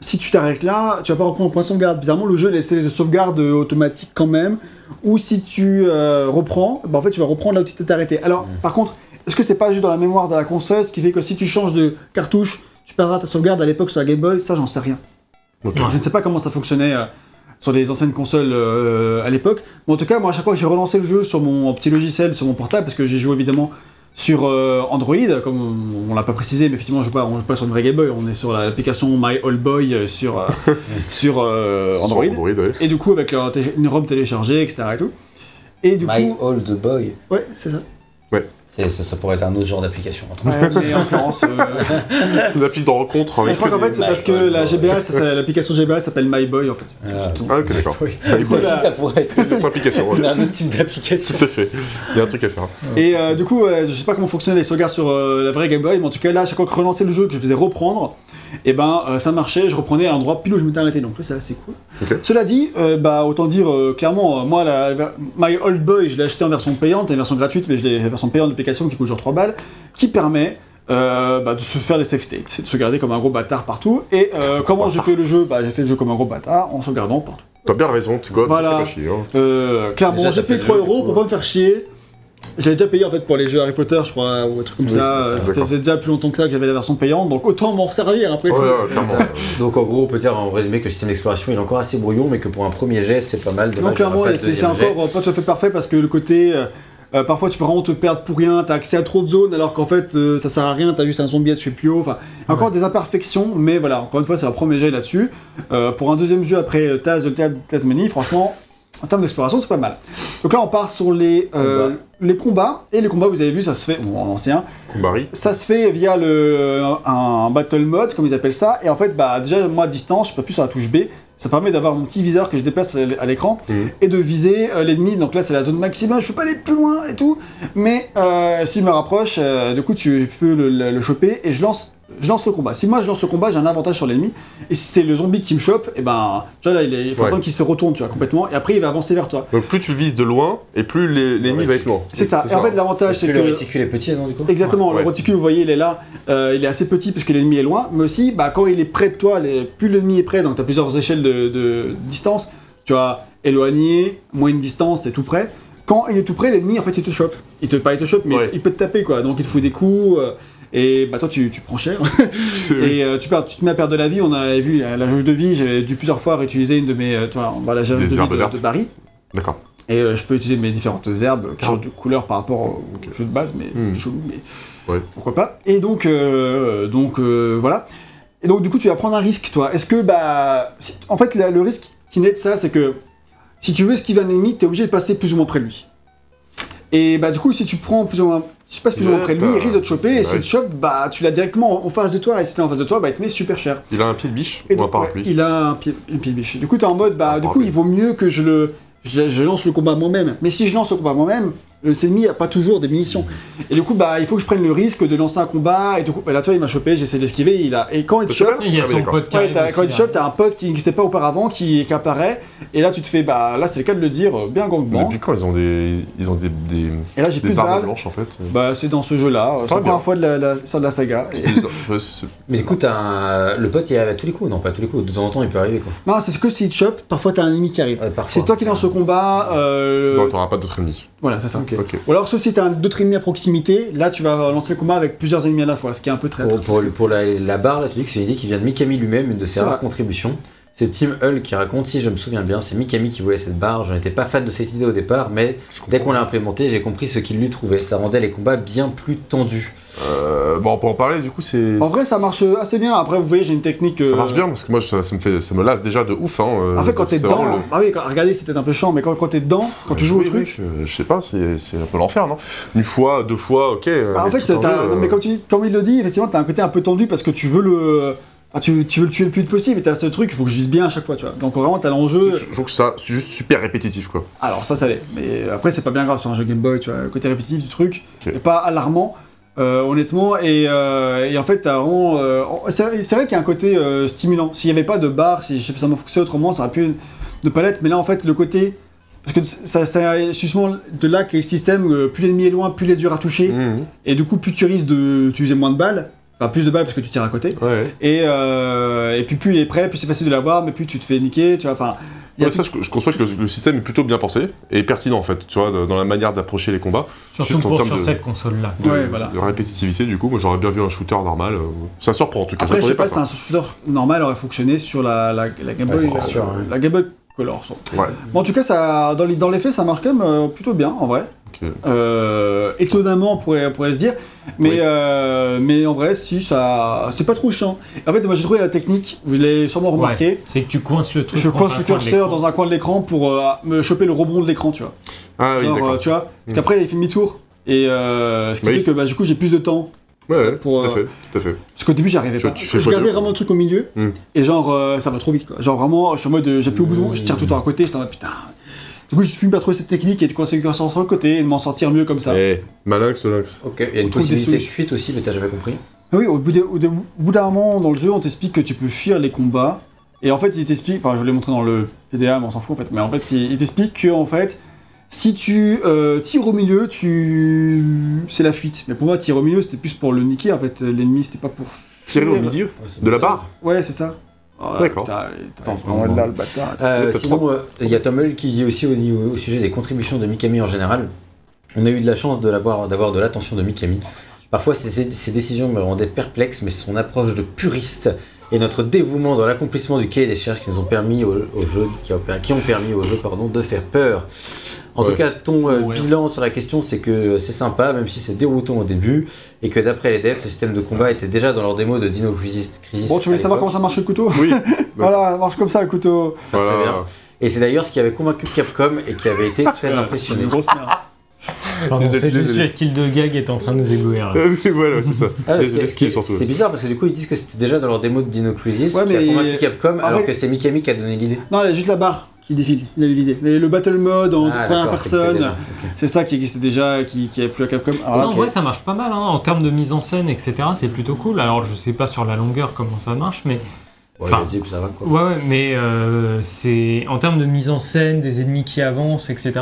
Speaker 2: si tu t'arrêtes là, tu vas pas reprendre le point de sauvegarde. Bizarrement, le jeu laisse les sauvegardes euh, automatiques quand même. Ou si tu euh, reprends, bah, en fait, tu vas reprendre là où tu t'es arrêté. Alors, par contre, est-ce que c'est pas juste dans la mémoire de la console, ce qui fait que si tu changes de cartouche, tu perdras ta sauvegarde à l'époque sur la Game Boy Ça, j'en sais rien.
Speaker 1: Ok.
Speaker 2: Je ne sais pas comment ça fonctionnait euh, sur les anciennes consoles euh, à l'époque. Mais en tout cas, moi, à chaque fois que j'ai relancé le jeu sur mon petit logiciel, sur mon portable, parce que j'ai joué évidemment sur euh, Android, comme on, on l'a pas précisé, mais effectivement, je joue pas, on joue pas sur une vraie Game Boy, on est sur l'application My All Boy euh, sur, euh, sur euh,
Speaker 1: Sur
Speaker 2: Android.
Speaker 1: Android, ouais.
Speaker 2: Et du coup, avec leur télé- une ROM téléchargée, etc. Et, tout. et du
Speaker 4: My
Speaker 2: coup,
Speaker 4: Old Boy.
Speaker 2: ouais, c'est ça.
Speaker 4: C'est- Ça, ça pourrait être un autre genre d'application.
Speaker 2: Ouais, mais en l'occurrence, euh,
Speaker 1: L'appli de rencontre
Speaker 2: je
Speaker 1: avec.
Speaker 2: crois qu'en fait, c'est
Speaker 4: My
Speaker 2: parce que
Speaker 4: All
Speaker 2: la
Speaker 4: Boy.
Speaker 2: GBA, ça, ça- l'application GBA s'appelle My Boy en fait.
Speaker 4: Ah,
Speaker 1: Ah, ok, d'accord.
Speaker 4: oui.
Speaker 1: Avec
Speaker 4: Ça
Speaker 1: quoi
Speaker 4: aussi, ça pourrait être aussi
Speaker 1: Autre application, ouais.
Speaker 4: un autre type d'application.
Speaker 1: Tout à fait. Il y a un truc à faire.
Speaker 2: Et euh, du coup, euh, je sais pas comment fonctionnaient les sauvegardes sur euh, la vraie Game Boy, mais en tout cas là, à chaque fois que je relançais le jeu, que je faisais reprendre, et ben euh, ça marchait, je reprenais à l'endroit pile où je m'étais arrêté, donc ça c'est cool.
Speaker 1: Ok.
Speaker 2: Cela dit, euh, bah autant dire euh, clairement, euh, moi la, ver- My Old Boy, je l'ai acheté en version payante, et en version gratuite, mais je l'ai en version payante d'application qui coûte genre 3 balles, qui permet euh, bah, de se faire des safe states, de se garder comme un gros bâtard partout. Et euh, comment j'ai fait le jeu Bah j'ai fait le jeu comme un gros bâtard en se gardant partout.
Speaker 1: T'as bien raison, tu sais quoi,
Speaker 2: Voilà.
Speaker 1: fais pas chier. hein.
Speaker 2: Euh, clairement,
Speaker 4: Déjà,
Speaker 2: j'ai
Speaker 4: t'as fait
Speaker 2: payé
Speaker 4: le
Speaker 2: 3
Speaker 4: jeu, du
Speaker 2: euros
Speaker 4: coup,
Speaker 2: pour pas me faire chier. J'avais déjà payé en fait pour les jeux Harry Potter, je crois, ou un truc comme
Speaker 4: Oui,
Speaker 2: ça.
Speaker 4: c'est ça,
Speaker 2: Euh, C'était
Speaker 1: d'accord.
Speaker 2: c'était déjà plus longtemps que ça que j'avais la version payante, donc autant m'en servir après
Speaker 1: Ouais,
Speaker 2: tout.
Speaker 1: ouais, clairement.
Speaker 4: Donc en gros, on peut dire en résumé que le système d'exploration il est encore assez brouillon, mais que pour un premier jet, c'est pas mal.
Speaker 2: Donc
Speaker 4: Dommage, on
Speaker 2: clairement,
Speaker 4: aura pas de
Speaker 2: c'est c'est
Speaker 4: deuxième jet.
Speaker 2: encore euh, pas tout à fait parfait parce que le côté. euh, euh, parfois, tu peux vraiment te perdre pour rien, t'as accès à trop de zones alors qu'en fait euh, ça sert à rien, t'as juste un zombie à tuer plus haut. Enfin, encore des imperfections, mais voilà, encore une fois, c'est un premier jeu là-dessus. Euh, pour un deuxième jeu après euh, Taz de Tab- Tasmanie, franchement, en termes d'exploration, c'est pas mal. Donc là, on part sur les, euh,
Speaker 4: Combats.
Speaker 2: les combats, et les combats, vous avez vu, ça se fait. Bon, en ancien,
Speaker 1: Kumbari.
Speaker 2: ça se fait via le, un battle mode, comme ils appellent ça. Et en fait, bah, déjà, moi, à distance, je peux plus sur la touche B. Ça permet d'avoir mon petit viseur que je déplace à l- à l'écran
Speaker 1: Mhm.
Speaker 2: et de viser euh, l'ennemi. Donc là, c'est la zone maximum, je peux pas aller plus loin et tout. Mais euh, s'il me rapproche, euh, du coup, tu peux le, le- le choper et je lance, je lance le combat. Si moi, je lance le combat, j'ai un avantage sur l'ennemi. Et si c'est le zombie qui me chope, et ben, tu vois, là, il, est- il faut
Speaker 1: Ouais.
Speaker 2: attendre qu'il se retourne, tu vois, complètement. Et après, il va avancer vers toi.
Speaker 1: Donc plus tu le vises de loin, et plus les- l'ennemi
Speaker 4: Ouais.
Speaker 1: va être loin.
Speaker 2: C'est ça. Et en fait, l'avantage,
Speaker 4: Parce
Speaker 2: c'est
Speaker 4: que
Speaker 2: que.
Speaker 4: le réticule est petit, non, du coup
Speaker 2: Exactement,
Speaker 1: Ouais.
Speaker 2: le reticule, vous voyez, il est là, euh, il est assez petit parce que l'ennemi est loin, mais aussi, bah, quand il est près de toi, les- plus l'ennemi est près, donc tu as plusieurs échelles de, de distance, tu as éloigné, moyenne distance, t'es tout près. Quand il est tout près, l'ennemi, en fait, il te chope. Il te, pas il te chope, mais
Speaker 1: Ouais.
Speaker 2: il peut te taper, quoi. Donc il te fout des coups, euh, et bah, toi, tu, tu prends cher.
Speaker 1: C'est-
Speaker 2: Et euh, tu, perds, tu te mets à perdre de la vie. On avait vu la, la jauge de vie, j'avais dû plusieurs fois réutiliser une de mes. euh, tu vois, bah, la jauge
Speaker 1: Des
Speaker 2: de vie
Speaker 1: herbes vertes.
Speaker 2: de, de Barry.
Speaker 1: D'accord.
Speaker 2: Et euh, je peux utiliser mes différentes herbes, euh, qui changent de couleur par rapport au au jeu de base, mais
Speaker 1: Hmm.
Speaker 2: chelou, mais
Speaker 1: Ouais.
Speaker 2: pourquoi pas. Et donc, euh, donc euh, voilà. Et donc du coup, tu vas prendre un risque, toi. Est-ce que, bah, si- en fait, la- le risque qui naît de ça, c'est que si tu veux esquiver un ennemi, t'es obligé de passer plus ou moins près de lui. Et bah du coup, si tu prends plus ou moins, si tu passes plus ou moins
Speaker 1: Ouais,
Speaker 2: près de lui,
Speaker 1: bah,
Speaker 2: il risque de te choper. Et
Speaker 1: ouais.
Speaker 2: s'il te chope, bah tu l'as directement en face de toi. Et si t'es en face de toi, bah il te met super cher.
Speaker 1: Il a un pied de biche
Speaker 2: Et
Speaker 1: ou un
Speaker 2: donc,
Speaker 1: parapluie.
Speaker 2: ouais, il a un pied, un pied de biche. Du coup, t'es en mode, bah,
Speaker 1: Un
Speaker 2: du coup,
Speaker 1: parapluie.
Speaker 2: il vaut mieux que je le, je, je lance le combat moi-même. Mais si je lance le combat moi-même, le ennemi a pas toujours des munitions.
Speaker 1: Mm-hmm.
Speaker 2: Et du coup, bah, il faut que je prenne le risque de lancer un combat. Et du coup, bah, là, toi, il m'a chopé, j'essaie de l'esquiver. Il a, et quand il te
Speaker 1: T'as chopé
Speaker 2: chope,
Speaker 3: Il y a
Speaker 1: Ah oui,
Speaker 3: son
Speaker 1: d'accord.
Speaker 3: pote qui
Speaker 2: ouais,
Speaker 3: arrive
Speaker 2: t'as,
Speaker 3: aussi,
Speaker 2: quand il te
Speaker 3: là.
Speaker 4: hein.
Speaker 2: chope, t'as un pote qui n'existait pas auparavant, qui, qui apparaît. Et là, tu te fais, bah, là, c'est le cas de le dire, euh, bien gangbang.
Speaker 1: Depuis quand ils ont des, ils ont des, des,
Speaker 2: Et là, j'ai plus
Speaker 1: des
Speaker 2: de
Speaker 1: armes
Speaker 2: balles.
Speaker 1: blanches en fait
Speaker 2: Bah, c'est dans ce jeu-là. euh, C'est
Speaker 1: Très
Speaker 2: la
Speaker 1: bien.
Speaker 2: première fois de la, la- sur de la saga. Et-
Speaker 1: Des- ouais, c'est- c'est-
Speaker 4: Mais écoute, un... le pote il arrive à tous les coups, non pas à tous les coups, de temps en temps il peut arriver quoi.
Speaker 2: Non, c'est ce que s'il te chope, parfois t'as un ennemi qui arrive.
Speaker 4: Ouais, parfois.
Speaker 2: C'est toi qui lance le combat. euh,
Speaker 1: Non, t'auras pas d'autres ennemis.
Speaker 2: Voilà, c'est ça.
Speaker 4: Ok.
Speaker 1: Ok.
Speaker 2: Ou alors, sauf si t'as un- d'autres ennemis à proximité, là tu vas lancer le combat avec plusieurs
Speaker 1: Oh,
Speaker 2: ennemis à la fois, ce qui est un peu traître.
Speaker 4: Pour, pour- pour la, la barre, là, tu dis que c'est une idée qui vient de Mikami lui-même, une de ses
Speaker 2: C'est
Speaker 4: rares
Speaker 2: vrai.
Speaker 4: contributions. C'est Tim Hull qui raconte, si je me souviens bien, c'est Mikami qui voulait cette barre. Je n'étais pas fan de cette idée au départ, mais dès qu'on l'a implémentée, j'ai compris ce qu'il lui trouvait. Ça rendait les combats bien plus tendus.
Speaker 1: Euh, bon, on peut en parler, du coup, c'est.
Speaker 2: En vrai, ça marche euh, assez bien. Après, vous voyez, j'ai une technique. euh,
Speaker 1: Ça marche bien, parce que moi, ça, ça me, fait, ça me lasse déjà de ouf. Hein, euh,
Speaker 2: En fait, quand
Speaker 1: c'est
Speaker 2: t'es dedans,
Speaker 1: vraiment le-
Speaker 2: ah oui, quand- regardez, c'était un peu chiant, mais quand, quand t'es dedans, quand tu
Speaker 1: Oui,
Speaker 2: joues au
Speaker 1: oui,
Speaker 2: truc,
Speaker 1: euh, je sais pas, c'est c'est un peu l'enfer, non Une fois, deux fois, ok. euh,
Speaker 2: Ah, en
Speaker 1: mais
Speaker 2: fait,
Speaker 1: tout
Speaker 2: t'as-
Speaker 1: jeu,
Speaker 2: non,
Speaker 1: euh,
Speaker 2: mais comme, tu, comme il le dit, effectivement, t'as un côté un peu tendu parce que tu veux le, ah, tu, tu veux le tuer le plus vite possible. Et t'as ce truc, il faut que je vise bien à chaque fois, tu vois. Donc vraiment, t'as l'enjeu.
Speaker 1: euh, je je trouve que ça, c'est juste super répétitif, quoi.
Speaker 2: Alors ça, ça l'est. Mais après, c'est pas bien grave sur un jeu Game Boy, tu vois. Le côté répétitif du truc
Speaker 1: Ok.
Speaker 2: est pas alarmant, euh, honnêtement. Et, euh, et en fait, t'as vraiment. euh, en- c'est vrai c'est vrai qu'il y a un côté euh, stimulant. S'il y avait pas de barre, si je sais pas, ça m'en fonctionnait autrement, ça aurait pu être de palette. Mais là, en fait, le côté. Parce que ça, ça est justement de là qu'est le système, euh, plus l'ennemi est loin, plus il est dur à toucher.
Speaker 1: Mhm.
Speaker 2: Et du coup, plus tu risques de tu usais moins de balles, enfin plus de balles parce que tu tires à côté.
Speaker 1: Ouais.
Speaker 2: Et, euh, et puis plus il est prêt, plus c'est facile de l'avoir, mais plus tu te fais niquer, tu vois. Enfin, il y a
Speaker 1: Ouais, ça, je, je conçois que le, le système est plutôt bien pensé et pertinent, en fait, tu vois, de- dans la manière d'approcher les combats.
Speaker 3: Surtout
Speaker 1: Juste en
Speaker 3: pour
Speaker 1: termes
Speaker 3: sur
Speaker 1: de-
Speaker 3: cette console-là.
Speaker 2: Ouais, voilà.
Speaker 1: De répétitivité, du coup, moi, j'aurais bien vu un shooter normal. euh, Ça surprend, en tout cas.
Speaker 2: après, je
Speaker 1: j'attendais
Speaker 2: sais pas, si
Speaker 1: ça.
Speaker 2: un shooter normal aurait fonctionné sur la, la, la Game
Speaker 4: Ouais,
Speaker 2: Boy,
Speaker 4: c'est pas
Speaker 2: la-
Speaker 4: sûr, hein.
Speaker 2: la Game Boy Color. sans-
Speaker 1: Ouais.
Speaker 2: Bon, en tout cas, ça, dans, les, dans les faits, ça marche quand même euh, plutôt bien, en vrai.
Speaker 1: Ok.
Speaker 2: Euh, étonnamment, on pourrait, on pourrait se dire. Mais,
Speaker 1: Oui.
Speaker 2: euh, mais en vrai, si, ça, c'est pas trop chiant. En fait, moi, j'ai trouvé la technique, vous l'avez sûrement remarqué.
Speaker 3: Ouais, C'est que tu coinces le truc.
Speaker 2: Je
Speaker 3: contre
Speaker 2: coince
Speaker 3: un
Speaker 2: le
Speaker 3: coin de
Speaker 2: curseur
Speaker 3: l'écran.
Speaker 2: dans un coin de l'écran pour euh, me choper le rebond de l'écran, tu vois.
Speaker 1: Ah oui,
Speaker 2: Genre,
Speaker 1: d'accord.
Speaker 2: euh, tu vois Parce
Speaker 1: Mm.
Speaker 2: qu'après, il fait mi-tour. Et euh, ce qui
Speaker 1: Oui.
Speaker 2: fait que bah, du coup, j'ai plus de temps.
Speaker 1: Ouais, ouais,
Speaker 2: pour,
Speaker 1: tout à
Speaker 2: euh,
Speaker 1: fait, tout à fait.
Speaker 2: Parce qu'au début, j'y arrivais
Speaker 1: Tu-
Speaker 2: pas.
Speaker 1: tu fais
Speaker 2: je
Speaker 1: quoi de-
Speaker 2: gardais vraiment le truc au milieu.
Speaker 1: Mm.
Speaker 2: Et genre, euh, ça va trop vite, quoi. Genre, vraiment, je suis en mode, euh, j'appuie au bouton, je tire tout le temps à côté, j'étais en mode putain. Du coup, je fume pas trop cette technique et de coincer le curseur sur le côté et de m'en sortir mieux comme ça.
Speaker 1: Eh, Malinx, le lynx.
Speaker 4: Ok, il y a une
Speaker 2: trouve des
Speaker 4: possibilité de
Speaker 2: solutions.
Speaker 4: fuite aussi, mais t'as jamais compris.
Speaker 2: Ah Oui, au bout de- au de- au bout d'un moment dans le jeu, on t'explique que tu peux fuir les combats. Et en fait, il t'explique, enfin, je l'ai montré dans le PDA, mais on s'en fout en fait. Mais en fait, il, il t'explique que en fait, si tu euh, tires au milieu, tu, c'est la fuite. Mais pour moi, tirer au milieu, c'était plus pour le niquer. En fait, l'ennemi, c'était pas pour.
Speaker 1: Tiré au
Speaker 2: Merde.
Speaker 1: milieu De la barre
Speaker 2: Ouais, c'est ça. Oh là,
Speaker 1: D'accord.
Speaker 2: putain, Attends, vraiment là, le bâtard.
Speaker 4: Euh,
Speaker 1: Mais t'as
Speaker 4: sinon,
Speaker 1: trois-
Speaker 4: euh, il y a Tom Hull qui dit aussi au, niveau, au sujet des contributions de Mikami en général. On a eu de la chance de l'avoir- d'avoir de l'attention de Mikami. Parfois, ses, ses décisions me rendaient perplexe, mais son approche de puriste et notre dévouement dans l'accomplissement du cahier des charges qui nous ont permis au, au jeu, qui, a- qui ont permis au jeu pardon, de faire peur. En
Speaker 1: Ouais.
Speaker 4: tout cas, ton euh,
Speaker 2: Ouais.
Speaker 4: bilan sur la question, c'est que c'est sympa, même si c'est déroutant au début, et que d'après les devs, le système de combat était déjà dans leur démo de Dino Crisis.
Speaker 2: Bon, tu voulais
Speaker 4: à l'époque.
Speaker 2: savoir comment ça marche le couteau
Speaker 1: Oui,
Speaker 2: Voilà, ça marche comme ça le couteau.
Speaker 1: voilà.
Speaker 4: bien. Et c'est d'ailleurs ce qui avait convaincu Capcom et qui avait été très impressionné.
Speaker 2: Une grosse merde.
Speaker 3: Pardon,
Speaker 1: Désolé,
Speaker 3: C'est juste
Speaker 1: désolé.
Speaker 3: le style de gag est en train de nous éblouir. là.
Speaker 1: Euh, oui, voilà, c'est ça.
Speaker 4: Ah, parce
Speaker 1: les,
Speaker 4: que-
Speaker 1: les
Speaker 4: ce qui-
Speaker 1: skills, surtout.
Speaker 4: c'est bizarre parce que du coup ils disent que c'était déjà dans leur démo de Dino Crisis
Speaker 2: Ouais,
Speaker 4: qui a
Speaker 2: mais-
Speaker 4: convaincu Capcom
Speaker 2: Ah,
Speaker 4: alors
Speaker 2: ouais.
Speaker 4: que c'est Mikami qui a donné l'idée.
Speaker 2: Non, il y a juste la barre qui défile. Il a eu l'idée. Mais le battle mode en
Speaker 4: Ah,
Speaker 2: première
Speaker 4: d'accord, c'est que c'était
Speaker 2: personne.
Speaker 4: déjà.
Speaker 2: C'est ça qui existait déjà, qui, qui avait plu à Capcom. Ah, euh, Alors
Speaker 3: Ça,
Speaker 2: là,
Speaker 3: en vrai, ça marche pas mal hein, en termes de mise en scène, etc. C'est plutôt cool. Alors, je sais pas sur la longueur comment ça marche, mais
Speaker 4: Ouais, il
Speaker 3: Enfin,
Speaker 4: a dit que ça va quoi.
Speaker 3: ouais, ouais, mais euh, c'est en termes de mise en scène, des ennemis qui avancent, etc.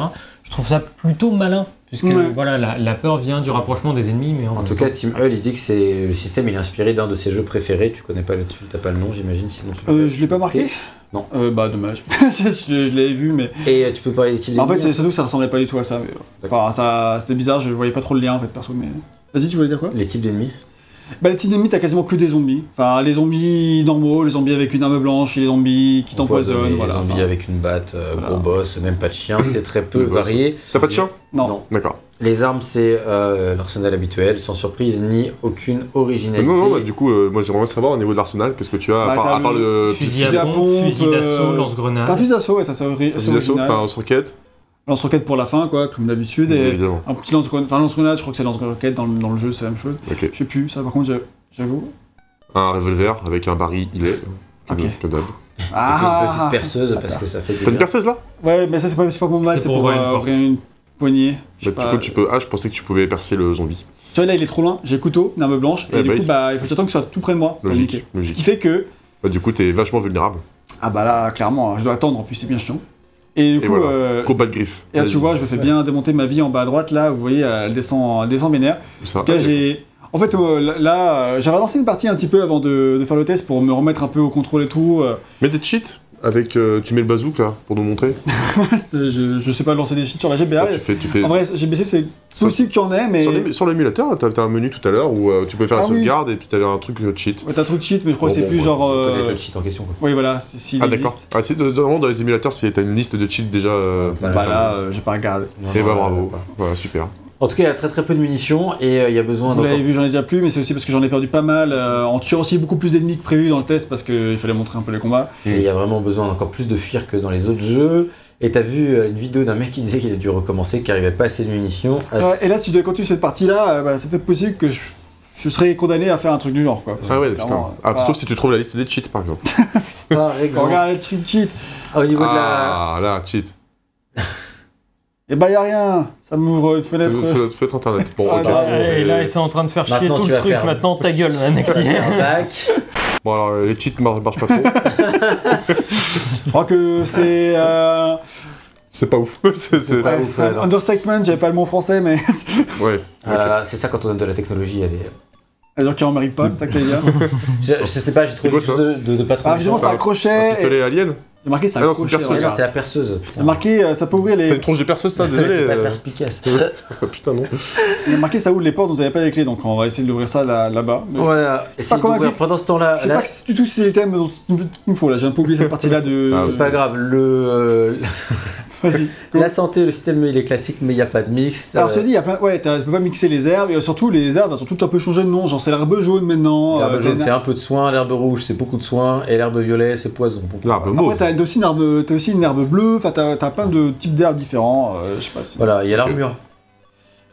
Speaker 3: Je trouve ça plutôt malin, puisque
Speaker 2: Ouais.
Speaker 3: voilà, la, la peur vient du rapprochement des ennemis, mais en,
Speaker 4: En
Speaker 3: même
Speaker 4: tout
Speaker 3: temps-
Speaker 4: cas, Tim Hull, il dit que c'est le système, il est inspiré d'un de ses jeux préférés. Tu connais pas le, tu t'as pas le nom, j'imagine. Sinon, tu
Speaker 2: euh, je l'ai pas marqué
Speaker 4: Non.
Speaker 2: Euh, bah dommage. je je l'avais vu, mais.
Speaker 4: Et euh, tu peux parler d'équipe.
Speaker 2: En fait,
Speaker 4: d'ennemis,
Speaker 2: c'est surtout que ça ressemblait pas du tout à ça. mais, euh,
Speaker 4: D'accord.
Speaker 2: Enfin, ça, c'était bizarre, je voyais pas trop le lien en fait, perso, mais. Vas-y, tu voulais dire quoi
Speaker 4: hein. les types d'ennemis.
Speaker 2: Bah, les petits ennemis, t'as quasiment que des zombies. Enfin, les zombies normaux, les zombies avec une arme blanche, les zombies qui
Speaker 4: Empoisonné,
Speaker 2: t'empoisonnent, voilà.
Speaker 4: zombie
Speaker 2: enfin,
Speaker 4: avec une batte, euh,
Speaker 2: voilà.
Speaker 4: gros boss, même pas de chien. C'est très peu
Speaker 1: Le boss.
Speaker 4: varié.
Speaker 1: T'as pas de chien
Speaker 2: Non.
Speaker 4: Non.
Speaker 1: D'accord.
Speaker 4: Les armes, c'est euh, l'arsenal habituel, sans surprise ni aucune originalité.
Speaker 1: Non, non, bah, du coup, euh, moi, j'aimerais savoir au niveau de l'arsenal, qu'est-ce que tu as
Speaker 2: Bah,
Speaker 1: à part,
Speaker 2: t'as
Speaker 1: à part
Speaker 2: le-
Speaker 1: le
Speaker 3: fusil
Speaker 2: fusil à
Speaker 3: à
Speaker 2: pompe,
Speaker 3: bombe, fusil d'assaut,
Speaker 2: euh,
Speaker 3: lance-grenade.
Speaker 2: T'as un fusil d'assaut, ouais, ça c'est ori- c'est
Speaker 1: fusil d'assaut,
Speaker 2: original.
Speaker 1: t'as un roquette
Speaker 2: Lance-roquette pour la fin, quoi, comme d'habitude. Et
Speaker 1: Évidemment.
Speaker 2: un petit lance-grenade, enfin lance-grenade, je crois que c'est lance-roquette dans, le- dans le jeu, c'est la même chose.
Speaker 1: Ok.
Speaker 2: Je sais plus, ça par contre, je- j'avoue.
Speaker 1: Un revolver avec un baril, il est. Comme,
Speaker 2: Ok.
Speaker 1: comme d'hab.
Speaker 4: Avec une
Speaker 2: Ah
Speaker 4: petite perceuse parce que ça fait du
Speaker 1: T'as une
Speaker 4: bien.
Speaker 1: perceuse là
Speaker 2: Ouais, mais ça c'est pas, c'est pas pour mal,
Speaker 3: C'est
Speaker 2: c'est
Speaker 3: pour
Speaker 2: pour,
Speaker 3: ouvrir une
Speaker 2: euh,
Speaker 3: porte.
Speaker 2: ouvrir une poignée. Je sais
Speaker 1: Bah,
Speaker 2: pas,
Speaker 1: Du coup, tu peux. Ah, je pensais que tu pouvais percer le zombie.
Speaker 2: Tu vois, là il est trop loin, j'ai le couteau, une arme blanche, et
Speaker 1: Ouais,
Speaker 2: du
Speaker 1: bah
Speaker 2: coup,
Speaker 1: oui.
Speaker 2: bah, il faut que j'attende que ce soit tout près de moi pour
Speaker 1: Logique,
Speaker 2: niquer. Ce
Speaker 1: logique.
Speaker 2: qui fait que.
Speaker 1: Bah, du coup, t'es vachement vulnérable.
Speaker 2: Ah bah là, clairement, je dois attendre, en plus c'est bien chiant. Et du
Speaker 1: Et
Speaker 2: coup,
Speaker 1: voilà.
Speaker 2: euh,
Speaker 1: Combat de griffes.
Speaker 2: et là, tu
Speaker 1: Vas-y.
Speaker 2: vois, je me fais bien démonter ma vie en bas à droite, là, vous voyez, euh, elle descend, elle descend mes nerfs.
Speaker 1: Ça.
Speaker 2: En tout cas, j'ai. En fait, euh, là, euh, j'avais lancé une partie un petit peu avant de, de faire le test pour me remettre un peu au contrôle et tout. euh,
Speaker 1: Mais des cheats avec. euh, tu mets le bazook là, pour nous montrer.
Speaker 2: Euh, Je, je sais pas lancer des cheats sur la GBA.
Speaker 1: Là, Bah, tu fais. Tu fais...
Speaker 2: Ah En vrai, GBC, c'est
Speaker 1: Ça-
Speaker 2: possible qu'il y en ait, mais.
Speaker 1: Sur l'ém- Sur l'émulateur, là, t'as t'as un menu tout à l'heure où euh, tu peux faire la
Speaker 2: Ah oui.
Speaker 1: sauvegarde et puis t'as un truc euh, cheat.
Speaker 2: Ouais, T'as trop de cheats, mais je crois que c'est plus genre.
Speaker 4: Connaître
Speaker 2: euh,
Speaker 4: le cheat en question. quoi.
Speaker 2: Oui, voilà, c'est- s'il
Speaker 1: Ah
Speaker 2: existe.
Speaker 1: d'accord. Ah c'est normalement dans les émulateurs, si t'as une liste de cheats déjà. euh,
Speaker 4: Voilà.
Speaker 2: Bah là, euh, j'ai pas regardé.
Speaker 4: Non,
Speaker 1: Et
Speaker 4: non,
Speaker 1: bah
Speaker 4: euh,
Speaker 1: bravo. Voilà, super.
Speaker 4: En tout cas, il y a très très peu de munitions et euh, il y a besoin
Speaker 2: Vous
Speaker 4: d'encore
Speaker 2: l'avez vu, j'en ai déjà plus, mais c'est aussi parce que j'en ai perdu pas mal, euh, en tuant aussi beaucoup plus d'ennemis que prévu dans le test, parce qu'il fallait montrer un peu les combats.
Speaker 4: Et il y a vraiment besoin encore plus de fuir que dans les autres jeux. Et t'as vu euh, une vidéo d'un mec qui disait qu'il a dû recommencer, qu'il n'arrivait pas assez de munitions. Ah,
Speaker 2: Ouais, et là, si je devais continuer cette partie-là, euh, bah, c'est peut-être possible que je, je serais condamné à faire un truc du genre, quoi.
Speaker 1: Ah ouais,
Speaker 2: Clairement,
Speaker 1: putain.
Speaker 2: euh,
Speaker 1: Ah,
Speaker 2: pas-
Speaker 1: Sauf si tu trouves la liste des cheats par exemple.
Speaker 4: Par exemple,
Speaker 2: Regarde le stream cheat
Speaker 4: au niveau de la...
Speaker 1: Ah là, cheat.
Speaker 2: Et bah, y a rien Ça m'ouvre une
Speaker 1: Faites
Speaker 2: fenêtre.
Speaker 1: faites internet. Bon,
Speaker 2: Ah,
Speaker 1: ok.
Speaker 4: bah,
Speaker 1: c'est-
Speaker 3: Et là, ils sont en train de faire chier
Speaker 4: Maintenant,
Speaker 3: tout
Speaker 4: tu
Speaker 3: le
Speaker 4: vas
Speaker 3: truc.
Speaker 4: faire-
Speaker 3: Maintenant, ta gueule, Alexis.
Speaker 4: Back.
Speaker 1: Bon alors les cheats mar- marchent pas trop.
Speaker 2: Je crois que c'est. euh,
Speaker 1: c'est pas ouf. C'est- c'est-
Speaker 4: pas
Speaker 2: ouais,
Speaker 4: ouf,
Speaker 2: c'est un
Speaker 4: alors.
Speaker 2: Understatement, j'avais pas le mot français, mais.
Speaker 1: Ouais.
Speaker 4: Euh, c'est ça quand on donne de la technologie à des...
Speaker 2: Les gens qui en méritent pas, c'est ça que t'allais dire.
Speaker 4: Je, je sais pas, j'ai trouvé
Speaker 1: quoi,
Speaker 4: quelque chose de, de, de pas trop
Speaker 2: Ah, évidemment,
Speaker 4: méchant.
Speaker 1: un-
Speaker 2: ça
Speaker 1: Un
Speaker 2: accrochait. et-
Speaker 1: pistolet alien
Speaker 2: J'ai marqué, ça
Speaker 1: Ah non, c'est une
Speaker 2: accrochait.
Speaker 1: perceuse,
Speaker 4: Non,
Speaker 2: regarde.
Speaker 4: c'est la perceuse, putain.
Speaker 2: J'ai marqué, euh, ça peut ouvrir
Speaker 1: C'est
Speaker 2: les.
Speaker 1: une tronche de perceuse ça, désolé.
Speaker 4: T'es pas
Speaker 1: euh.
Speaker 4: perspicace.
Speaker 1: Putain non.
Speaker 2: Il y a marqué ça ouvre les portes, vous n'avez pas les clés, donc on va essayer de l'ouvrir ça là- là-bas. Mais
Speaker 4: voilà. Essayez
Speaker 2: convaincu.
Speaker 4: d'ouvrir. Pendant ce
Speaker 2: Je
Speaker 4: temps-là,
Speaker 2: sais
Speaker 4: Oh, là,
Speaker 2: pas du tout si c'est les thèmes dont il me- il me faut là, j'ai un peu oublié cette partie là de.
Speaker 1: Ah,
Speaker 4: c'est pas grave. Le, euh,
Speaker 2: Vas-y. go.
Speaker 4: la santé, le système, il est classique, mais il n'y a pas de mix.
Speaker 2: Alors,
Speaker 4: Euh,
Speaker 2: je te dis, il y a plein... ouais, t'as- tu peux pas mixer les herbes, et euh, surtout les herbes elles sont toutes un peu changées de nom, genre c'est l'herbe jaune maintenant.
Speaker 4: L'herbe
Speaker 2: euh,
Speaker 4: jaune,
Speaker 2: t'as-
Speaker 4: c'est un peu de soin, l'herbe rouge, c'est beaucoup de soin, et l'herbe violet, c'est poison. Bon,
Speaker 1: L'arbre
Speaker 2: Après,
Speaker 1: mauve.
Speaker 2: t'as aussi, une herbe... t'as aussi une herbe bleue, enfin, t'as t'as plein de types d'herbes différents, euh, je sais pas si.
Speaker 4: Voilà, il y a l'armure.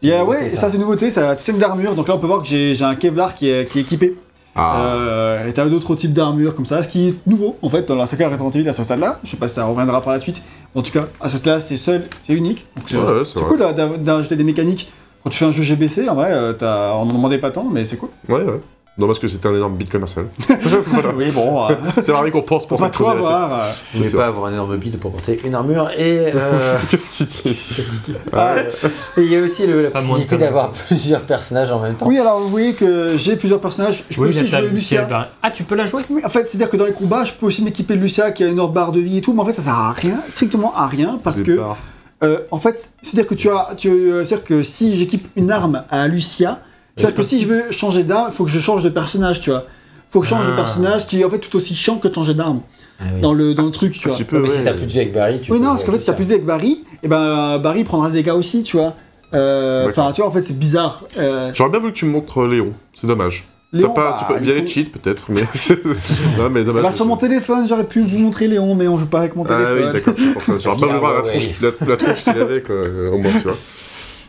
Speaker 2: Il y a-
Speaker 4: nouveauté,
Speaker 2: ouais,
Speaker 4: ça.
Speaker 2: ça, c'est une nouveauté, ça système d'armure, donc là on peut voir que j'ai j'ai un Kevlar qui est, qui est équipé.
Speaker 1: Ah.
Speaker 2: Euh, et t'as d'autres types d'armures comme ça, ce qui est nouveau en fait dans la saga Resident Evil à ce stade-là. Je sais pas si ça reviendra par la suite. En tout cas, à ce stade-là, c'est seul, c'est unique. Donc c'est
Speaker 1: Ouais, ouais, c'est
Speaker 2: c'est
Speaker 1: vrai.
Speaker 2: cool d'a- d'a- d'ajouter des mécaniques. Quand tu fais un jeu GBC, en vrai, euh, t'as- on en demandait pas tant, mais c'est cool.
Speaker 1: Ouais ouais. Non parce que c'était un énorme bit commercial. Voilà.
Speaker 2: Oui, bon, euh,
Speaker 1: C'est la récompense
Speaker 2: pour
Speaker 1: pour
Speaker 2: pas
Speaker 1: s'être
Speaker 2: trop
Speaker 1: creusé la
Speaker 2: avoir. euh,
Speaker 4: Je voulais
Speaker 1: C'est
Speaker 4: pas avoir un énorme bide pour porter une armure, et euh,
Speaker 1: tête. Qu'est-ce qu'il dit
Speaker 2: ah,
Speaker 4: et il y a aussi le- la
Speaker 3: Pas moins de
Speaker 4: possibilité
Speaker 3: conneries.
Speaker 4: d'avoir plusieurs personnages en même temps.
Speaker 2: oui, alors vous voyez que j'ai plusieurs personnages. Je peux
Speaker 3: Oui,
Speaker 2: aussi
Speaker 3: la table
Speaker 2: jouer
Speaker 3: du ciel
Speaker 2: Lucia.
Speaker 3: barré. Ah, tu peux la jouer
Speaker 2: Oui, en fait, c'est-à-dire que dans les combats, je peux aussi m'équiper de Lucia qui a une hors barre de vie et tout, mais en fait, ça sert à rien, strictement à rien, parce
Speaker 1: Des
Speaker 2: que
Speaker 1: barres.
Speaker 2: Euh, en fait, c'est-à-dire que tu as, tu- euh, c'est-à-dire que si j'équipe une arme à Lucia, c'est-à-dire que si je veux changer d'arme, il faut que je change de personnage, tu vois. Faut que je change de
Speaker 3: Ah.
Speaker 2: personnage qui est en fait tout aussi chiant que de changer d'arme
Speaker 4: Ah oui.
Speaker 2: dans le dans le truc, tu
Speaker 1: Un
Speaker 2: vois.
Speaker 1: petit
Speaker 4: Ouais,
Speaker 1: peu
Speaker 4: mais
Speaker 1: ouais.
Speaker 4: si t'as plus de vie avec Barry, tu
Speaker 2: Oui,
Speaker 4: peux-
Speaker 2: non, parce qu'en fait, si t'as plus de dés avec Barry, et ben euh, Barry prendra des dégâts aussi, tu vois. Euh,
Speaker 1: D'accord.
Speaker 2: Enfin, tu vois, en fait, c'est bizarre. Euh,
Speaker 1: J'aurais bien voulu que tu me montres Léon. C'est dommage. T'as
Speaker 2: Léon,
Speaker 1: pas,
Speaker 2: bah,
Speaker 1: tu peux,
Speaker 2: il
Speaker 1: via
Speaker 2: faut-
Speaker 1: les cheats peut-être, mais non mais dommage.
Speaker 2: Bah, sur mon téléphone, j'aurais pu vous montrer Léon, mais on joue pas avec mon
Speaker 1: Ah oui
Speaker 2: téléphone.
Speaker 1: d'accord c'est pour ça. J'aurais
Speaker 4: Parce
Speaker 1: pas
Speaker 4: qu'il a
Speaker 1: voulu voir la
Speaker 4: un Huawei.
Speaker 1: tronche, la, la tronche qu'il avait quoi, euh, au moins tu vois.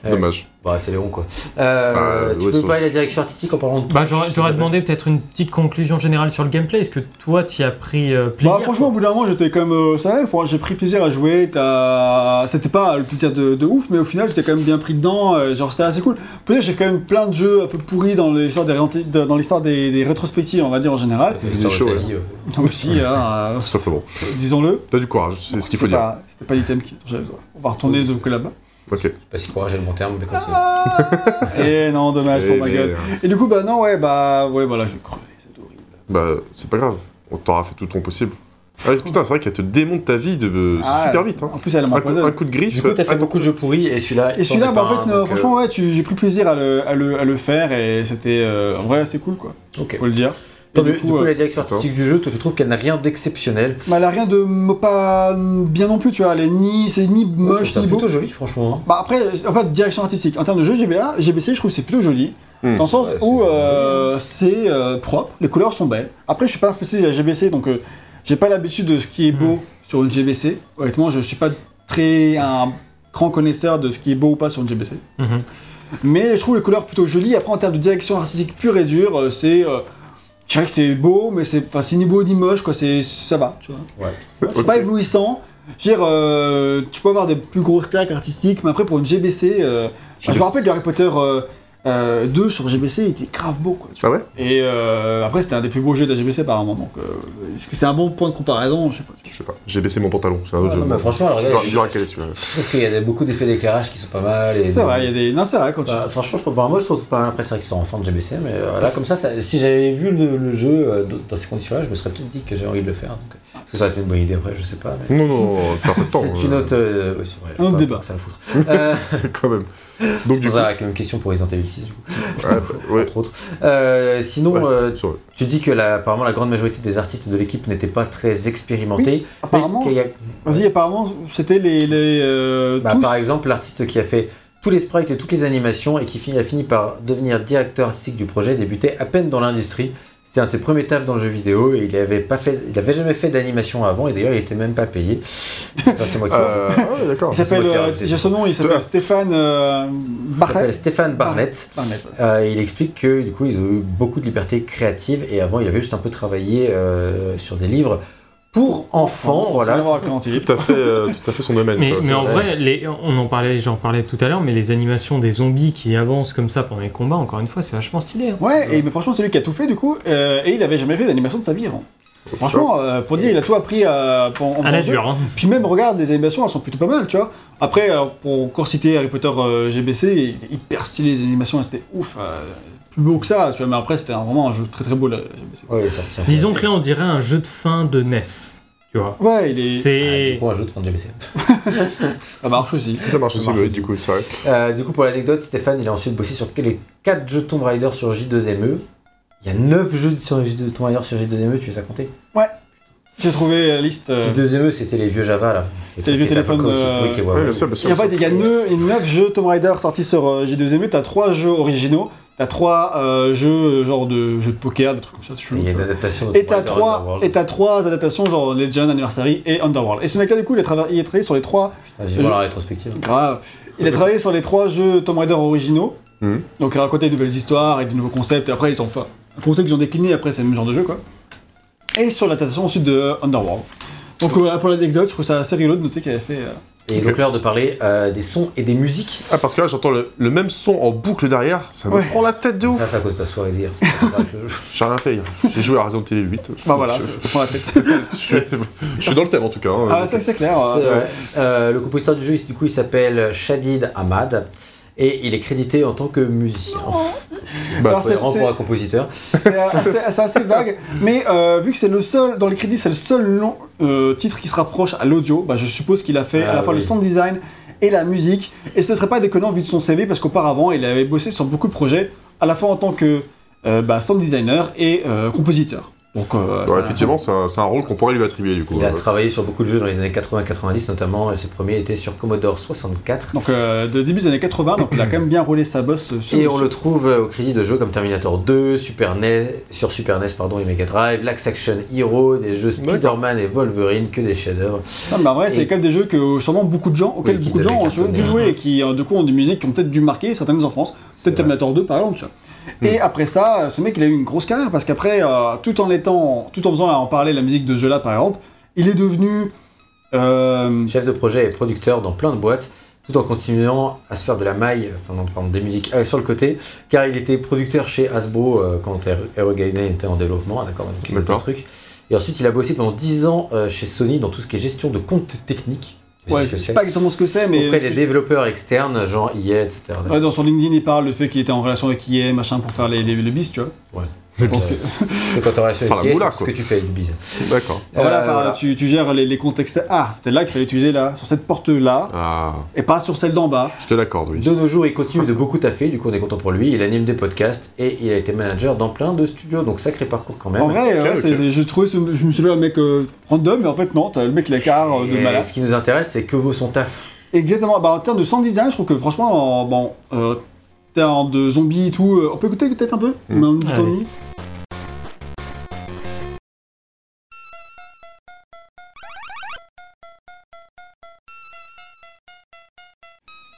Speaker 4: Ouais.
Speaker 1: Dommage.
Speaker 4: Bah, c'est Léon, quoi. Euh,
Speaker 1: Bah,
Speaker 4: tu
Speaker 1: ouais,
Speaker 4: peux
Speaker 1: ça
Speaker 4: pas
Speaker 1: aussi.
Speaker 4: aller à la direction artistique en parlant de.
Speaker 3: bah, J'aurais j'aurais demandé peut-être une petite conclusion générale sur le gameplay. Est-ce que toi, tu as pris euh, plaisir
Speaker 2: Bah franchement au bout d'un moment j'étais quand même euh, ça allait, faut- j'ai pris plaisir à jouer, t'as- c'était pas le plaisir de, de ouf mais au final j'étais quand même bien pris dedans, euh, genre c'était assez cool. Peut-être j'ai fait quand même plein de jeux un peu pourris dans l'histoire des, réanti- de- dans l'histoire des, des rétrospectives on va dire en général,
Speaker 1: Il est chaud, ouais.
Speaker 4: euh,
Speaker 2: aussi hein,
Speaker 1: Tout simplement.
Speaker 2: euh, disons-le.
Speaker 1: T'as du courage, c'est ce qu'il faut
Speaker 2: C'était
Speaker 1: dire.
Speaker 2: pas- C'était pas l'item qui dont j'avais besoin. On va retourner
Speaker 4: Oui,
Speaker 2: donc là-bas.
Speaker 1: Ok.
Speaker 4: Pas si courage, j'ai le bon terme, mais continue.
Speaker 2: Et non dommage pour
Speaker 1: Eh,
Speaker 2: ma
Speaker 1: mais,
Speaker 2: gueule.
Speaker 1: euh,
Speaker 2: Et du coup bah non ouais bah ouais voilà je vais crever, c'est horrible.
Speaker 1: Bah, c'est pas grave, on t'aura fait tout ton possible. Ah, putain, c'est vrai qu'elle te démonte ta vie de, euh,
Speaker 2: Ah,
Speaker 1: super vite. Hein.
Speaker 2: En plus elle
Speaker 1: Un, coup,
Speaker 2: m'empoisonne.
Speaker 1: un coup de griffe.
Speaker 4: Du coup, t'as fait
Speaker 1: attends.
Speaker 4: beaucoup de jeux pourris et celui-là. il
Speaker 2: Et
Speaker 4: sort
Speaker 2: celui-là,
Speaker 4: des
Speaker 2: bah, en
Speaker 4: parrains,
Speaker 2: fait, euh,
Speaker 4: donc, euh,
Speaker 2: franchement, ouais, tu- j'ai pris plaisir à le, à le, à le faire et c'était euh, en vrai assez cool, quoi.
Speaker 4: euh, Ok.
Speaker 2: Faut le dire. Et
Speaker 4: Tant mieux.
Speaker 2: du
Speaker 4: Du
Speaker 2: coup,
Speaker 4: coup,
Speaker 2: euh,
Speaker 4: la direction artistique du jeu, toi, tu trouves qu'elle n'a rien d'exceptionnel.
Speaker 2: bah, elle a rien de m- pas bien non plus, tu vois. Elle est ni, c'est ni moche
Speaker 4: c'est
Speaker 2: ni beau.
Speaker 4: plutôt joli, franchement. hein.
Speaker 2: Bah après, en fait, direction artistique. En termes de jeu GBA, GBC, je trouve que c'est plutôt joli.
Speaker 1: Hmm.
Speaker 2: Dans le sens
Speaker 4: Ouais, c'est
Speaker 2: où
Speaker 4: joli.
Speaker 2: euh, c'est euh, propre, les couleurs sont belles. Après, je suis pas un spécialiste de la GBC, donc euh, j'ai pas l'habitude de ce qui est beau
Speaker 4: Hmm.
Speaker 2: sur une GBC. Honnêtement, je suis pas très un grand connaisseur de ce qui est beau ou pas sur une GBC.
Speaker 3: Mhm.
Speaker 2: Mais je trouve les couleurs plutôt jolies. Après, en termes de direction artistique pure et dure, euh, c'est. euh, je dirais que c'est beau, mais c'est enfin, c'est ni beau ni moche, quoi. C'est ça va, tu vois.
Speaker 4: Ouais.
Speaker 2: C'est pas éblouissant. Je veux dire, euh, tu peux avoir des plus grosses claques artistiques, mais après pour une GBC, euh, je me rappelle de Harry Potter euh, euh, 2 sur GBC, il était grave beau, quoi. tu
Speaker 1: Ah
Speaker 2: vois.
Speaker 1: ouais
Speaker 2: Et euh, après, c'était un des plus beaux jeux de la GBC apparemment. Donc, euh, est-ce que c'est un bon point de comparaison Je sais pas.
Speaker 1: Je sais pas, j'ai baissé mon pantalon, c'est un autre
Speaker 4: Ah,
Speaker 1: jeu.
Speaker 4: non, mais franchement, alors,
Speaker 1: il
Speaker 4: regarde,
Speaker 1: doit- il doit caler celui-là.
Speaker 4: Je trouve qu'il y a des- beaucoup d'effets d'éclairage qui sont pas mal. et-
Speaker 2: C'est vrai, il y a des. Non, c'est vrai quand tu.
Speaker 4: Bah, franchement, je trouve pas. Moi, je trouve pas l'impression qu'ils sont enfants de GBC, mais euh, là, comme ça, ça- si j'avais vu le, le jeu euh, dans ces conditions-là, je me serais peut-être dit que j'avais envie de le faire. donc. Parce que ça aurait été une bonne idée après, je sais pas. mais-
Speaker 1: Non, non, t'as pas de temps.
Speaker 4: C'est une
Speaker 1: euh,
Speaker 4: autre. euh, ouais, c'est vrai,
Speaker 2: Un autre
Speaker 4: pas-
Speaker 2: débat.
Speaker 4: pas que Ça à foutre. Euh,
Speaker 1: quand même. Donc du
Speaker 4: on
Speaker 1: coup,
Speaker 4: a quand même question pour Resident Evil 6, du coup,
Speaker 1: ouais, bah, ouais,
Speaker 4: entre autres. Euh, sinon,
Speaker 1: Ouais.
Speaker 4: euh,
Speaker 1: c'est vrai.
Speaker 4: tu dis que la- apparemment la grande majorité des artistes de l'équipe n'étaient pas très expérimentés.
Speaker 2: Apparemment,
Speaker 4: Mais qu'il y a-
Speaker 2: Vas-y, apparemment, c'était les. les euh,
Speaker 4: Bah,
Speaker 2: tous.
Speaker 4: par exemple, l'artiste qui a fait tous les sprites et toutes les animations et qui fi- a fini par devenir directeur artistique du projet débutait à peine dans l'industrie. C'était un de ses premiers tafs dans le jeu vidéo et il n'avait pas fait, il avait jamais fait d'animation avant et d'ailleurs il était même pas payé. Ça c'est moi qui.
Speaker 1: Euh, ah ouais, d'accord.
Speaker 2: Il s'appelle.
Speaker 4: c'est moi qui ai
Speaker 2: euh,
Speaker 4: rajouté. Ah.
Speaker 2: J'ai son nom, il s'appelle
Speaker 1: Toi.
Speaker 2: Stéphane euh, Ah,
Speaker 4: Il s'appelle
Speaker 2: Barret.
Speaker 4: Stéphane Barnett.
Speaker 2: Barnett.
Speaker 4: Euh, il explique que du coup ils ont eu beaucoup de liberté créative et avant il avait juste un peu travaillé euh, sur des livres pour enfants,
Speaker 2: Rien à
Speaker 4: voilà.
Speaker 2: voir avec Laurent Tilly.
Speaker 1: Tout à fait, euh, tout à fait son domaine.
Speaker 3: Mais,
Speaker 1: quoi.
Speaker 3: mais en
Speaker 4: vrai.
Speaker 3: vrai, les- on en parlait, j'en parlais tout à l'heure, mais les animations des zombies qui avancent comme ça pendant les combats, encore une fois, c'est vachement stylé. hein.
Speaker 2: Ouais, et, mais franchement, c'est lui qui a tout fait du coup, euh, et il avait jamais fait d'animation de sa vie avant. Franchement, euh, pour dire, il a tout appris euh, en, en
Speaker 3: À la
Speaker 2: faisant
Speaker 3: dure. hein.
Speaker 2: Puis même, regarde, les animations, elles sont plutôt pas mal, tu vois. Après, euh, pour encore citer Harry Potter euh, GBC, il est hyper stylé, les animations, c'était ouf. euh, plus beau que ça, tu vois, mais après, c'était un- vraiment un jeu très très beau, la la GBC.
Speaker 4: Ouais, ça- ça-
Speaker 3: Disons que là, on dirait un jeu de fin de NES. Tu vois.
Speaker 2: Ouais, il est...
Speaker 4: Ah,
Speaker 3: C'est.
Speaker 4: du coup, un jeu de fin de GBC.
Speaker 2: ça marche aussi.
Speaker 1: Ça marche aussi,
Speaker 4: marche
Speaker 1: ouais,
Speaker 4: aussi.
Speaker 1: du coup, c'est vrai.
Speaker 4: Euh, du coup, pour l'anecdote, Stéphane, il a ensuite bossé sur les 4 jeux Tomb Raider sur J2ME. E. Il y a 9 jeux sur J2 Tomb Raider sur J2ME, E, tu les as comptés
Speaker 2: J'ai trouvé la liste. euh,
Speaker 4: J2ME, E, c'était les vieux Java, là.
Speaker 2: C'est les vieux
Speaker 4: trucs qui étaient à peu
Speaker 2: téléphones,
Speaker 4: près aussi
Speaker 2: euh,
Speaker 4: pourris que les
Speaker 1: Ouais,
Speaker 4: Huawei.
Speaker 1: bien sûr, bien sûr.
Speaker 2: Et en fait, il y a 9, jeux Tomb Raider sortis sur euh, J2ME, t'as 3 jeux originaux, t'as 3 jeux euh, genre de jeux de poker, des trucs comme ça, tu
Speaker 4: Et Il y a une
Speaker 2: joues.
Speaker 4: adaptation de
Speaker 2: Et t'as
Speaker 4: Tomb Raider
Speaker 2: 3,
Speaker 4: Underworld.
Speaker 2: et t'as trois adaptations genre Legend, Anniversary et Underworld. Et ce mec-là, du coup, il a, trava- il a travaillé sur les 3
Speaker 4: Putain, vivement
Speaker 2: je-
Speaker 4: la rétrospective.
Speaker 2: Grave. Hmm. Il a travaillé sur les trois jeux Tomb Raider originaux.
Speaker 1: Mhm.
Speaker 2: Donc il racontait de nouvelles histoires et de nouveaux concepts. Et après, ils ont fait un concept qu'ils ont décliné. Après, c'est le même genre de jeu, quoi. Et sur l'adaptation ensuite de Underworld. Donc voilà, pour l'anecdote, je trouve ça assez rigolo de noter qu'elle a fait. euh,
Speaker 4: Et donc, l'heure de parler euh, des sons et des musiques.
Speaker 1: Ah, parce que là, j'entends le, le même son en boucle derrière, ça me
Speaker 2: Ouais.
Speaker 1: prend la tête de
Speaker 4: Ça,
Speaker 1: ouf.
Speaker 4: c'est à cause de ta soirée d'hier. c'est pas grave que je-
Speaker 1: J'ai rien fait hier. J'ai joué à Resident Evil 8.
Speaker 2: Bah voilà,
Speaker 1: Je,
Speaker 2: c'est- prends la tête.
Speaker 1: je suis, je suis dans le thème en tout cas. hein.
Speaker 2: Ah, ça c'est clair.
Speaker 4: C'est
Speaker 2: euh,
Speaker 4: vrai. Euh, le compositeur du jeu, il- du coup, il s'appelle Shadid Ahmad. Et il est crédité en tant que musicien.
Speaker 1: Bah,
Speaker 2: Alors, Ah, c'est-
Speaker 4: Cohérent
Speaker 2: c'est-
Speaker 4: pour un compositeur.
Speaker 2: C'est assez, c'est assez vague, mais euh, vu que c'est le seul, dans les crédits, c'est le seul long, euh, titre qui se rapproche à l'audio, bah, je suppose qu'il a fait à
Speaker 4: Ah
Speaker 2: la fois le
Speaker 4: oui.
Speaker 2: sound design et la musique, et ce serait pas déconnant vu de son CV, parce qu'auparavant, il avait bossé sur beaucoup de projets, à la fois en tant que euh, bah, sound designer et euh, compositeur. Donc, euh,
Speaker 1: Ouais,
Speaker 2: ça-
Speaker 1: effectivement, c'est un, c'est un rôle qu'on pourrait lui attribuer du coup.
Speaker 4: Il a
Speaker 1: Euh,
Speaker 4: travaillé sur beaucoup de jeux dans les années 80-90, notamment euh, ses premiers étaient sur Commodore 64.
Speaker 2: Donc, euh, de début des années 80, donc il a quand même bien roulé sa bosse euh, sur
Speaker 4: Et on le trouve euh, au crédit de jeux comme Terminator 2, Super NES, sur Super NES pardon, et Mega Drive, Lax Action Hero, des jeux Spider-Man et Wolverine, que des chefs-d'œuvre.
Speaker 2: Non, mais en vrai, c'est
Speaker 4: Et-
Speaker 2: quand même des jeux que sûrement beaucoup de gens, auxquels
Speaker 4: Oui, qui
Speaker 2: beaucoup de
Speaker 4: devaient
Speaker 2: gens ont dû
Speaker 4: cartonner.
Speaker 2: jouer et qui, euh, du coup, ont des musiques qui ont peut-être dû marquer certaines enfances.
Speaker 4: C'est
Speaker 2: Peut-être
Speaker 4: vrai. Hmm.
Speaker 2: Terminator 2, par exemple, tu vois. Et après ça, ce mec, il a eu une grosse carrière parce qu'après, euh, tout en étant, tout en faisant là, en parler la musique de ce jeu-là, par exemple, il est devenu. euh,
Speaker 4: Chef de projet et producteur dans plein de boîtes, tout en continuant à se faire de la maille, enfin non, pardon, des musiques euh, sur le côté, car il était producteur chez Hasbro euh, quand Aero- Aero Gaiden était en développement, ah, d'accord, donc il faisait plein de
Speaker 1: D'accord.
Speaker 4: trucs. Et ensuite, il a bossé pendant 10 ans euh, chez Sony dans tout ce qui est gestion de comptes techniques. Tu sais
Speaker 2: ouais,
Speaker 4: ce que
Speaker 2: je sais
Speaker 4: c'est
Speaker 2: pas exactement ce que c'est, mais.
Speaker 4: auprès des développeurs externes, genre EA, etc.
Speaker 2: Ouais, dans son LinkedIn, il parle le fait qu'il était en relation avec EA, machin, pour faire les, les, le bis, tu vois.
Speaker 1: mais bon,
Speaker 4: Donc, euh, c'est quand t'es en relation
Speaker 1: Faire la
Speaker 4: avec EA,
Speaker 1: moula,
Speaker 4: c'est tout ce
Speaker 1: quoi.
Speaker 4: que tu fais avec du bise.
Speaker 1: D'accord.
Speaker 2: voilà, enfin,
Speaker 4: voilà.
Speaker 2: Tu, tu gères les, les contextes. Ah, c'était là qu'il fallait utiliser, là, sur cette porte-là,
Speaker 1: Ah,
Speaker 2: et pas sur celle d'en bas.
Speaker 1: je te l'accorde, oui.
Speaker 4: De nos jours, il continue de beaucoup taffer, du coup on est content pour lui. Il anime des podcasts et il a été manager dans plein de studios, donc sacré parcours quand même.
Speaker 2: En vrai,
Speaker 1: Ok,
Speaker 2: ouais,
Speaker 1: ok.
Speaker 2: c'est- je trouvais, ce- je me suis dit, un mec euh, random, mais en fait, non, t'as le mec, la carre de
Speaker 4: Et
Speaker 2: malade.
Speaker 4: ce qui nous intéresse, c'est que vaut son taf.
Speaker 2: Exactement, bah, en termes de sound design, je trouve que franchement, en, bon, euh, termes de zombies et tout, euh, on peut écouter peut-être un peu
Speaker 1: Mm.
Speaker 2: Mais on dit
Speaker 3: Allez.
Speaker 2: Tony.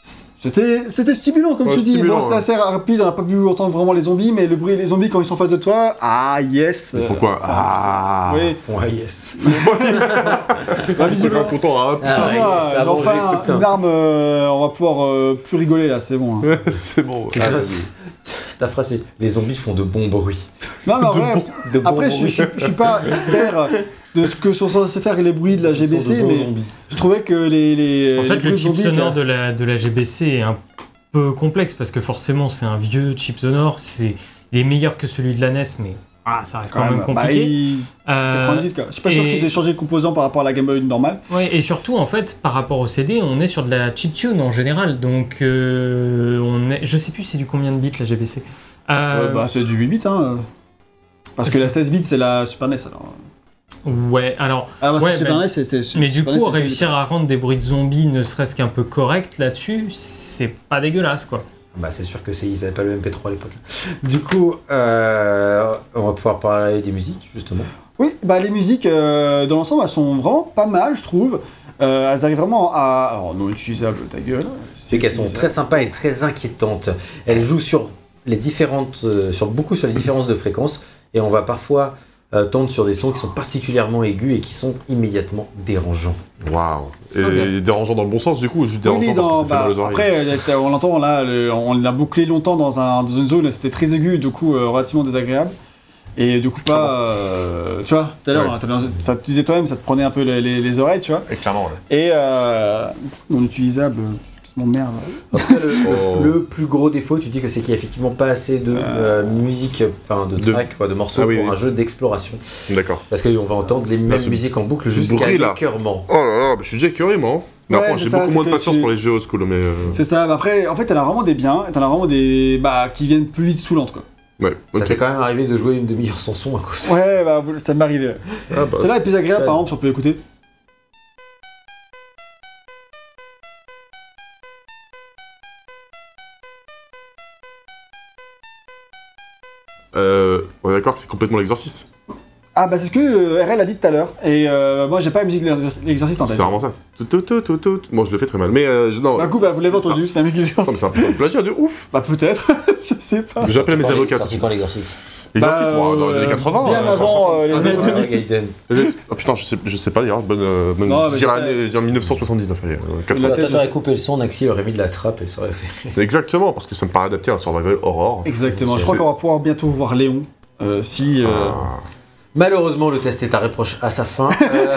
Speaker 2: C'était c'était stimulant comme
Speaker 1: Ouais,
Speaker 2: tu dis,
Speaker 1: stimulant,
Speaker 2: bon, c'était
Speaker 1: ouais.
Speaker 2: assez rapide, on n'a pas pu entendre vraiment les zombies, mais le bruit les zombies quand ils sont en face de toi, ah yes
Speaker 1: Ils font
Speaker 2: euh,
Speaker 1: quoi
Speaker 2: ça-
Speaker 1: Ah
Speaker 2: Oui,
Speaker 4: Ouais, yes.
Speaker 2: bah,
Speaker 1: Ils sont
Speaker 2: visiblement,
Speaker 1: grave contents, hein.
Speaker 4: Ah,
Speaker 2: Putain,
Speaker 4: ouais, ça,
Speaker 2: j'ai
Speaker 4: bon,
Speaker 2: enfin
Speaker 4: j'écoute, hein.
Speaker 2: une arme, euh, on va pouvoir euh, plus rigoler là, c'est bon. hein.
Speaker 1: Ouais, c'est bon.
Speaker 4: Ah, Ta phrase, c'est Les zombies font de bons bruits.
Speaker 2: Non, mais en vrai,
Speaker 4: De bons
Speaker 2: après, je,
Speaker 4: bruits.
Speaker 2: je- je suis pas expert de ce que sont censés faire les bruits de la
Speaker 4: Ils sont de
Speaker 2: GBC,
Speaker 4: bons
Speaker 2: mais
Speaker 4: zombies.
Speaker 2: je trouvais que les. les
Speaker 3: En fait,
Speaker 2: les
Speaker 3: le
Speaker 2: bruits
Speaker 3: chip
Speaker 2: zombies
Speaker 3: sonore
Speaker 2: étaient-
Speaker 3: de la, de la GBC est un peu complexe parce que forcément, c'est un vieux chip sonore. c'est- Il est meilleur que celui de la NES, mais Ah, ça reste quand, même, compliqué. Euh,
Speaker 2: 98, bah, quoi. Je suis pas sûr
Speaker 3: et-
Speaker 2: qu'ils aient changé de composant par rapport à la Game Boy normale.
Speaker 3: Ouais, et surtout, en fait, par rapport au CD, on est sur de la chip tune en général. Donc, euh, on est... je sais plus c'est du combien de bits la GBC.
Speaker 2: Euh,
Speaker 3: Euh,
Speaker 2: bah, c'est du 8 bits, hein. euh. Parce que la 16 bits, c'est la Super NES, alors.
Speaker 3: Ouais, alors,
Speaker 2: Ah, bah,
Speaker 3: Ouais,
Speaker 2: c'est Super
Speaker 3: mais-
Speaker 2: NES, c'est- c'est.
Speaker 3: mais du
Speaker 2: Super
Speaker 3: coup,
Speaker 2: NES, c'est
Speaker 3: réussir à rendre des bruits de zombies ne serait-ce qu'un peu corrects là-dessus, c'est pas dégueulasse, quoi.
Speaker 4: Bah, c'est sûr que c'est, ils n'avaient pas le MP3 à l'époque. Du coup, euh, on va pouvoir parler des musiques, justement.
Speaker 2: Oui, bah les musiques euh, dans l'ensemble elles sont vraiment pas mal, je trouve. Euh, elles arrivent vraiment à. Alors non utilisable, ta gueule.
Speaker 4: C'est qu'elles sont très sympas et très inquiétantes. Elles jouent sur les différentes, euh, sur beaucoup sur les différences de fréquences, et on va parfois euh, tendre sur des sons qui sont particulièrement aigus et qui sont immédiatement dérangeants.
Speaker 1: Waouh. Et
Speaker 3: Ok.
Speaker 1: dérangeant dans le bon sens, du coup, ou juste
Speaker 2: Oui,
Speaker 1: dérangeant
Speaker 2: oui,
Speaker 1: parce que
Speaker 2: dans-
Speaker 1: ça fait
Speaker 2: bah,
Speaker 1: mal aux oreilles.
Speaker 2: après, euh, t'as- on l'entend là, le- on l'a bouclé longtemps dans, un, dans une zone, c'était très aigu, du coup euh, relativement désagréable. Et du coup, pas. euh, tu vois, tout à l'heure,
Speaker 1: Ouais.
Speaker 2: hein, t'as dans- ça te disait toi-même, ça te prenait un peu les, les- les oreilles, tu vois.
Speaker 1: Et clairement, ouais.
Speaker 2: Et. Euh, non utilisable, mon merde.
Speaker 4: Après, le,
Speaker 1: Oh.
Speaker 4: le plus gros défaut, tu dis que c'est qu'il n'y a effectivement pas assez de euh, musique, enfin de
Speaker 1: De-
Speaker 4: track, quoi, de morceaux
Speaker 1: Ah oui,
Speaker 4: pour
Speaker 1: oui.
Speaker 4: un jeu d'exploration.
Speaker 1: D'accord.
Speaker 4: Parce qu'on va entendre les mêmes
Speaker 1: ce
Speaker 4: musiques en boucle
Speaker 1: ce
Speaker 4: jusqu'à
Speaker 1: bruit, là.
Speaker 4: l'écœurement.
Speaker 1: Oh là là, bah, je suis déjà curieux, moi. hein. Mais
Speaker 2: Ouais,
Speaker 1: après,
Speaker 2: c'est
Speaker 1: j'ai
Speaker 2: ça,
Speaker 1: beaucoup
Speaker 2: c'est
Speaker 1: moins de
Speaker 2: que
Speaker 1: patience
Speaker 2: tu-
Speaker 1: pour les jeux old school, mais. euh,
Speaker 2: C'est ça, bah après, en fait, elle a vraiment des biens, t'en as vraiment des. Bah, qui viennent plus vite saoulantes, quoi.
Speaker 1: Ouais,
Speaker 4: Ça t'est
Speaker 1: ok.
Speaker 4: quand même arrivé de jouer une demi-heure sans son à cause de-
Speaker 2: Ouais, bah, ça m'est arrivé.
Speaker 1: Ah, bah,
Speaker 2: Celle-là est plus agréable,
Speaker 4: Ouais.
Speaker 2: par exemple, si on peut l'écouter.
Speaker 1: euh, on est d'accord que c'est complètement l'exorciste.
Speaker 2: Ah, bah, c'est ce que euh, RL a dit tout à l'heure. Et euh, moi, j'ai pas la musique de l'exercice- l'exercice en
Speaker 1: C'est
Speaker 2: tête.
Speaker 1: vraiment ça. Tout, tout, tout, tout, tout. Bon, je le fais très mal. Mais euh, je- non.
Speaker 2: Bah, coup, bah, vous l'avez
Speaker 1: c'est-
Speaker 2: entendu,
Speaker 1: ça-
Speaker 2: c'est la musique de l'exercice.
Speaker 1: Non, mais c'est un putain de plagiat de ouf.
Speaker 2: Bah, peut-être, je sais Ah, pas.
Speaker 1: J'appelle mes avocats.
Speaker 4: Sorti quand l'exorciste
Speaker 1: L'exorciste,
Speaker 2: Bah,
Speaker 1: moi, dans les
Speaker 2: euh,
Speaker 1: années 80.
Speaker 2: Bien
Speaker 1: euh,
Speaker 2: avant euh, les
Speaker 4: Ah,
Speaker 2: années
Speaker 4: non,
Speaker 2: de
Speaker 4: Gaiden.
Speaker 2: Disney.
Speaker 1: Les années- Ah putain, je sais, je sais pas d'ailleurs, bonne. euh, bonne
Speaker 2: Non, mais
Speaker 1: je dirais
Speaker 2: j'appelle-
Speaker 1: année- je dirais 1979, allez, euh, 80.
Speaker 2: La
Speaker 4: Toi,
Speaker 2: tête, je
Speaker 4: T'aurais
Speaker 2: sais.
Speaker 4: coupé le son, Naxi aurait mis de la trappe et ça aurait fait.
Speaker 1: Exactement, parce que ça me paraît adapté à un survival horror.
Speaker 2: Exactement, je
Speaker 1: C'est-
Speaker 2: crois qu'on va pouvoir bientôt voir Léon. euh, si. euh,
Speaker 1: Ah,
Speaker 4: Malheureusement, le test est à reproche à sa fin. Euh,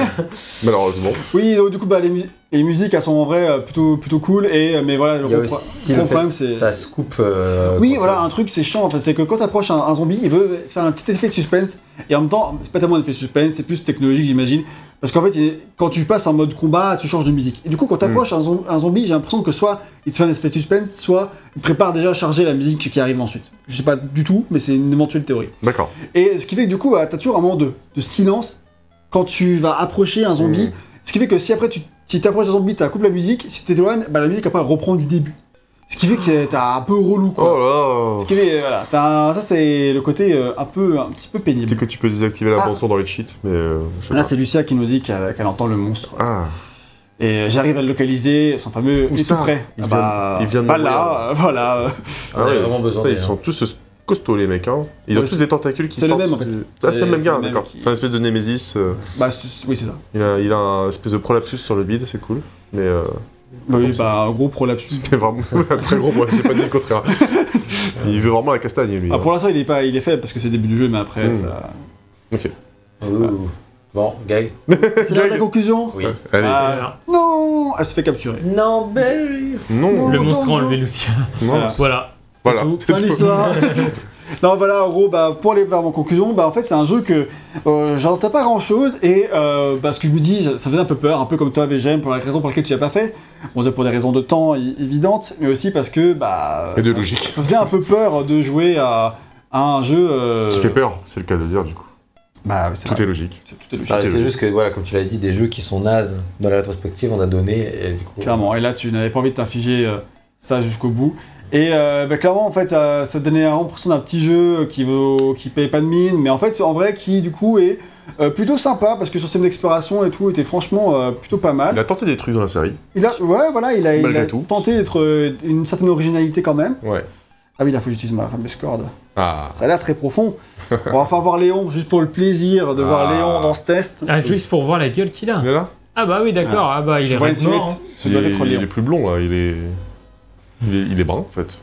Speaker 1: malheureusement.
Speaker 2: Oui, donc, du coup, bah, les, mu- les musiques, elles sont en vrai euh, plutôt, plutôt cool. Et, euh, mais voilà, le
Speaker 4: Il y a
Speaker 2: gros pro-
Speaker 4: aussi
Speaker 2: gros
Speaker 4: le fait
Speaker 2: problème,
Speaker 4: que
Speaker 2: c'est.
Speaker 4: ça se coupe. euh,
Speaker 2: Oui,
Speaker 4: quand
Speaker 2: voilà,
Speaker 4: on-
Speaker 2: un truc, c'est chiant. Enfin, c'est que quand t'approches un, un zombie, il veut faire un petit effet de suspense. Et en même temps, c'est pas tellement un effet de suspense, c'est plus technologique, j'imagine. Parce qu'en fait, il- quand tu passes en mode combat, tu changes de musique. Et du coup, quand t'approches un, zom- un zombie, j'ai l'impression que soit il te fait un effet de suspense, soit il prépare déjà à charger la musique qui arrive ensuite. Je sais pas du tout, mais c'est une éventuelle théorie.
Speaker 1: D'accord.
Speaker 2: Et ce qui fait que du coup, bah, t'as toujours un moment de, de silence quand tu vas approcher un zombie.
Speaker 1: Mm.
Speaker 2: Ce qui fait que si après tu si t'approches d'un zombie, t'as coupé la musique, si t'éloignes, bah, la musique après elle reprend du début. Ce qui fait que t'as un peu relou quoi.
Speaker 1: Oh
Speaker 2: Ce
Speaker 1: là
Speaker 2: qui est- euh, voilà, t'as un- ça c'est le côté euh, un peu, un petit peu
Speaker 1: Peut-être
Speaker 2: pénible.
Speaker 1: que tu peux désactiver la
Speaker 2: Ah.
Speaker 1: bande son dans les cheats, mais. euh, je sais
Speaker 2: Là
Speaker 1: pas.
Speaker 2: c'est Lucia qui nous dit qu'elle qu'elle entend le monstre.
Speaker 1: Ah,
Speaker 2: Et euh, j'arrive à le localiser, son fameux...
Speaker 1: Où
Speaker 2: il est
Speaker 1: ça
Speaker 2: tout près.
Speaker 1: Il
Speaker 2: Ah
Speaker 1: vient-
Speaker 2: bah,
Speaker 1: il vient de
Speaker 2: bah
Speaker 1: m'envoyer
Speaker 2: là, euh, voilà. euh,
Speaker 4: On a vraiment besoin
Speaker 1: Ah Putain,
Speaker 4: de-
Speaker 1: ils sont tous euh, costauds, les mecs. Hein. Ils ont
Speaker 2: Ouais,
Speaker 1: tous des tentacules qui
Speaker 2: c'est le
Speaker 1: sortent.
Speaker 2: même, en fait.
Speaker 1: du- Ah, c'est le même
Speaker 2: C'est-
Speaker 1: gars,
Speaker 2: c'est le même
Speaker 1: d'accord.
Speaker 2: qui-
Speaker 1: C'est un espèce de Némésis. euh,
Speaker 2: bah c'est- oui c'est ça.
Speaker 1: il, a, il a un espèce de prolapsus sur le bide, c'est cool. Mais euh,
Speaker 2: Oui bah un gros prolapsus.
Speaker 1: c'est vraiment un très gros, moi, j'ai pas dit le contraire. il veut vraiment la castagne, lui.
Speaker 2: Ah, pour l'instant il est pas, il est faible parce que c'est le début du jeu mais après
Speaker 1: Mm.
Speaker 2: ça...
Speaker 4: Ouh. Bon, Guy.
Speaker 2: C'est
Speaker 1: Euh,
Speaker 2: la, la conclusion
Speaker 4: Oui.
Speaker 1: Allez.
Speaker 2: Ah, Non Elle se fait capturer.
Speaker 4: Non, Barry.
Speaker 1: non,
Speaker 3: Le
Speaker 2: non,
Speaker 3: monstre a
Speaker 2: non.
Speaker 3: enlevé Lucia.
Speaker 1: non.
Speaker 2: Ah, Voilà.
Speaker 3: Voilà.
Speaker 1: Voilà.
Speaker 3: tout.
Speaker 1: C'est
Speaker 2: Fin de l'histoire. non, voilà, en gros, bah, pour aller vers mon conclusion, bah, en fait, c'est un jeu que euh, j'entends pas grand chose et euh, bah, ce que je me dis, ça faisait un peu peur, un peu comme toi, VGM, pour la raison pour laquelle tu l'as pas fait. Bon, déjà pour des raisons de temps é- évidentes, mais aussi parce que bah,
Speaker 1: Et de
Speaker 2: ça,
Speaker 1: logique.
Speaker 2: ça faisait un peu peur de jouer à, à un jeu. euh,
Speaker 1: Qui fait peur, c'est le cas de le dire, du coup.
Speaker 2: Bah, c'est
Speaker 1: Tout
Speaker 2: vrai,
Speaker 1: est logique.
Speaker 2: c'est- tout est logique.
Speaker 4: Enfin, C'est juste que, voilà, comme tu l'as dit, des jeux qui sont nazes dans la rétrospective, on a donné. Et du coup,
Speaker 2: Clairement, et là tu n'avais pas envie de t'infliger euh, ça jusqu'au bout. Et euh, bah, clairement, en fait, ça, ça donnait l'impression d'un petit jeu qui vaut, qui paye pas de mine, mais en fait, en vrai, qui du coup est euh, plutôt sympa parce que son système d'exploration et tout était franchement euh, plutôt pas
Speaker 1: Il
Speaker 2: mal.
Speaker 1: a tenté des trucs dans la série.
Speaker 2: Il a, ouais, voilà, il a, il
Speaker 1: Malgré
Speaker 2: a
Speaker 1: tout.
Speaker 2: tenté d'être euh, une certaine originalité quand même.
Speaker 1: Ouais.
Speaker 2: Ah oui, là, faut que j'utilise ma fameuse corde.
Speaker 1: Ah.
Speaker 2: Ça a l'air très profond. On va enfin voir Léon, juste pour le plaisir de voir
Speaker 1: Ah.
Speaker 2: Léon dans ce test.
Speaker 3: Ah, juste pour voir la gueule qu'il a.
Speaker 1: Il est là
Speaker 3: Ah bah oui, d'accord. Ah bah il
Speaker 2: Je
Speaker 3: est
Speaker 2: vois une
Speaker 3: raide mort, hein.
Speaker 2: silhouette, ce doit
Speaker 1: il, est-
Speaker 2: être
Speaker 1: il est
Speaker 2: Léon.
Speaker 1: plus blond, là. Il est... Il est, il est brun, en fait.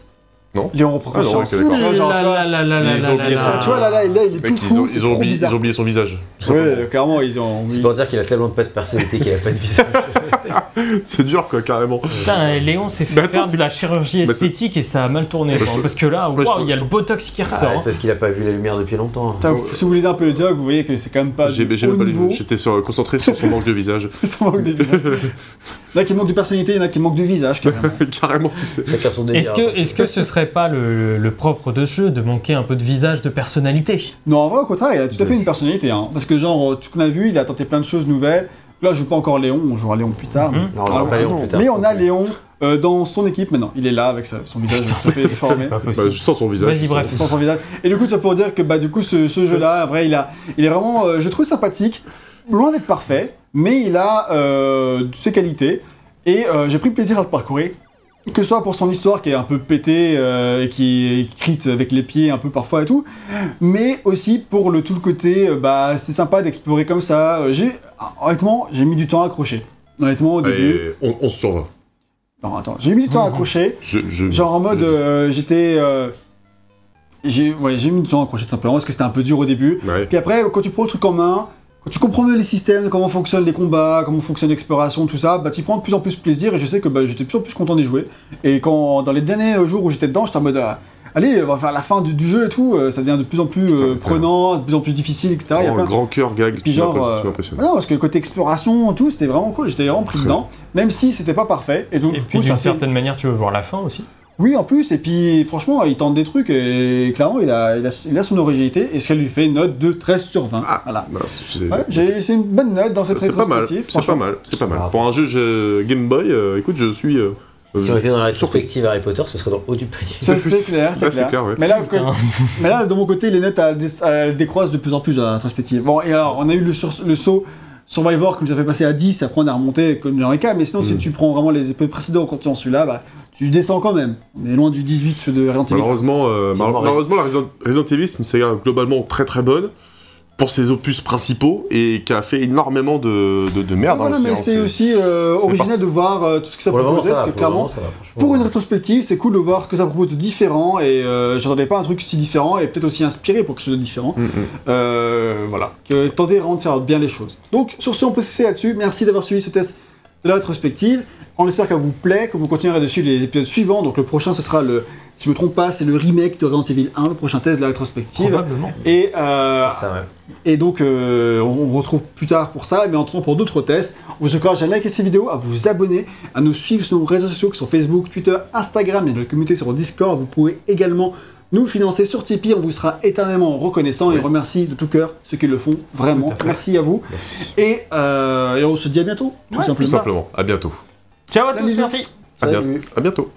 Speaker 2: Léon reprend
Speaker 1: Ah non,
Speaker 2: conscience.
Speaker 1: ok, d'accord.
Speaker 2: Tu vois, genre, tu vois,
Speaker 3: Là, là, là, là,
Speaker 1: hein. Ils
Speaker 3: là,
Speaker 1: ont
Speaker 3: là,
Speaker 1: oublié
Speaker 3: là.
Speaker 1: ça.
Speaker 2: Tu vois, là, là, là, il est
Speaker 1: Ah. Mec,
Speaker 2: tout
Speaker 1: ils, ont,
Speaker 2: fou, c'est
Speaker 1: ils, ont
Speaker 2: trop
Speaker 1: oublié,
Speaker 2: bizarre.
Speaker 1: ils ont oublié son visage. tout
Speaker 2: Ouais,
Speaker 1: simplement.
Speaker 2: euh, clairement, ils ont.
Speaker 4: c'est pour dire qu'il a tellement pas de personnalité qu'il a pas de visage.
Speaker 1: C'est dur, quoi, carrément.
Speaker 3: Putain, Léon s'est fait
Speaker 1: Mais attends,
Speaker 3: faire
Speaker 1: c'est-
Speaker 3: de la chirurgie
Speaker 1: Mais c'est-
Speaker 3: esthétique et ça a mal tourné.
Speaker 1: Mais
Speaker 3: quoi,
Speaker 1: je-
Speaker 3: Parce que là,
Speaker 1: je
Speaker 3: waouh,
Speaker 1: trouve-
Speaker 3: il y a
Speaker 1: je
Speaker 3: le Botox qui
Speaker 4: Ah,
Speaker 3: ressort. hein.
Speaker 4: c'est parce qu'il a pas vu la lumière depuis longtemps.
Speaker 2: Putain, vous- si vous lisez un peu le dialogue, vous voyez que c'est quand même pas.
Speaker 1: Ah, J'ai
Speaker 2: du
Speaker 1: j'ai
Speaker 2: haut
Speaker 1: même pas les
Speaker 2: niveau.
Speaker 1: mots. J'étais sur- euh, concentré sur son manque de visage.
Speaker 2: Ça manque des visages. Il y en a qui manquent de personnalité, il y en a qui manquent de visage. carrément.
Speaker 1: carrément, tu sais.
Speaker 4: Chacun son délire.
Speaker 3: Est-ce que, est que ce serait pas le, le propre de ce jeu de manquer un peu de visage, de personnalité
Speaker 2: non, en vrai, au contraire, il a tout à fait une personnalité. hein. Parce que, genre, tout ce qu'on a vu, il a tenté plein de choses nouvelles. Là, je joue pas encore Léon, on jouera Léon plus tard.
Speaker 3: Mhm.
Speaker 4: euh, Non, Hum. on
Speaker 2: Ah,
Speaker 4: va pas aller
Speaker 2: non.
Speaker 4: plus tard.
Speaker 2: Mais on a Léon euh, dans son équipe maintenant. Il est là avec sa- son visage tout à fait déformé.
Speaker 3: Pas
Speaker 1: Bah,
Speaker 3: possible.
Speaker 1: je sens son visage.
Speaker 3: Vas-y, bref.
Speaker 2: Euh, sans son visage. Et du coup, ça pour dire que bah du coup, ce, ce jeu-là, en vrai, il a, il est vraiment, euh, je le trouve sympathique, loin d'être parfait, mais il a euh, ses qualités. Et euh, j'ai pris plaisir à le parcourir, que ce soit pour son histoire qui est un peu pétée euh, et qui est écrite avec les pieds un peu parfois et tout, mais aussi pour le tout le côté, euh, bah c'est sympa d'explorer comme ça. Euh, J'ai, honnêtement, j'ai mis du temps à accrocher. Honnêtement, au début.
Speaker 1: Et on, on se survint.
Speaker 2: Non, attends, j'ai mis du temps à accrocher.
Speaker 1: Je, je-
Speaker 2: Genre en mode,
Speaker 1: je-
Speaker 2: euh, j'étais. euh, j'ai ouais, j'ai mis du temps à accrocher tout simplement parce que c'était un peu dur au début.
Speaker 1: Ouais.
Speaker 2: Puis après, quand tu prends le truc en main, quand tu comprends mieux les systèmes, comment fonctionnent les combats, comment fonctionne l'exploration, tout ça, bah tu prends de plus en plus plaisir et je sais que bah, j'étais de plus en plus content d'y jouer. Et quand dans les derniers euh, jours où j'étais dedans, j'étais en mode. ah, Allez, on va faire la fin du, du jeu et tout, euh, ça devient de plus en plus
Speaker 1: Putain,
Speaker 2: euh,
Speaker 1: putain.
Speaker 2: prenant, de plus en plus difficile, etc. Il y a
Speaker 1: Vraiment,
Speaker 2: plein-
Speaker 1: le grand cœur gag,
Speaker 2: puis
Speaker 1: tu
Speaker 2: genre,
Speaker 1: m'impressionnes, tu
Speaker 2: euh,
Speaker 1: m'impressionnes.
Speaker 2: Non, parce que côté exploration, tout, c'était vraiment cool, j'étais vraiment pris
Speaker 1: Très
Speaker 2: dedans, même si c'était pas parfait. Et donc,
Speaker 3: Et
Speaker 2: du
Speaker 3: puis
Speaker 2: coup, ça
Speaker 3: d'une
Speaker 2: fait-
Speaker 3: certaine manière, tu veux voir la fin aussi.
Speaker 2: oui, en plus, et puis franchement, il tente des trucs, et clairement, il a, il a, il a son originalité, et ça lui fait une note de 13 sur 20.
Speaker 1: Ah.
Speaker 2: Voilà.
Speaker 1: Bah, c'est
Speaker 2: Ouais, j'ai- c'est une bonne note dans cette
Speaker 1: c'est pas mal.
Speaker 2: rétrospective.
Speaker 1: C'est pas
Speaker 2: franchement.
Speaker 1: mal. C'est pas mal.
Speaker 4: Ah.
Speaker 1: Pour un jeu je- Game Boy, euh, écoute, je suis. euh,
Speaker 4: Si
Speaker 1: euh,
Speaker 4: on était dans la
Speaker 1: surpris.
Speaker 4: rétrospective Harry Potter, ce serait dans le haut du panier.
Speaker 2: Ça, C'est clair, c'est
Speaker 1: Là, c'est
Speaker 2: clair.
Speaker 1: clair, ouais.
Speaker 2: mais, là,
Speaker 3: Putain.
Speaker 2: que- mais là, de mon côté, les notes elles, dé- elles décroissent de plus en plus dans la rétrospective. Bon, et alors, on a eu le, sur- le saut Survivor qui nous a fait passer à 10, après on a remonté comme dans les cas, mais sinon, si
Speaker 1: Mm.
Speaker 2: tu prends vraiment les épisodes précédents en continuant celui-là, bah, tu descends quand même. On est loin du 18 de Resident Evil.
Speaker 1: Malheureusement, euh, mal-
Speaker 4: Ils m'ont
Speaker 1: malheureusement, la Resident, Resident Evil, c'est une saga globalement très très bonne pour ses opus principaux et qui a fait énormément de, de, de merde. hein,
Speaker 2: Voilà, mais c'est aussi euh,
Speaker 1: c'est
Speaker 2: original
Speaker 1: parti.
Speaker 2: de voir euh, tout ce que ça
Speaker 4: Pour le moment,
Speaker 2: proposait,
Speaker 4: ça
Speaker 2: parce
Speaker 4: va.
Speaker 2: que
Speaker 4: Pour, le moment,
Speaker 2: clairement,
Speaker 4: ça va, franchement.
Speaker 2: Pour une rétrospective, c'est cool de voir ce que ça propose de différent et euh, j'attendais pas un truc aussi différent et peut-être aussi inspiré pour que ce soit différent.
Speaker 1: Mm, mm.
Speaker 2: Euh, voilà, que tenter vraiment de faire bien les choses. Donc sur ce, on peut se laisser là-dessus. Merci d'avoir suivi ce test de la rétrospective. On espère qu'elle vous plaît, que vous continuerez de suivre les épisodes suivants. Donc le prochain, ce sera le, si je me trompe pas, c'est le remake de Resident Evil 1, le prochain test de la rétrospective.
Speaker 3: Probablement.
Speaker 2: Et euh,
Speaker 4: C'est ça, ouais.
Speaker 2: et donc, euh, on on vous retrouve plus tard pour ça, mais en attendant pour d'autres tests, on vous encourage à liker ces vidéos, à vous abonner, à nous suivre sur nos réseaux sociaux qui sont Facebook, Twitter, Instagram et notre communauté sur Discord. Vous pouvez également nous financer sur Tipeee, on vous sera éternellement reconnaissant et remercie de tout cœur ceux qui le font vraiment. Merci à vous.
Speaker 1: Merci.
Speaker 2: Et, euh, et on se dit à bientôt, tout
Speaker 3: Ouais,
Speaker 1: Tout
Speaker 2: simplement.
Speaker 1: simplement. À bientôt.
Speaker 3: Ciao à
Speaker 2: La
Speaker 3: tous,
Speaker 2: bisous.
Speaker 3: merci.
Speaker 1: À, bien-
Speaker 4: Salut.
Speaker 1: à bientôt.